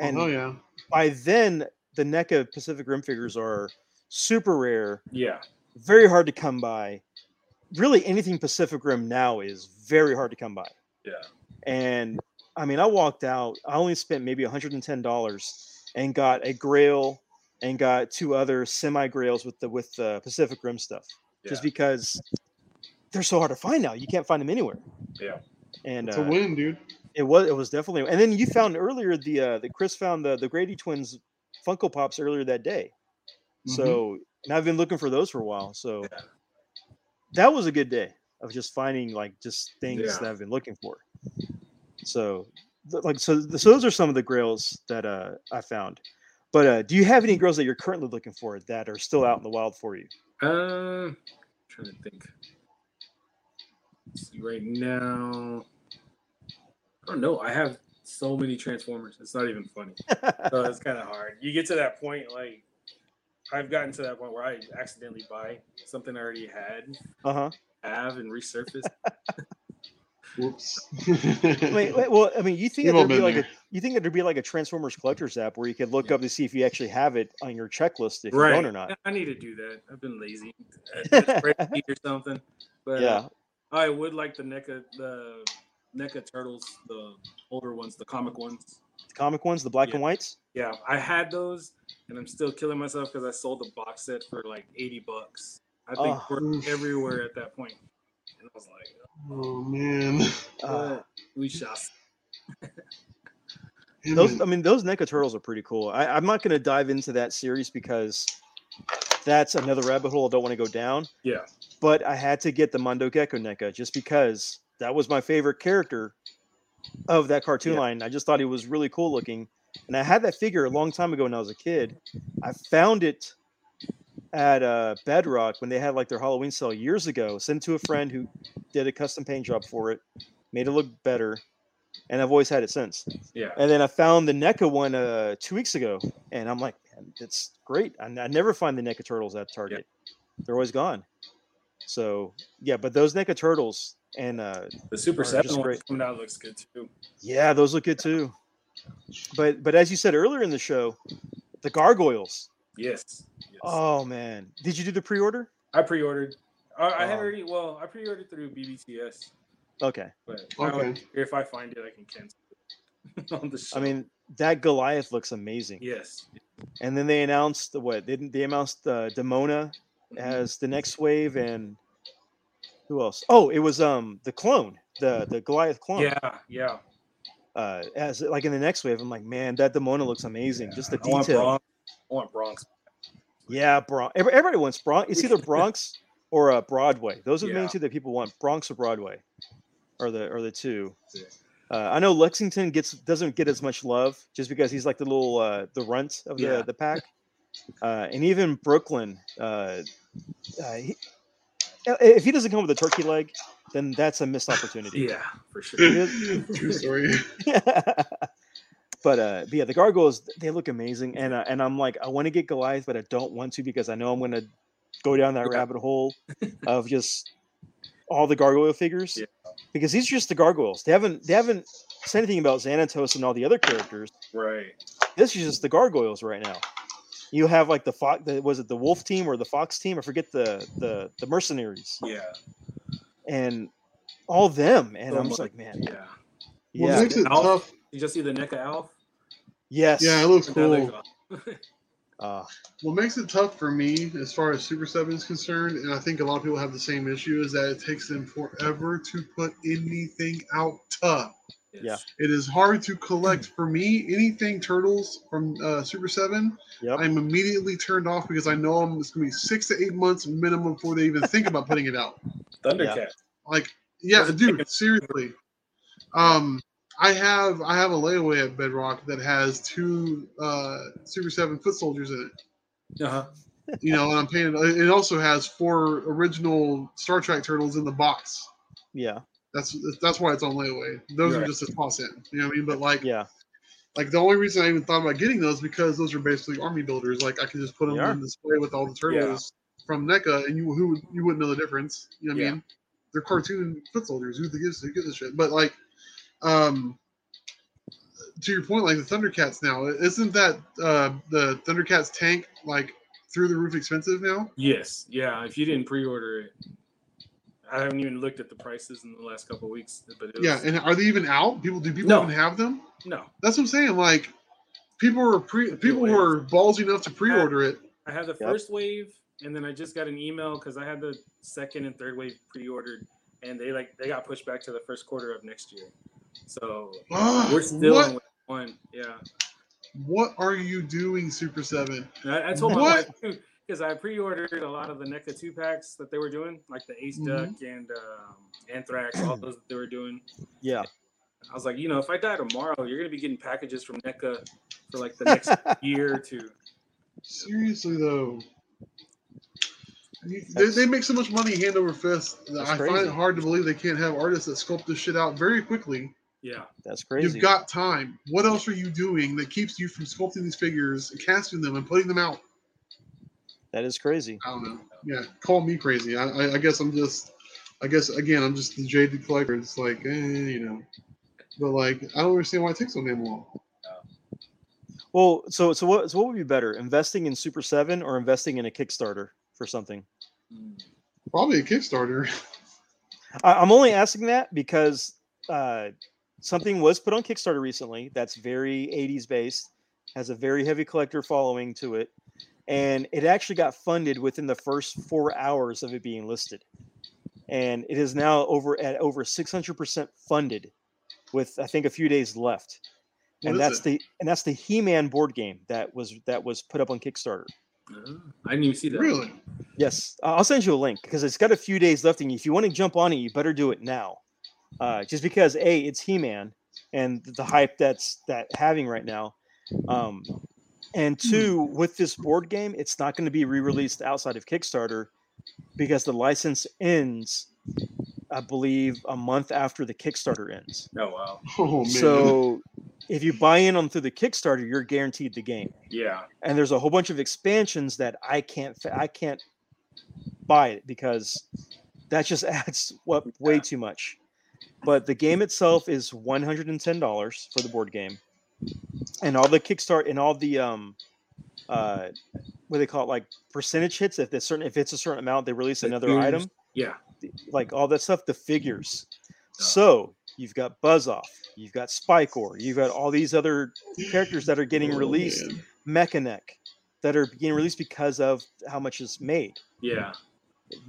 and oh yeah. by then the NECA Pacific Rim figures are super rare, yeah. very hard to come by. Really, anything Pacific Rim now is very hard to come by. Yeah. and I mean, I walked out. I only spent maybe one hundred and ten dollars and got a Grail and got two other semi Grails with the with the Pacific Rim stuff, just Yeah. because they're so hard to find now. You can't find them anywhere. Yeah. and It's a uh, win, dude. it was it was definitely. And then you found earlier the uh, the Chris found the the Grady twins Funko Pops earlier that day. Mhm. So and I've been looking for those for a while. So Mm-hmm. Yeah. that was a good day of just finding like just things Yeah. that I've been looking for. So th- like so th- so those are some of the grails that uh I found. But uh do you have any grails that you're currently looking for that are still out in the wild for you? Uh, trying to think. See, right now, I don't know. I have so many Transformers. It's not even funny. So it's kind of hard. You get to that point, like I've gotten to that point where I accidentally buy something I already had, uh-huh. have, and resurface. Mm-hmm. Whoops. I mean, wait, well, I mean, you think We've that all there'd be been like a, there. you think that there'd be like a Transformers collectors app where you could look up to see if you actually have it on your checklist if you right. don't or not. I need to do that. I've been lazy It's crazy or something. But yeah. Yeah, I would like the NECA the NECA turtles, the older ones, the comic ones. the comic ones, the black Yeah. and whites. Yeah, I had those, and I'm still killing myself because I sold the box set for like 80 bucks. I think Oh. we're everywhere at that point. And I was like, oh man. Uh, we shall. see. Damn those it. i mean those NECA turtles are pretty cool I, i'm not going to dive into that series because that's another rabbit hole i don't want to go down Yeah. but i had to get the mondo gecko NECA just because that was my favorite character of that cartoon Yeah. line i just thought he was really cool looking and i had that figure a long time ago when i was a kid i found it at uh, bedrock when they had like their halloween sale years ago sent to a friend who did a custom paint job for it made it look better and i've always had it since Yeah. and then I found the NECA one uh, two weeks ago, and I'm like, man, that's great. I, I never find the NECA turtles at Target; they're always gone. So yeah, but those NECA turtles and uh, The Super Are just 7 one great. coming out looks good too. yeah, those look good too. But but as you said earlier in the show, the gargoyles. Yes. yes. Oh man, did you do the pre-order? I pre ordered. I, I had Oh. already, well, I pre ordered through BBTS, Okay, but I would- Okay. if I find it, I can cancel it on the show. I mean that Goliath looks amazing. yes. And then they announced the what? They didn't. They announced uh, Demona as the next wave, and who else? Oh, it was um the clone, the the Goliath clone. Yeah, yeah. uh, as like in the next wave, I'm like, man, that Demona looks amazing. Just the I want detail. Bronx. I want Bronx. Yeah, Bronx. Every, everybody wants Bronx. It's either Bronx or uh, Broadway. Those are the main Yeah. two that people want. Bronx or Broadway, are the are the two. Yeah. Uh, I know Lexington gets doesn't get as much love just because he's like the little uh, the runt of the Yeah. the pack, uh, and even Brooklyn. Uh, uh, he, i- if he doesn't come with a turkey leg, then that's a missed opportunity. Yeah, for sure. True story. but uh but yeah the gargoyles they look amazing and uh, and i'm like i want to get goliath but i don't want to because i know i'm gonna go down that Yeah. rabbit hole of just all the gargoyle figures Yeah. because these are just the gargoyles they haven't they haven't said anything about xanatos and all the other characters Right. this is just the gargoyles right now you have like the fox the, was it the wolf team or the fox team i forget the the the mercenaries Yeah. and all them and So i'm just much. like man Oh Yeah. What yeah makes it Alf. tough? You just see the NECA Alf? yes Yeah, it looks That looks cool. awesome. uh, What makes it tough for me, as far as Super Seven is concerned, and I think a lot of people have the same issue, is that it takes them forever to put anything out. Tough. Yeah. It is hard to collect for me anything Turtles from uh, Super Seven. Yep. I'm immediately turned off because I know I'm, it's going to be six to eight months minimum before they even think about putting it out. Thundercat. Like, yeah, Doesn't take dude, it- seriously. Um, I have I have a layaway at Bedrock that has two uh, Super Seven foot soldiers in it Uh-huh. you know, and I'm paying. It also has four original Star Trek turtles in the box. yeah That's that's why it's on layaway. Those Right. are just a toss in. You know what I mean? But like, yeah like the only reason I even thought about getting those because those are basically army builders. Like I could just put them They are. in display with all the turtles from NECA, and you who would- you wouldn't know the difference. You know what Yeah. I mean? They're cartoon foot soldiers. Who gives who gives a shit? But like, um, to your point, like the Thundercats now isn't that uh the Thundercats tank like through the roof expensive now? Yes. Yeah. If you didn't pre order it, I haven't even looked at the prices in the last couple weeks. But it was, Yeah, and are they even out? People do people No. even have them? no, That's what I'm saying. Like people were pre people were ballsy enough to pre-order it. I had the Yep. first wave, and then I just got an email because I had the second and third wave pre ordered, and they like they got pushed back to the first quarter of next year. So Ugh, we're still in what wave one. Yeah. what are you doing, Super Seven? And I, I told my What? wife too because I pre-ordered a lot of the NECA two packs that they were doing, like the Ace Mm-hmm. Duck and um, Anthrax, all those that they were doing. yeah I was like, you know, if I die tomorrow, you're gonna be getting packages from NECA for like the next year or two. Seriously though. You- They, That's- they make so much money hand over fist. that That's I find crazy. it hard to believe they can't have artists that sculpt this shit out very quickly. Yeah, That's crazy. You've got time. What else are you doing that keeps you from sculpting these figures, casting them, and putting them out? that is crazy. I don't know. Yeah, call me crazy. I, I, I guess I'm just I guess again, I'm just the jaded collector. It's like, eh, you know, but like I don't understand why it takes so damn long. Well, so so what so what would be better, investing in Super Seven or investing in a Kickstarter for something? Probably a Kickstarter. I, I'm only asking that because uh, something was put on Kickstarter recently that's very 80s based, has a very heavy collector following to it, and it actually got funded within the first four hours of it being listed, and it is now over at over 600 percent funded, with I think a few days left What and is that's it? the and that's the He-Man board game that was that was put up on Kickstarter. Uh, I didn't even see that. really. Yes, I- I'll send you a link because it's got a few days left, and if you want to jump on it, you better do it now. Uh, just because a it's He-Man and the hype that's that having right now, um, and Hmm. two with this board game, it's not going to be re-released outside of Kickstarter because the license ends, I believe, a month after the Kickstarter ends. Oh wow. Oh man. So if you buy in on through the Kickstarter, you're guaranteed the game. Yeah. and there's a whole bunch of expansions that I can't fa- I can't buy it because that just adds what way too much. But the game itself is one hundred and ten dollars for the board game, and all the Kickstart and all the um, uh, what do they call it like percentage hits. If it's certain if it's a certain amount, they release The another figures. item, Yeah. like all that stuff. The figures. Yeah. So you've got Buzz Off, you've got Spike Or, you've got all these other characters that are getting Oh, released man. Mechaneck that are being released because of how much is made. Yeah.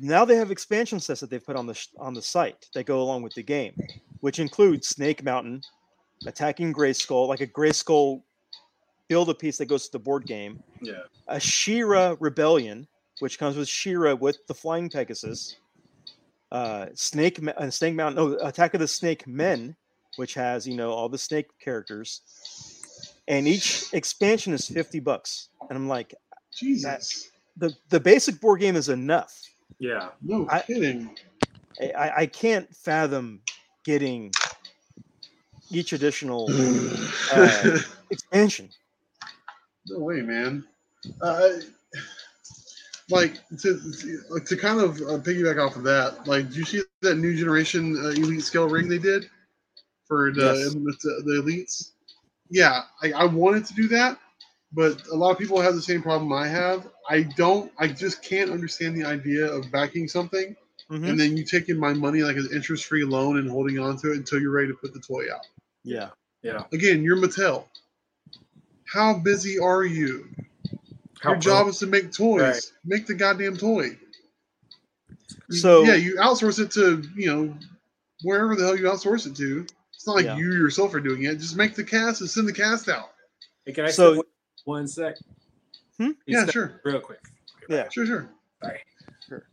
Now they have expansion sets that they've put on the sh- on the site that go along with the game, which include Snake Mountain, attacking Grayskull, like a Grayskull build a piece that goes to the board game, Yeah. a Shira Rebellion, which comes with Shira with the flying Pegasus, uh, Snake Ma- uh, Snake Mountain, oh, Attack of the Snake Men, which has you know all the snake characters, and each expansion is fifty bucks. And I'm like, Jesus. the the basic board game is enough. Yeah. No I- kidding. I- I, I can't fathom getting each additional Mm-hmm. no expansion. Uh, way, man. Uh, like to like, to kind of uh, piggyback off of that. Like, do you see that new generation uh, elite scale ring they did for the Yes. the, the elites? Yeah, I, I wanted to do that, but a lot of people have the same problem I have. I don't. I just can't understand the idea of backing something Mhm. and then you taking my money like an interest free loan and holding on to it until you're ready to put the toy out. Yeah. Yeah. Again, you're Mattel. How busy are you? How Your job is to make toys. Right. Make the goddamn toy. You- So- yeah, you outsource it to you know wherever the hell you outsource it to. It's not like Yeah. you yourself are doing it. Just make the cast and send the cast out. Hey, can I So- step one one sec? Hmm? Yeah, Step sure, Real quick. Yeah. sure, sure. Sorry. Sure.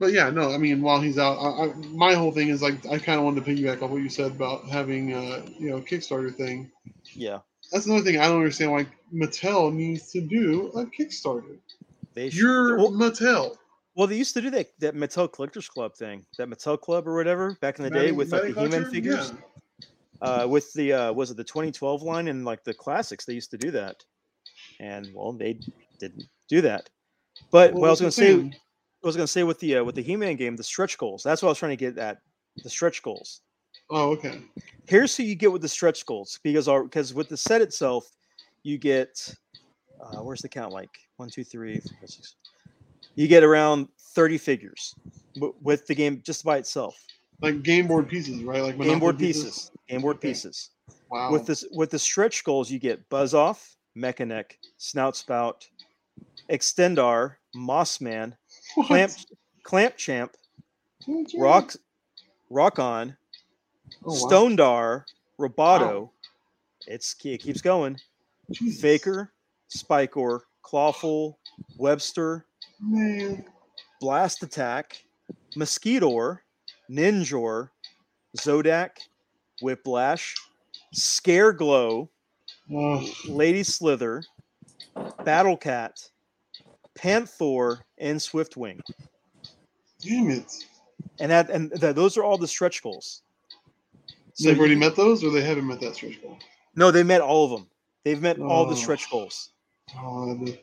But yeah, no. I mean, while he's out, I, I, my whole thing is like I kind of wanted to piggyback off what you said about having uh, you know a Kickstarter thing. Yeah. that's another thing I don't understand why Mattel needs to do a Kickstarter. They should- You're well, Mattel. well, they used to do that that Mattel Collectors Club thing, that Mattel Club or whatever back in the day Matty- with like the Matty He-Man Fletcher? figures, Yeah. uh, with the uh, was it the 2012 line and like the classics. They used to do that, and well, they didn't do that. But Well, what I was what's going to the say, thing? I was going to say with the uh, with the He-Man game, the stretch goals. That's what I was trying to get at. The stretch goals. Oh, okay. here's who you get with the stretch goals because our because with the set itself you get uh, where's the count like one two three four, five, six. you get around 30 figures w- with the game just by itself Like game board pieces, right? Like game board Monopoly pieces game board Okay. pieces Wow. with this with the stretch goals you get buzz off mechaneck snout spout extendar mossman What? clamp clamp champ rock rock on Oh, wow. stone dar roboto it's it keeps going Jesus. Faker, Spikor, Clawful, Webster, Man. Blast Attack, Mosquitoer, Ninjor, Zodak, Whiplash, Scareglow, Ugh. Lady Slither, Battlecat, Panther, and Swiftwing. damn it. And that and that those are all the stretch goals. So They've already you- met those, or they haven't met that stretch goal. no, they met all of them. They've met all the Oh. stretch goals. God.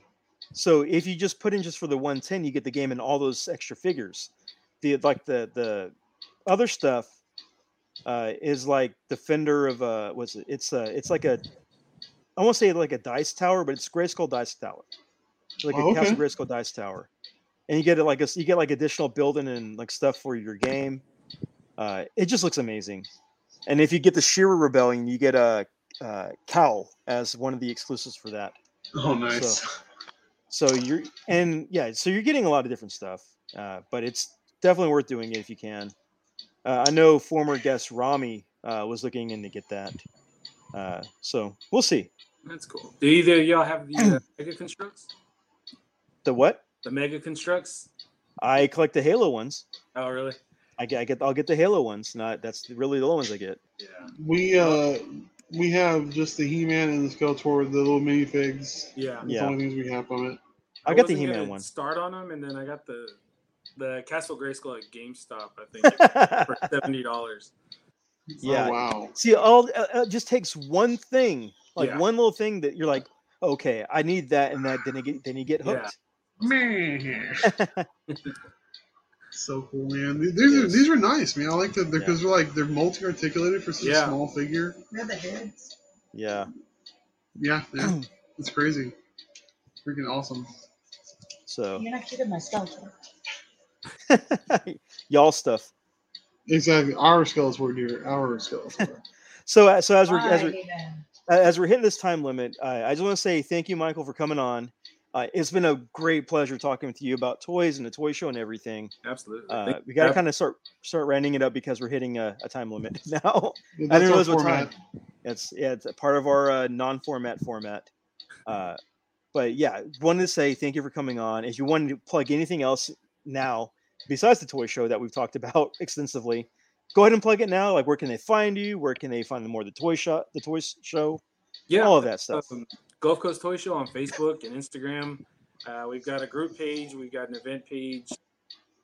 So if you just put in just for the 110, you get the game and all those extra figures. the like the the other stuff uh, is like defender of uh what's it? It's uh it's like a I won't say like a dice tower, but it's Grayskull dice tower, like Oh, a Castle okay. Grayskull dice tower, and you get it like a, you get like additional building and like stuff for your game. Uh, it just looks amazing, and if you get the Shearer Rebellion, you get a uh, cowl as one of the exclusives for that. Oh, nice. So you're and yeah, so you're getting a lot of different stuff, uh, but it's definitely worth doing it if you can. Uh, I know former guest Rami uh, was looking in to get that, uh, so we'll see. That's cool. Do either of y'all have the uh, mega constructs? The what? The mega constructs? I collect the Halo ones. Oh, really? I get, I get I'll get the Halo ones. Not that's really the only ones I get. Yeah. We uh we have just the He-Man and the Skeletor, the little minifigs. Yeah. That's the Yeah. only things we have from it. I got the wasn't He-Man gonna one. Start on them, and then I got the the Castle Grayskull at GameStop. I think for seventy dollars. Yeah. Oh, wow. See, all uh, uh, just takes one thing, like Yeah. one little thing that you're like, okay, I need that and that. Then you get then you get hooked. Man. so cool, man. These these are these are nice, man. I like that because they're like they're multi-articulated for such Yeah. a small figure. They're the heads. Yeah. Yeah, man. it's crazy. Freaking awesome. So You're not kidding my skeleton. y'all stuff. Exactly. Our Skeletor, dear. Our Skeletor. So uh, so as we're as we're Alrighty then. uh, as we're hitting this time limit, uh, I just want to say thank you, Michael, for coming on. Uh, it's been a great pleasure talking with you about toys and the toy show and everything. Absolutely. Uh, we got to Yeah. kind of start start rounding it up because we're hitting a, a time limit now. Yeah, I didn't our realize what time. It's yeah, it's a part of our uh, non-format format. Uh, but yeah, wanted to say thank you for coming on. If you wanted to plug anything else now besides the toy show that we've talked about extensively, go ahead and plug it now. Like, where can they find you? Where can they find the more the toy shop, the toy s- show, yeah. all of that stuff? Um, Gulf Coast Toy Show on Facebook and Instagram. Uh, we've got a group page. We've got an event page,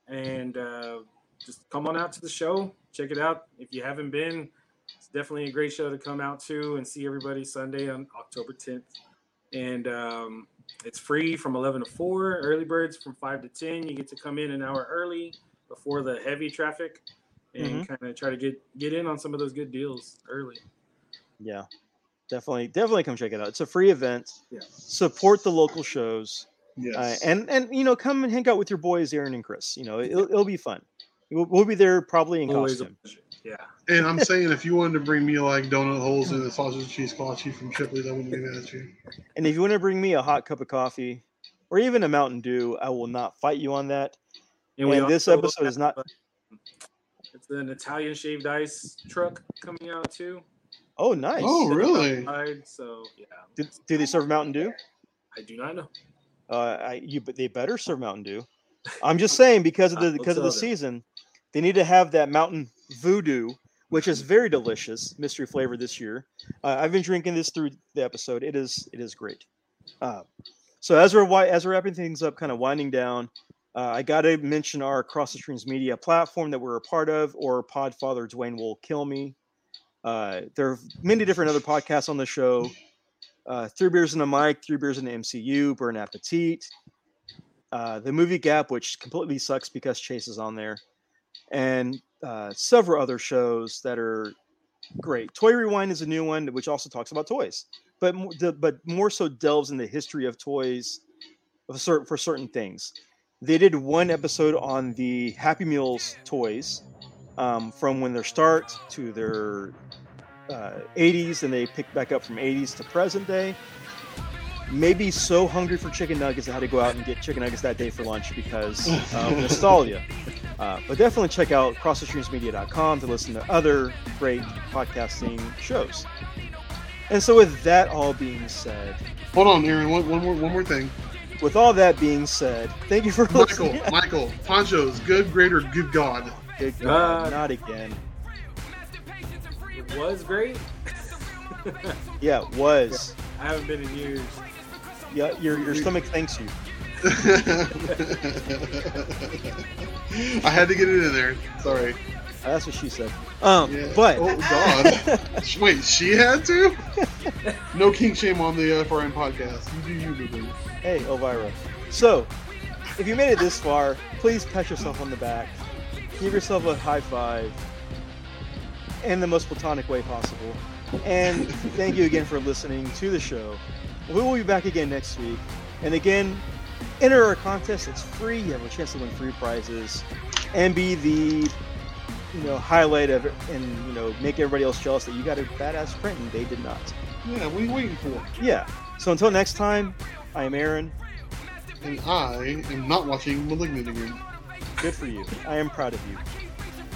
and uh, just come on out to the show. Check it out if you haven't been. It's definitely a great show to come out to and see everybody Sunday on October 10th. And um, it's free from 11 to 4. Early birds from 5 to 10. You get to come in an hour early before the heavy traffic and kind of try to get get in on some of those good deals early. Yeah, definitely, definitely come check it out. It's a free event. Yeah. Support the local shows. uh, Yes. and and you know come and hang out with your boys aaron and chris you know it'll, it'll be fun we'll, we'll be there probably in Always a costume pleasure. Yeah. And I'm saying, if you wanted to bring me like donut holes and a sausage cheese kolache from Chipley's, I wouldn't be mad at you. and if you want to bring me a hot cup of coffee or even a mountain dew i will not fight you on that And this also episode is not- have, um, It's an Italian shaved ice truck coming out too. oh nice Oh, really? Outside, So yeah, do, do they serve mountain dew I do not know. uh I, you but they better serve mountain dew i'm just saying because of Uh, the because of the what's the other? season they need to have that mountain voodoo which is very delicious mystery flavor this year uh, i've been drinking this through the episode it is it is great uh, so as we're wi- as we're wrapping things up kind of winding down uh, i gotta mention our cross the streams media platform that we're a part of or podfather dwayne will kill me uh, there are many different other podcasts on the show uh, three beers and a mic three beers in the mcu burn appetit uh, the movie Gap, which completely sucks because Chase is on there, and uh, several other shows that are great. Toy Rewind is a new one, which also talks about toys, but mo- the, but more so delves in the history of toys of certain for certain things. They did one episode on the Happy Meals toys, um, from when their start to their uh, 80s, and they picked back up from 80s to present day maybe so hungry for chicken nuggets I had to go out and get chicken nuggets that day for lunch because of nostalgia. Uh, but definitely check out crossthestreamsmedia.com to listen to other great podcasting shows. And so, with that all being said, Hold on, Aaron. One, one more, one more thing. with all that being said, thank you for Michael, listening. Michael, Ponchos, good, great, or good God? Good God, Uh, not again. It was great. Yeah, it was. I haven't been in years. Yeah, your, your stomach thanks you. I had to get it in there. Sorry. That's what she said. Um, Yeah. but oh God. Sh- Wait, she had to? No king shame on the FRN podcast. You do you, boo boo. Hey, Elvira. So, if you made it this far, please pat yourself on the back give yourself a high five in the most platonic way possible. And thank you again for listening to the show. We will be back again next week. And again, enter our contest. It's free. You have a chance to win free prizes and be the you know highlight of it and you know make everybody else jealous that you got a badass print and they did not. Yeah, what are you waiting for? Yeah. So until next time, I am Aaron. And I am not watching Malignant again. Good for you. I am proud of you.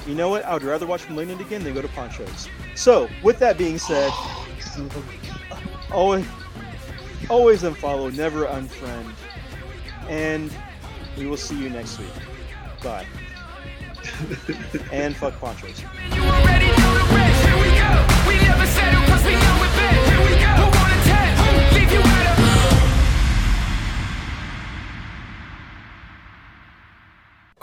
You know what? I would rather watch Malignant again than go to Poncho's. So, with that being said, Son of a- always, always unfollow, never unfriend, and we will see you next week. Bye. and fuck Poncho's. You already know the rest, here we go. We never settle 'cause we know it best. Here we go. Who wanna test? Who leave you out of?